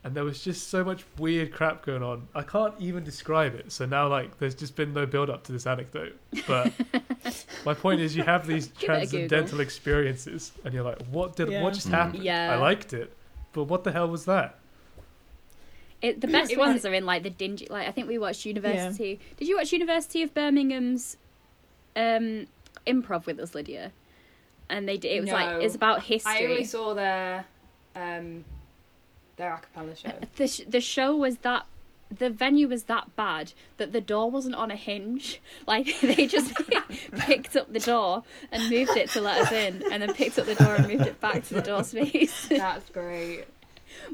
Speaker 8: And there was just so much weird crap going on. I can't even describe it. So now, like, there's just been no build up to this anecdote. But
Speaker 7: [LAUGHS]
Speaker 8: my point is, you have these
Speaker 7: Give it a Google.
Speaker 8: transcendental experiences, and you're like, what did,
Speaker 6: Yeah.
Speaker 8: what just happened?
Speaker 7: Mm. Yeah.
Speaker 8: I liked it, but what the hell was that?
Speaker 2: [CLEARS THROAT]
Speaker 7: It, the best
Speaker 2: It was-
Speaker 7: ones are in like the dingy. Like I think we watched University. Did you watch University of Birmingham's um, improv with us, Lydia? And they did. It was
Speaker 2: No.
Speaker 7: like it's about history.
Speaker 2: I only saw their um their a cappella
Speaker 7: [LAUGHS]
Speaker 2: show.
Speaker 7: the sh- the show was that the venue was that bad that the door wasn't on a hinge. [LAUGHS] Like they just [LAUGHS] picked up the door and moved it to let us in, and then picked up the door and moved it back to the door space.
Speaker 2: That's great.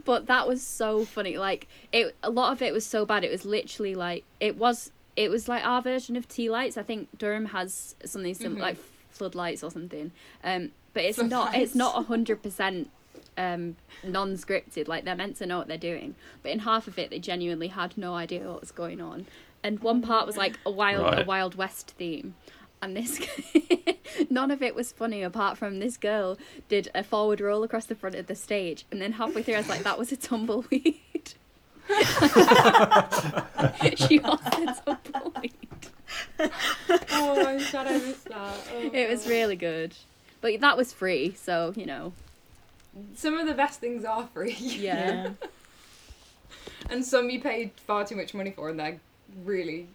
Speaker 7: but that was so funny. Like it, a lot of it was so bad. It was literally like it was. It was like our version of tea lights. I think Durham has something sim- like floodlights or something. Um, but it's not. It's not hundred percent um non-scripted like they're meant to know what they're doing but in half of it they genuinely had no idea what was going on and one part was like a wild a
Speaker 9: Right.
Speaker 7: wild west theme and this [LAUGHS] none of it was funny apart from this girl did a forward roll across the front of the stage and then halfway through i was like that was a tumbleweed [LAUGHS] she was a tumbleweed
Speaker 2: Oh, I'm glad I missed that. Oh,
Speaker 7: it was
Speaker 2: God.
Speaker 7: really good but that was free so you know
Speaker 2: Some of the best things are free. [LAUGHS]
Speaker 7: yeah,
Speaker 2: and some you paid far too much money for and they're really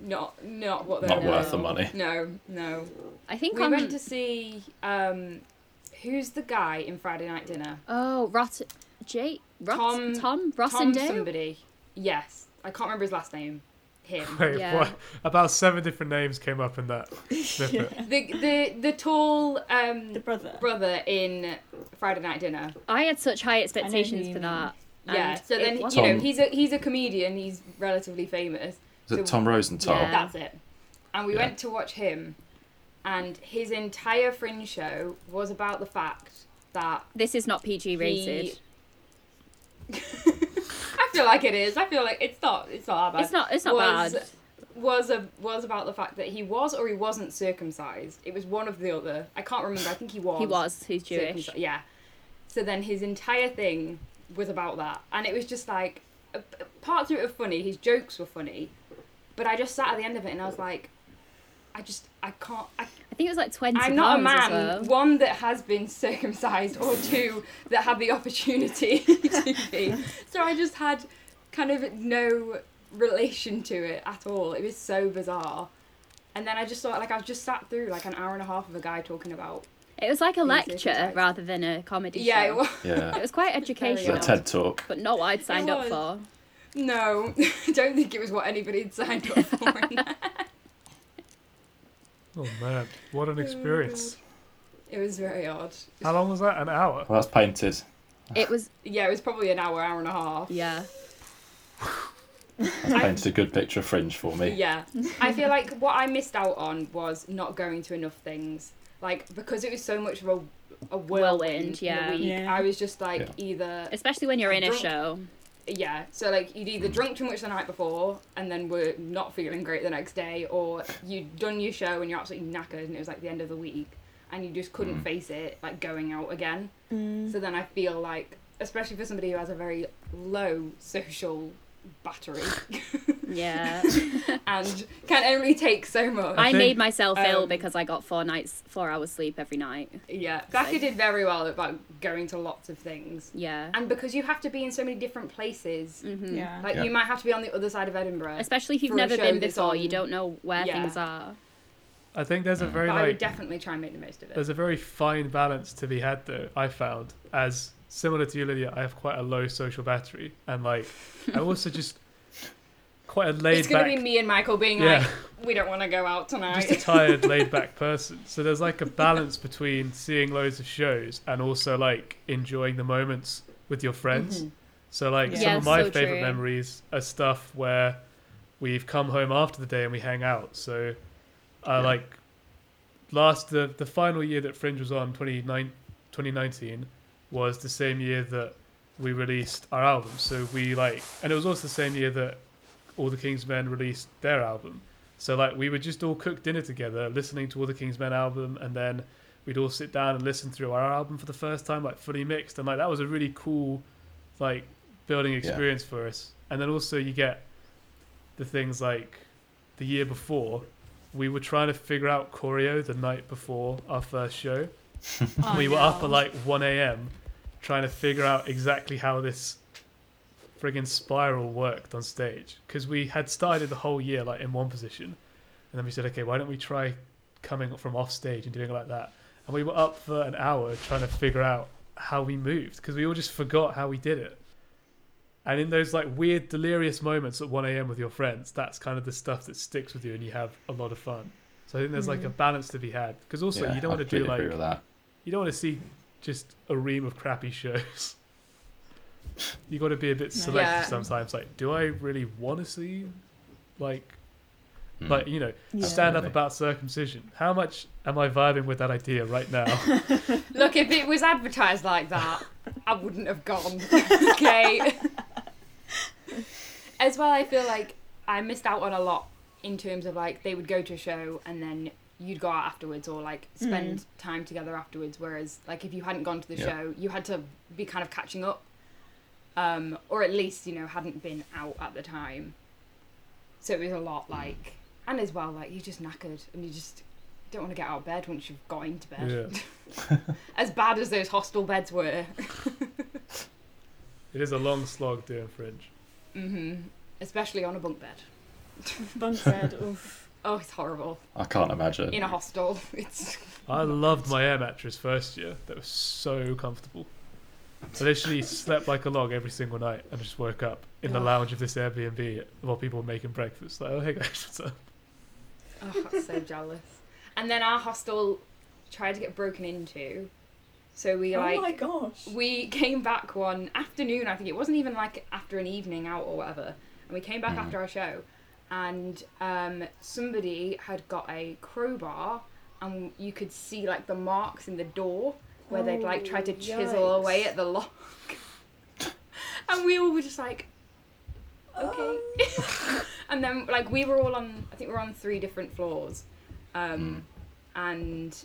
Speaker 2: not not what they're
Speaker 5: Not worth the money.
Speaker 2: No, no.
Speaker 7: i think
Speaker 2: We
Speaker 7: on
Speaker 2: went to see um who's the guy in Friday night dinner?
Speaker 7: oh rot jake rot
Speaker 2: Tom-
Speaker 7: tom ross
Speaker 2: Tom
Speaker 7: and Dale?
Speaker 2: somebody. Yes. I can't remember his last name.
Speaker 9: [LAUGHS]
Speaker 2: Him.
Speaker 8: Wait,
Speaker 7: Yeah.
Speaker 8: what? About seven different names came up in that snippet.
Speaker 2: the the the tall um
Speaker 6: The brother.
Speaker 2: brother in Friday Night Dinner.
Speaker 7: I had such high
Speaker 6: I know
Speaker 7: expectations
Speaker 6: who you
Speaker 7: for that.
Speaker 2: Yeah.
Speaker 7: and
Speaker 2: so
Speaker 7: it
Speaker 2: then you
Speaker 7: wasn't.
Speaker 2: know
Speaker 9: Tom-
Speaker 2: he's a he's a comedian. He's relatively famous.
Speaker 9: Is it
Speaker 2: So-
Speaker 9: Tom Rosenthal?
Speaker 7: Yeah.
Speaker 2: That's it. And we
Speaker 9: Yeah.
Speaker 2: went to watch him, and his entire fringe show was about the fact that
Speaker 7: This is not PG rated.
Speaker 2: I feel like it is. I feel like it's not. It's not that bad.
Speaker 7: It's not. It's not
Speaker 2: was
Speaker 7: bad.
Speaker 2: was a, was about the fact that he was or he wasn't circumcised. It was one of the other. I can't remember. I think he was.
Speaker 7: He was, who's Jewish.
Speaker 2: circumcised. Yeah. So then his entire thing was about that, and it was just like a- a- parts of it were funny. His jokes were funny, but I just sat at the end of it and I was like, I just I can't. I,
Speaker 7: I think it was like 20
Speaker 2: I'm not a
Speaker 7: pounds as
Speaker 2: man.
Speaker 7: well.
Speaker 2: One that has been circumcised, or two that had the opportunity [LAUGHS] to be. So I just had kind of no relation to it at all. It was so bizarre. And then I just thought, like, I've just sat through like an hour and a half of a guy talking about.
Speaker 7: It was like a
Speaker 2: Easy
Speaker 7: lecture
Speaker 2: exercise.
Speaker 7: rather than a comedy
Speaker 2: Yeah,
Speaker 7: show.
Speaker 2: it was.
Speaker 7: It
Speaker 9: Yeah.
Speaker 7: was quite
Speaker 9: It's a
Speaker 7: educational,
Speaker 2: odd.
Speaker 9: TED talk.
Speaker 7: but not what I'd signed up
Speaker 2: was.
Speaker 7: for.
Speaker 2: [LAUGHS] No, [LAUGHS] I don't think it was what anybody had signed up for. [LAUGHS] in that.
Speaker 8: Oh man, what an experience!
Speaker 2: it was very odd.
Speaker 8: How long was that? An hour.
Speaker 9: Well, that's painted.
Speaker 7: It was,
Speaker 2: Yeah, it was probably an hour, hour and a half.
Speaker 7: yeah.
Speaker 9: That's painted a good picture of Fringe for me.
Speaker 2: Yeah. I feel like what I missed out on was not going to enough things. Like because it was so much of a, a whirlwind,
Speaker 7: Whirlwind,
Speaker 2: in a
Speaker 7: yeah.
Speaker 2: week,
Speaker 6: Yeah.
Speaker 2: I was just like
Speaker 9: Yeah.
Speaker 2: either
Speaker 7: Especially when you're in a
Speaker 2: Drunk. [LAUGHS]
Speaker 7: show.
Speaker 2: yeah. So like you'd either drunk too much the night before and then were not feeling great the next day, or you'd done your show and you're absolutely knackered and it was like the end of the week and you just couldn't face it like going out again.
Speaker 6: Mm.
Speaker 2: So then I feel like especially for somebody who has a very low social
Speaker 7: [LAUGHS]
Speaker 2: battery
Speaker 7: Yeah.
Speaker 2: and can only take so much.
Speaker 8: I
Speaker 7: I
Speaker 8: think,
Speaker 7: made myself ill
Speaker 2: um,
Speaker 7: because I got four nights, four hours sleep every night.
Speaker 2: Yeah, Becca did very well about going to lots of things.
Speaker 7: Yeah.
Speaker 2: And because you have to be in so many different places,
Speaker 7: hmm
Speaker 6: Yeah.
Speaker 2: Mm. like
Speaker 9: Yeah.
Speaker 2: you might have to be on the other side of Edinburgh.
Speaker 7: Especially if you've
Speaker 2: For a
Speaker 7: never
Speaker 2: show
Speaker 7: been
Speaker 2: that's
Speaker 7: before, you
Speaker 2: on-
Speaker 7: don't know where
Speaker 2: Yeah.
Speaker 7: things are.
Speaker 8: I think there's a very
Speaker 2: But I would
Speaker 8: like
Speaker 2: definitely try and make the most of it.
Speaker 8: there's a very fine balance to be had though i found as similar to you lydia i have quite a low social battery and like i also just quite a laid
Speaker 2: It's
Speaker 8: back
Speaker 2: going to be me and Michael being
Speaker 8: Yeah.
Speaker 2: like, we don't want to go out tonight.
Speaker 8: just a tired laid
Speaker 2: [LAUGHS]
Speaker 8: back person so there's like a balance between seeing loads of shows and also like enjoying the moments with your friends
Speaker 2: Mm-hmm.
Speaker 8: so like
Speaker 6: Yeah.
Speaker 8: some
Speaker 7: Yeah,
Speaker 8: of my
Speaker 7: so
Speaker 8: favorite
Speaker 7: true.
Speaker 8: memories are stuff where we've come home after the day and we hang out so i
Speaker 9: Yeah.
Speaker 8: like last the the final year that Fringe was on 29 2019 was the same year that we released our album. So we like, and it was also the same year that All the King's Men released their album. So like, we would just all cook dinner together, listening to All the King's Men album, and then we'd all sit down and listen through our album for the first time, like fully mixed, and like that was a really cool, like, building experience for us. And then also you get the things like the year before we were trying to figure out choreo the night before our first show. we were up at like 1 a.m. trying to figure out exactly how this friggin' spiral worked on stage because we had started the whole year like in one position, and then we said, okay, why don't we try coming from off stage and doing it like that? And we were up for an hour trying to figure out how we moved because we all just forgot how we did it. And in those like weird delirious moments at 1 a.m. with your friends, that's kind of the stuff that sticks with you and you have a lot of fun. So I think there's like a balance to be had because also
Speaker 9: Yeah,
Speaker 8: you don't
Speaker 9: I
Speaker 8: want to do
Speaker 9: completely agree
Speaker 8: like
Speaker 9: with that.
Speaker 8: you don't want to see just a ream of crappy shows. you got to be a bit selective
Speaker 2: Yeah.
Speaker 8: sometimes. Like, do I really want to see, like,
Speaker 5: Hmm.
Speaker 9: Mm.
Speaker 8: like you know, stand up
Speaker 9: Absolutely.
Speaker 8: about circumcision? How much am I vibing with that idea right now?
Speaker 2: [LAUGHS] Look, if it was advertised like that, I wouldn't have gone. okay. As well, I feel like I missed out on a lot in terms of like they would go to a show and then you'd go out afterwards or like spend time together afterwards. Whereas like if you hadn't gone to the
Speaker 9: Yeah.
Speaker 2: show, you had to be kind of catching up, um, or at least you know hadn't been out at the time. So it was a lot like, and as well like you just knackered and you just don't want to get out of bed once you've got into bed
Speaker 8: yeah,
Speaker 2: [LAUGHS] as bad as those hostel beds were.
Speaker 8: it is a long slog doing fringe.
Speaker 2: hmm Especially on a bunk bed.
Speaker 6: Bunk bed.
Speaker 2: [LAUGHS]
Speaker 6: Oof.
Speaker 2: Oh, it's horrible.
Speaker 9: I can't imagine.
Speaker 2: In a hostel. [LAUGHS] It's
Speaker 8: I loved my air mattress first year. That was so comfortable. I literally slept like a log every single night and just woke up in the lounge of this Airbnb while people were making breakfast. Like, oh hey guys, what's up?
Speaker 2: oh,
Speaker 6: [LAUGHS]
Speaker 2: I'm so jealous. And then our hostel tried to get broken into. So we
Speaker 6: oh my
Speaker 2: like
Speaker 6: gosh.
Speaker 2: we came back one afternoon, I think it wasn't even like after an evening out or whatever. And we came back
Speaker 6: Mm.
Speaker 9: Mhm.
Speaker 2: after our show and um, somebody had got a crowbar and you could see like the marks in the door where they'd like tried to
Speaker 6: Oh,
Speaker 2: chisel
Speaker 6: yikes.
Speaker 2: away at the lock. [LAUGHS]
Speaker 6: Oh.
Speaker 2: and we all were just like, okay. [LAUGHS] and then like we were all on I think we were on three different floors, um,
Speaker 5: Mm.
Speaker 2: and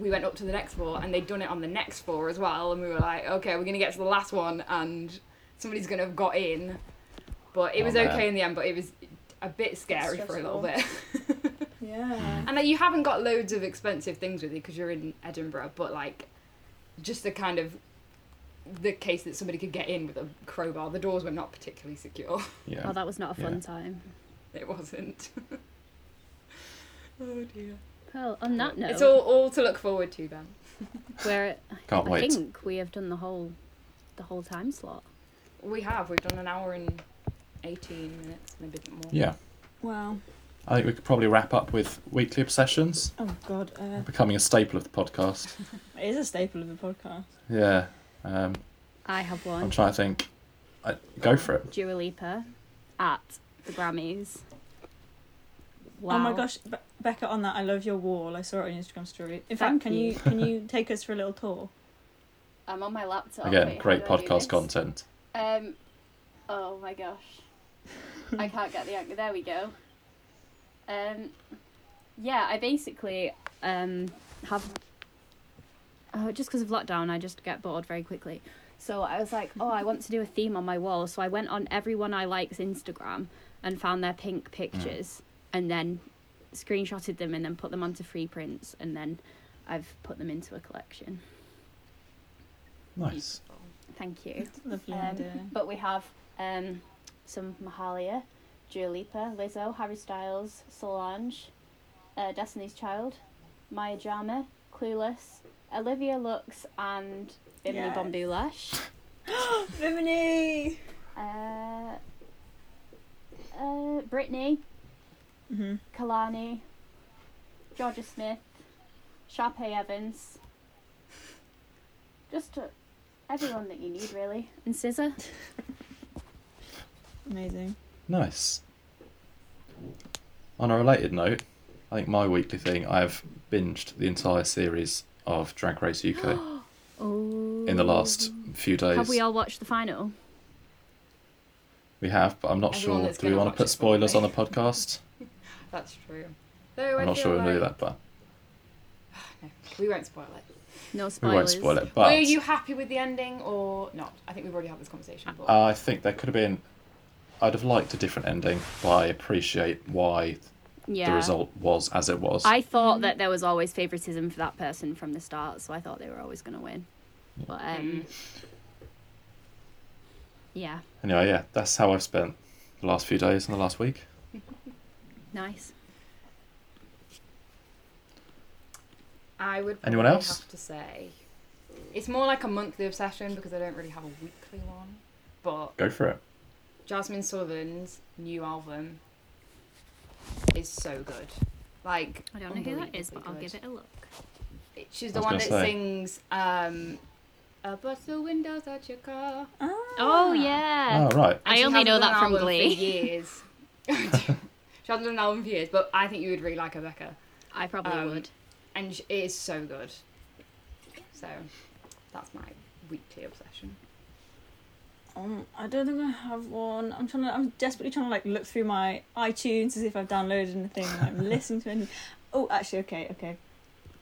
Speaker 2: we went up to the next floor and they'd done it on the next floor as well, and we were like, okay, we're gonna get to the last one and somebody's gonna have got in, but it
Speaker 5: Oh,
Speaker 2: was
Speaker 5: man.
Speaker 2: okay in the end, but it was a bit scary for a little bit. [LAUGHS]
Speaker 6: Yeah.
Speaker 2: And like, you haven't got loads of expensive things with you because you're in Edinburgh, but like, just the kind of the case that somebody could get in with a crowbar. The doors were not particularly secure. [LAUGHS]
Speaker 7: Oh,
Speaker 9: Yeah.
Speaker 7: that was not a fun
Speaker 9: Yeah.
Speaker 7: time.
Speaker 2: It wasn't. oh dear.
Speaker 7: Well, on that note,
Speaker 2: It's all all to look forward to then.
Speaker 7: we're,
Speaker 9: Can't
Speaker 7: I
Speaker 9: wait.
Speaker 7: think we have done the whole, the whole time slot.
Speaker 2: We have we've done an hour and eighteen minutes, maybe a bit more.
Speaker 5: Yeah.
Speaker 6: Wow.
Speaker 5: I think we could probably wrap up with weekly obsessions
Speaker 6: Oh God. Uh,
Speaker 5: becoming a staple of the podcast.
Speaker 6: it is a staple of the podcast.
Speaker 5: Yeah. Um,
Speaker 7: I have
Speaker 5: I'm
Speaker 7: one.
Speaker 5: trying to think. I, go for it.
Speaker 7: [LAUGHS] Dua Lipa at the Grammys. Wow.
Speaker 6: Oh my gosh, Be- Becca, on that, I love your wall. I saw it on your Instagram story. In fact,
Speaker 7: Thank
Speaker 6: can
Speaker 7: you.
Speaker 6: you can you [LAUGHS] take us for a little tour?
Speaker 7: I'm on my laptop.
Speaker 5: Again,
Speaker 7: Wait, how
Speaker 5: great
Speaker 7: do I do this?
Speaker 5: podcast content.
Speaker 7: Um. Oh my gosh. I can't get the angle. There we go. Um. Yeah, I basically um have. Oh, just because of lockdown, I just get bored very quickly. So I was like, oh, I want to do a theme on my wall. So I went on everyone I like's Instagram and found their pink pictures and then screenshotted them and then put them onto free prints and then I've put them into a collection.
Speaker 5: Nice.
Speaker 7: Thank you.
Speaker 6: Lovely uh,
Speaker 7: Um,
Speaker 6: idea.
Speaker 7: But we have um, some Mahalia, Dua Lipa, Lizzo, Harry Styles, Solange, uh, Destiny's Child, Maya Jama, Clueless, Olivia Lux, and Bimini
Speaker 6: Yes.
Speaker 7: Bombulash.
Speaker 6: [GASPS] Vimini.
Speaker 7: Uh, uh, Brittany,
Speaker 6: Mm-hmm.
Speaker 7: Kalani, Georgia Smith, Sharpay Evans. Just uh, everyone that you need, really. And Scissor.
Speaker 6: Amazing.
Speaker 5: Nice. On a related note, I think my weekly thing, I have binged the entire series of Drag Race
Speaker 2: [GASPS]
Speaker 5: UK
Speaker 7: Oh.
Speaker 5: in the last few days.
Speaker 7: Have we all watched the final?
Speaker 5: We have, but I'm not
Speaker 2: Everyone
Speaker 5: sure.
Speaker 2: that's
Speaker 5: Do we
Speaker 2: gonna
Speaker 5: want
Speaker 2: watch
Speaker 5: to put
Speaker 2: it probably.
Speaker 5: spoilers on
Speaker 2: [LAUGHS]
Speaker 5: the podcast?
Speaker 2: That's true. Though I
Speaker 5: I'm not
Speaker 2: feel
Speaker 5: sure we'll do that,
Speaker 2: like-
Speaker 5: but
Speaker 2: No, we won't spoil it.
Speaker 7: No
Speaker 5: we
Speaker 7: spoilers.
Speaker 5: won't spoil it. But
Speaker 2: Were you happy with the ending or not? I think we've already had this conversation. But
Speaker 5: I think there could have been. I'd have liked a different ending, but I appreciate why
Speaker 7: Yeah.
Speaker 5: the result was as it was.
Speaker 7: I thought that there was always favoritism for that person from the start, so I thought they were always going to win. But um, yeah,
Speaker 5: Anyway, yeah, that's how I've spent the last few days and the last week.
Speaker 7: nice.
Speaker 2: I would
Speaker 5: Anyone
Speaker 2: probably
Speaker 5: else?
Speaker 2: have to say it's more like a monthly obsession because I don't really have a weekly one. But
Speaker 5: Go for it.
Speaker 2: Jasmine Sullivan's new album is so good. Like
Speaker 7: I don't know who that is, but I'll
Speaker 2: unbelievably
Speaker 7: give
Speaker 2: good.
Speaker 7: it a look.
Speaker 2: It- She's
Speaker 5: I
Speaker 2: the
Speaker 5: was
Speaker 2: one that
Speaker 5: gonna say.
Speaker 2: sings um Above the windows at your car.
Speaker 6: Ah.
Speaker 7: Oh yeah,
Speaker 5: Oh, right.
Speaker 2: And
Speaker 7: I
Speaker 2: she
Speaker 7: only
Speaker 2: hasn't done
Speaker 7: know that
Speaker 2: an
Speaker 7: from
Speaker 2: album
Speaker 7: Glee.
Speaker 2: For
Speaker 7: [LAUGHS]
Speaker 2: years. [LAUGHS] she hasn't done an album for years, but I think you would really like Rebecca.
Speaker 7: I probably
Speaker 2: Um,
Speaker 7: would.
Speaker 2: and sh- it is so good. So that's my weekly obsession.
Speaker 6: Um, I don't think I have one. I'm trying to. I'm desperately trying to like look through my iTunes to see if I've downloaded anything. and I'm listening to anything. [LAUGHS] Oh, actually, okay, okay.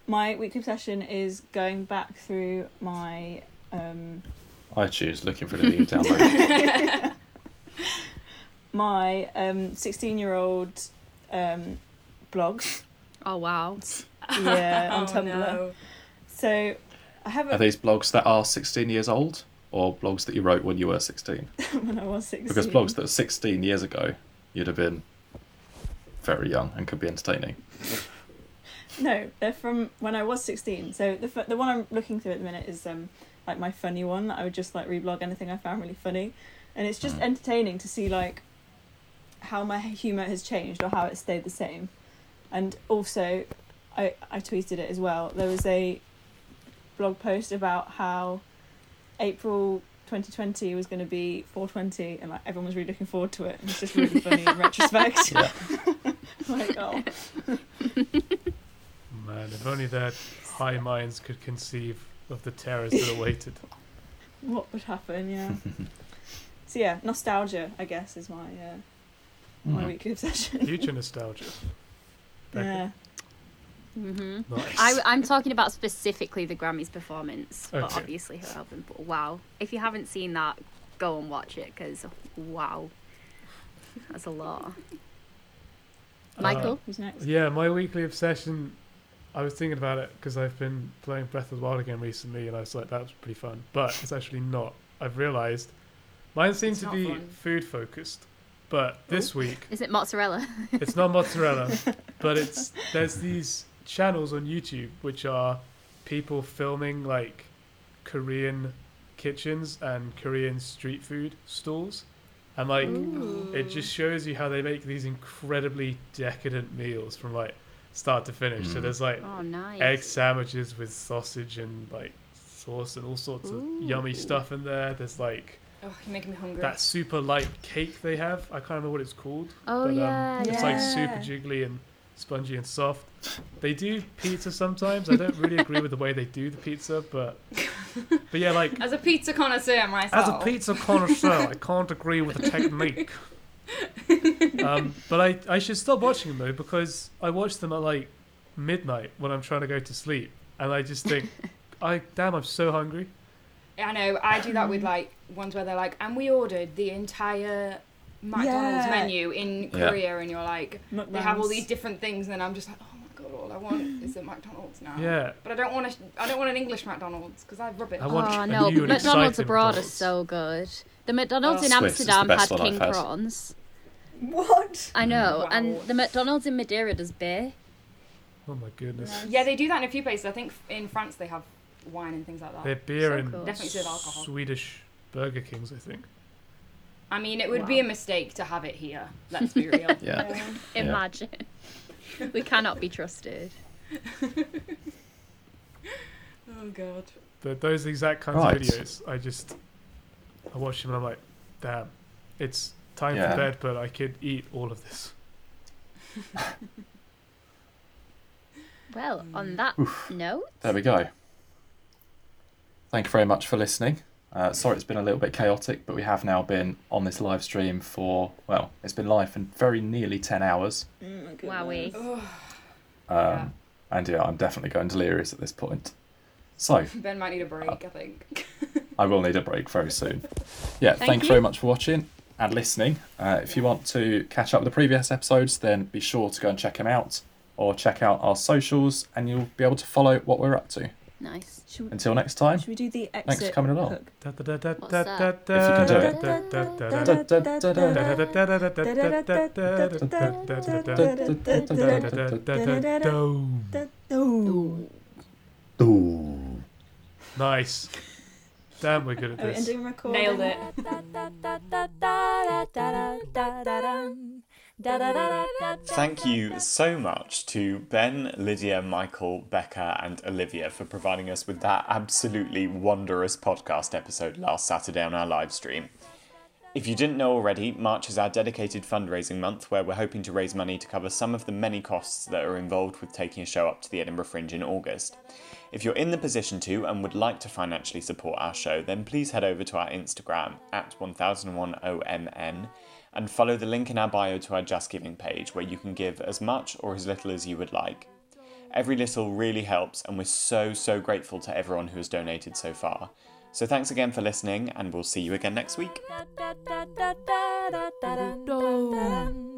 Speaker 6: My weekly obsession is going back through my um
Speaker 5: I choose looking for anything you
Speaker 6: [LAUGHS]
Speaker 5: download.
Speaker 6: my um 16 year old um
Speaker 2: [LAUGHS]
Speaker 6: blogs.
Speaker 7: Oh wow,
Speaker 6: Yeah, Uh, on
Speaker 2: Oh,
Speaker 6: Tumblr.
Speaker 2: no.
Speaker 6: So I have
Speaker 5: Are
Speaker 6: a
Speaker 5: these blogs that are 16 years old or blogs that you wrote when you were 16?
Speaker 6: when I was 16.
Speaker 5: Because blogs that are 16 years ago, you'd have been very young and could be entertaining.
Speaker 6: No, they're from when I was 16. So the f- the one I'm looking through at the minute is um like my funny one that I would just like reblog anything I found really funny, and it's just
Speaker 5: Mm.
Speaker 6: entertaining to see like how my humor has changed or how it stayed the same, and also I I tweeted it as well. There was a blog post about how April. 2020 was going to be 420 and like everyone was really looking forward to it and it's just really funny in retrospect
Speaker 5: Yeah.
Speaker 6: [LAUGHS] like oh
Speaker 8: Man, if only their high minds could conceive of the terrors that awaited.
Speaker 9: [LAUGHS]
Speaker 6: what would happen yeah so yeah nostalgia i guess is my uh,
Speaker 9: Mm-hmm.
Speaker 6: my
Speaker 5: Mm.
Speaker 6: weekly
Speaker 8: [LAUGHS]
Speaker 6: obsession.
Speaker 8: Future nostalgia.
Speaker 6: yeah.
Speaker 7: hmm
Speaker 8: Nice.
Speaker 7: I, I'm talking about specifically the Grammys performance, but
Speaker 8: Okay.
Speaker 7: obviously her album. But wow, if you haven't seen that, go and watch it because wow, that's a lot.
Speaker 8: Uh,
Speaker 7: Michael,
Speaker 6: Who's next?
Speaker 8: Yeah, my weekly obsession. I was thinking about it because I've been playing Breath of the Wild again recently, and I was like, that was pretty fun. But it's actually not. I've realised mine seems
Speaker 2: It's
Speaker 8: to
Speaker 2: not
Speaker 8: be
Speaker 2: fun.
Speaker 8: food focused, but this week
Speaker 7: is it mozzarella?
Speaker 8: it's not mozzarella, but it's there's these channels on YouTube which are people filming like Korean kitchens and Korean street food stalls, and like it just shows you how they make these incredibly decadent meals from like start to finish. So
Speaker 9: Mm.
Speaker 8: there's like
Speaker 7: Oh, nice.
Speaker 8: egg sandwiches with sausage and like sauce and all sorts of yummy
Speaker 7: Ooh.
Speaker 8: stuff in there. There's like
Speaker 2: Oh, you're making me hungry.
Speaker 8: that super light cake they have. I can't remember what it's called.
Speaker 7: Oh
Speaker 8: but, um,
Speaker 7: yeah,
Speaker 8: It's
Speaker 7: yeah.
Speaker 8: like super jiggly and spongy and soft. They do pizza sometimes. I don't really agree with the way they do the pizza, but but
Speaker 7: [LAUGHS]
Speaker 8: yeah, like
Speaker 2: As a pizza connoisseur myself.
Speaker 8: as a pizza connoisseur, I can't agree with the technique. um, but I, I should stop watching them though because I watch them at like midnight when I'm trying to go to sleep, and I just think, I damn, I'm so hungry.
Speaker 2: I know. I do that with like ones where they're like, and we ordered the entire McDonald's
Speaker 6: Yeah.
Speaker 2: menu in
Speaker 9: Yeah.
Speaker 2: Korea, and you're like, they have all these different things, and then I'm just like, oh my god, all I want is a McDonald's now.
Speaker 8: Yeah,
Speaker 2: But I don't want to. I don't want an English McDonald's because I rub it.
Speaker 8: I want
Speaker 7: oh
Speaker 8: a
Speaker 7: no,
Speaker 8: new and
Speaker 7: McDonald's
Speaker 8: exciting
Speaker 7: abroad
Speaker 8: McDonald's.
Speaker 7: are so good. The McDonald's
Speaker 2: Oh.
Speaker 7: in
Speaker 9: Swiss is the
Speaker 7: Amsterdam
Speaker 9: best
Speaker 7: had
Speaker 9: one I've
Speaker 7: king
Speaker 9: had.
Speaker 7: prawns.
Speaker 6: What?
Speaker 7: I know,
Speaker 2: Wow.
Speaker 7: and the McDonald's in Madeira does beer.
Speaker 8: Oh my goodness,
Speaker 2: Yeah, they do that in a few places. I think in France they have wine and things like that.
Speaker 8: their beer
Speaker 7: So
Speaker 8: and
Speaker 7: cool.
Speaker 2: Definitely serve alcohol.
Speaker 8: Swedish Burger Kings, I think.
Speaker 2: I mean, it would be a mistake to have it here. Let's be real. [LAUGHS]
Speaker 9: Yeah. Yeah.
Speaker 7: Imagine. [LAUGHS] we cannot be trusted.
Speaker 2: oh god.
Speaker 8: But those exact kinds
Speaker 9: Right.
Speaker 8: of videos, I just I watch them and I'm like, damn, it's time
Speaker 9: Yeah.
Speaker 8: for bed, but I could eat all of this.
Speaker 7: Well, on that note,
Speaker 9: There we go. Thank you very much for listening. Uh, sorry it's been a little bit chaotic, but we have now been on this live stream for, well, it's been live for very nearly 10 hours.
Speaker 6: Mm,
Speaker 7: wowie.
Speaker 9: Um,
Speaker 2: Yeah.
Speaker 9: And yeah, I'm definitely going delirious at this point. So,
Speaker 2: Ben might need a break. I think.
Speaker 9: I will need a break very soon. Yeah, thank, you very much for watching and listening. Uh, if you want to catch up with the previous episodes, then be sure to go and check them out or check out our socials and you'll be able to follow what we're up to.
Speaker 7: Nice.
Speaker 6: Should we,
Speaker 9: Until next time,
Speaker 6: should we do the exit?
Speaker 9: thanks for coming along.
Speaker 6: hook?
Speaker 8: Da- da- da- da-
Speaker 7: What's
Speaker 8: da- da-
Speaker 7: that?
Speaker 8: da-
Speaker 9: If you can
Speaker 8: da- da- da- da- da-
Speaker 9: Da- da- da- da- da.
Speaker 6: Oh,
Speaker 8: Nice. Damn, we're good at
Speaker 6: are we
Speaker 8: this.
Speaker 6: ending recording?
Speaker 2: Nailed it.
Speaker 4: Thank you so much to Ben, Lydia, Michael, Becca, and Olivia for providing us with that absolutely wondrous podcast episode last Saturday on our live stream. If you didn't know already, March is our dedicated fundraising month where we're hoping to raise money to cover some of the many costs that are involved with taking a show up to the Edinburgh Fringe in August. If you're in the position to and would like to financially support our show, then please head over to our Instagram at 1001OMN and follow the link in our bio to our Just Giving page where you can give as much or as little as you would like. Every little really helps, and we're so, so grateful to everyone who has donated so far. So thanks again for listening, and we'll see you again next week.
Speaker 10: Da-da-da-da-da-da-da-dum.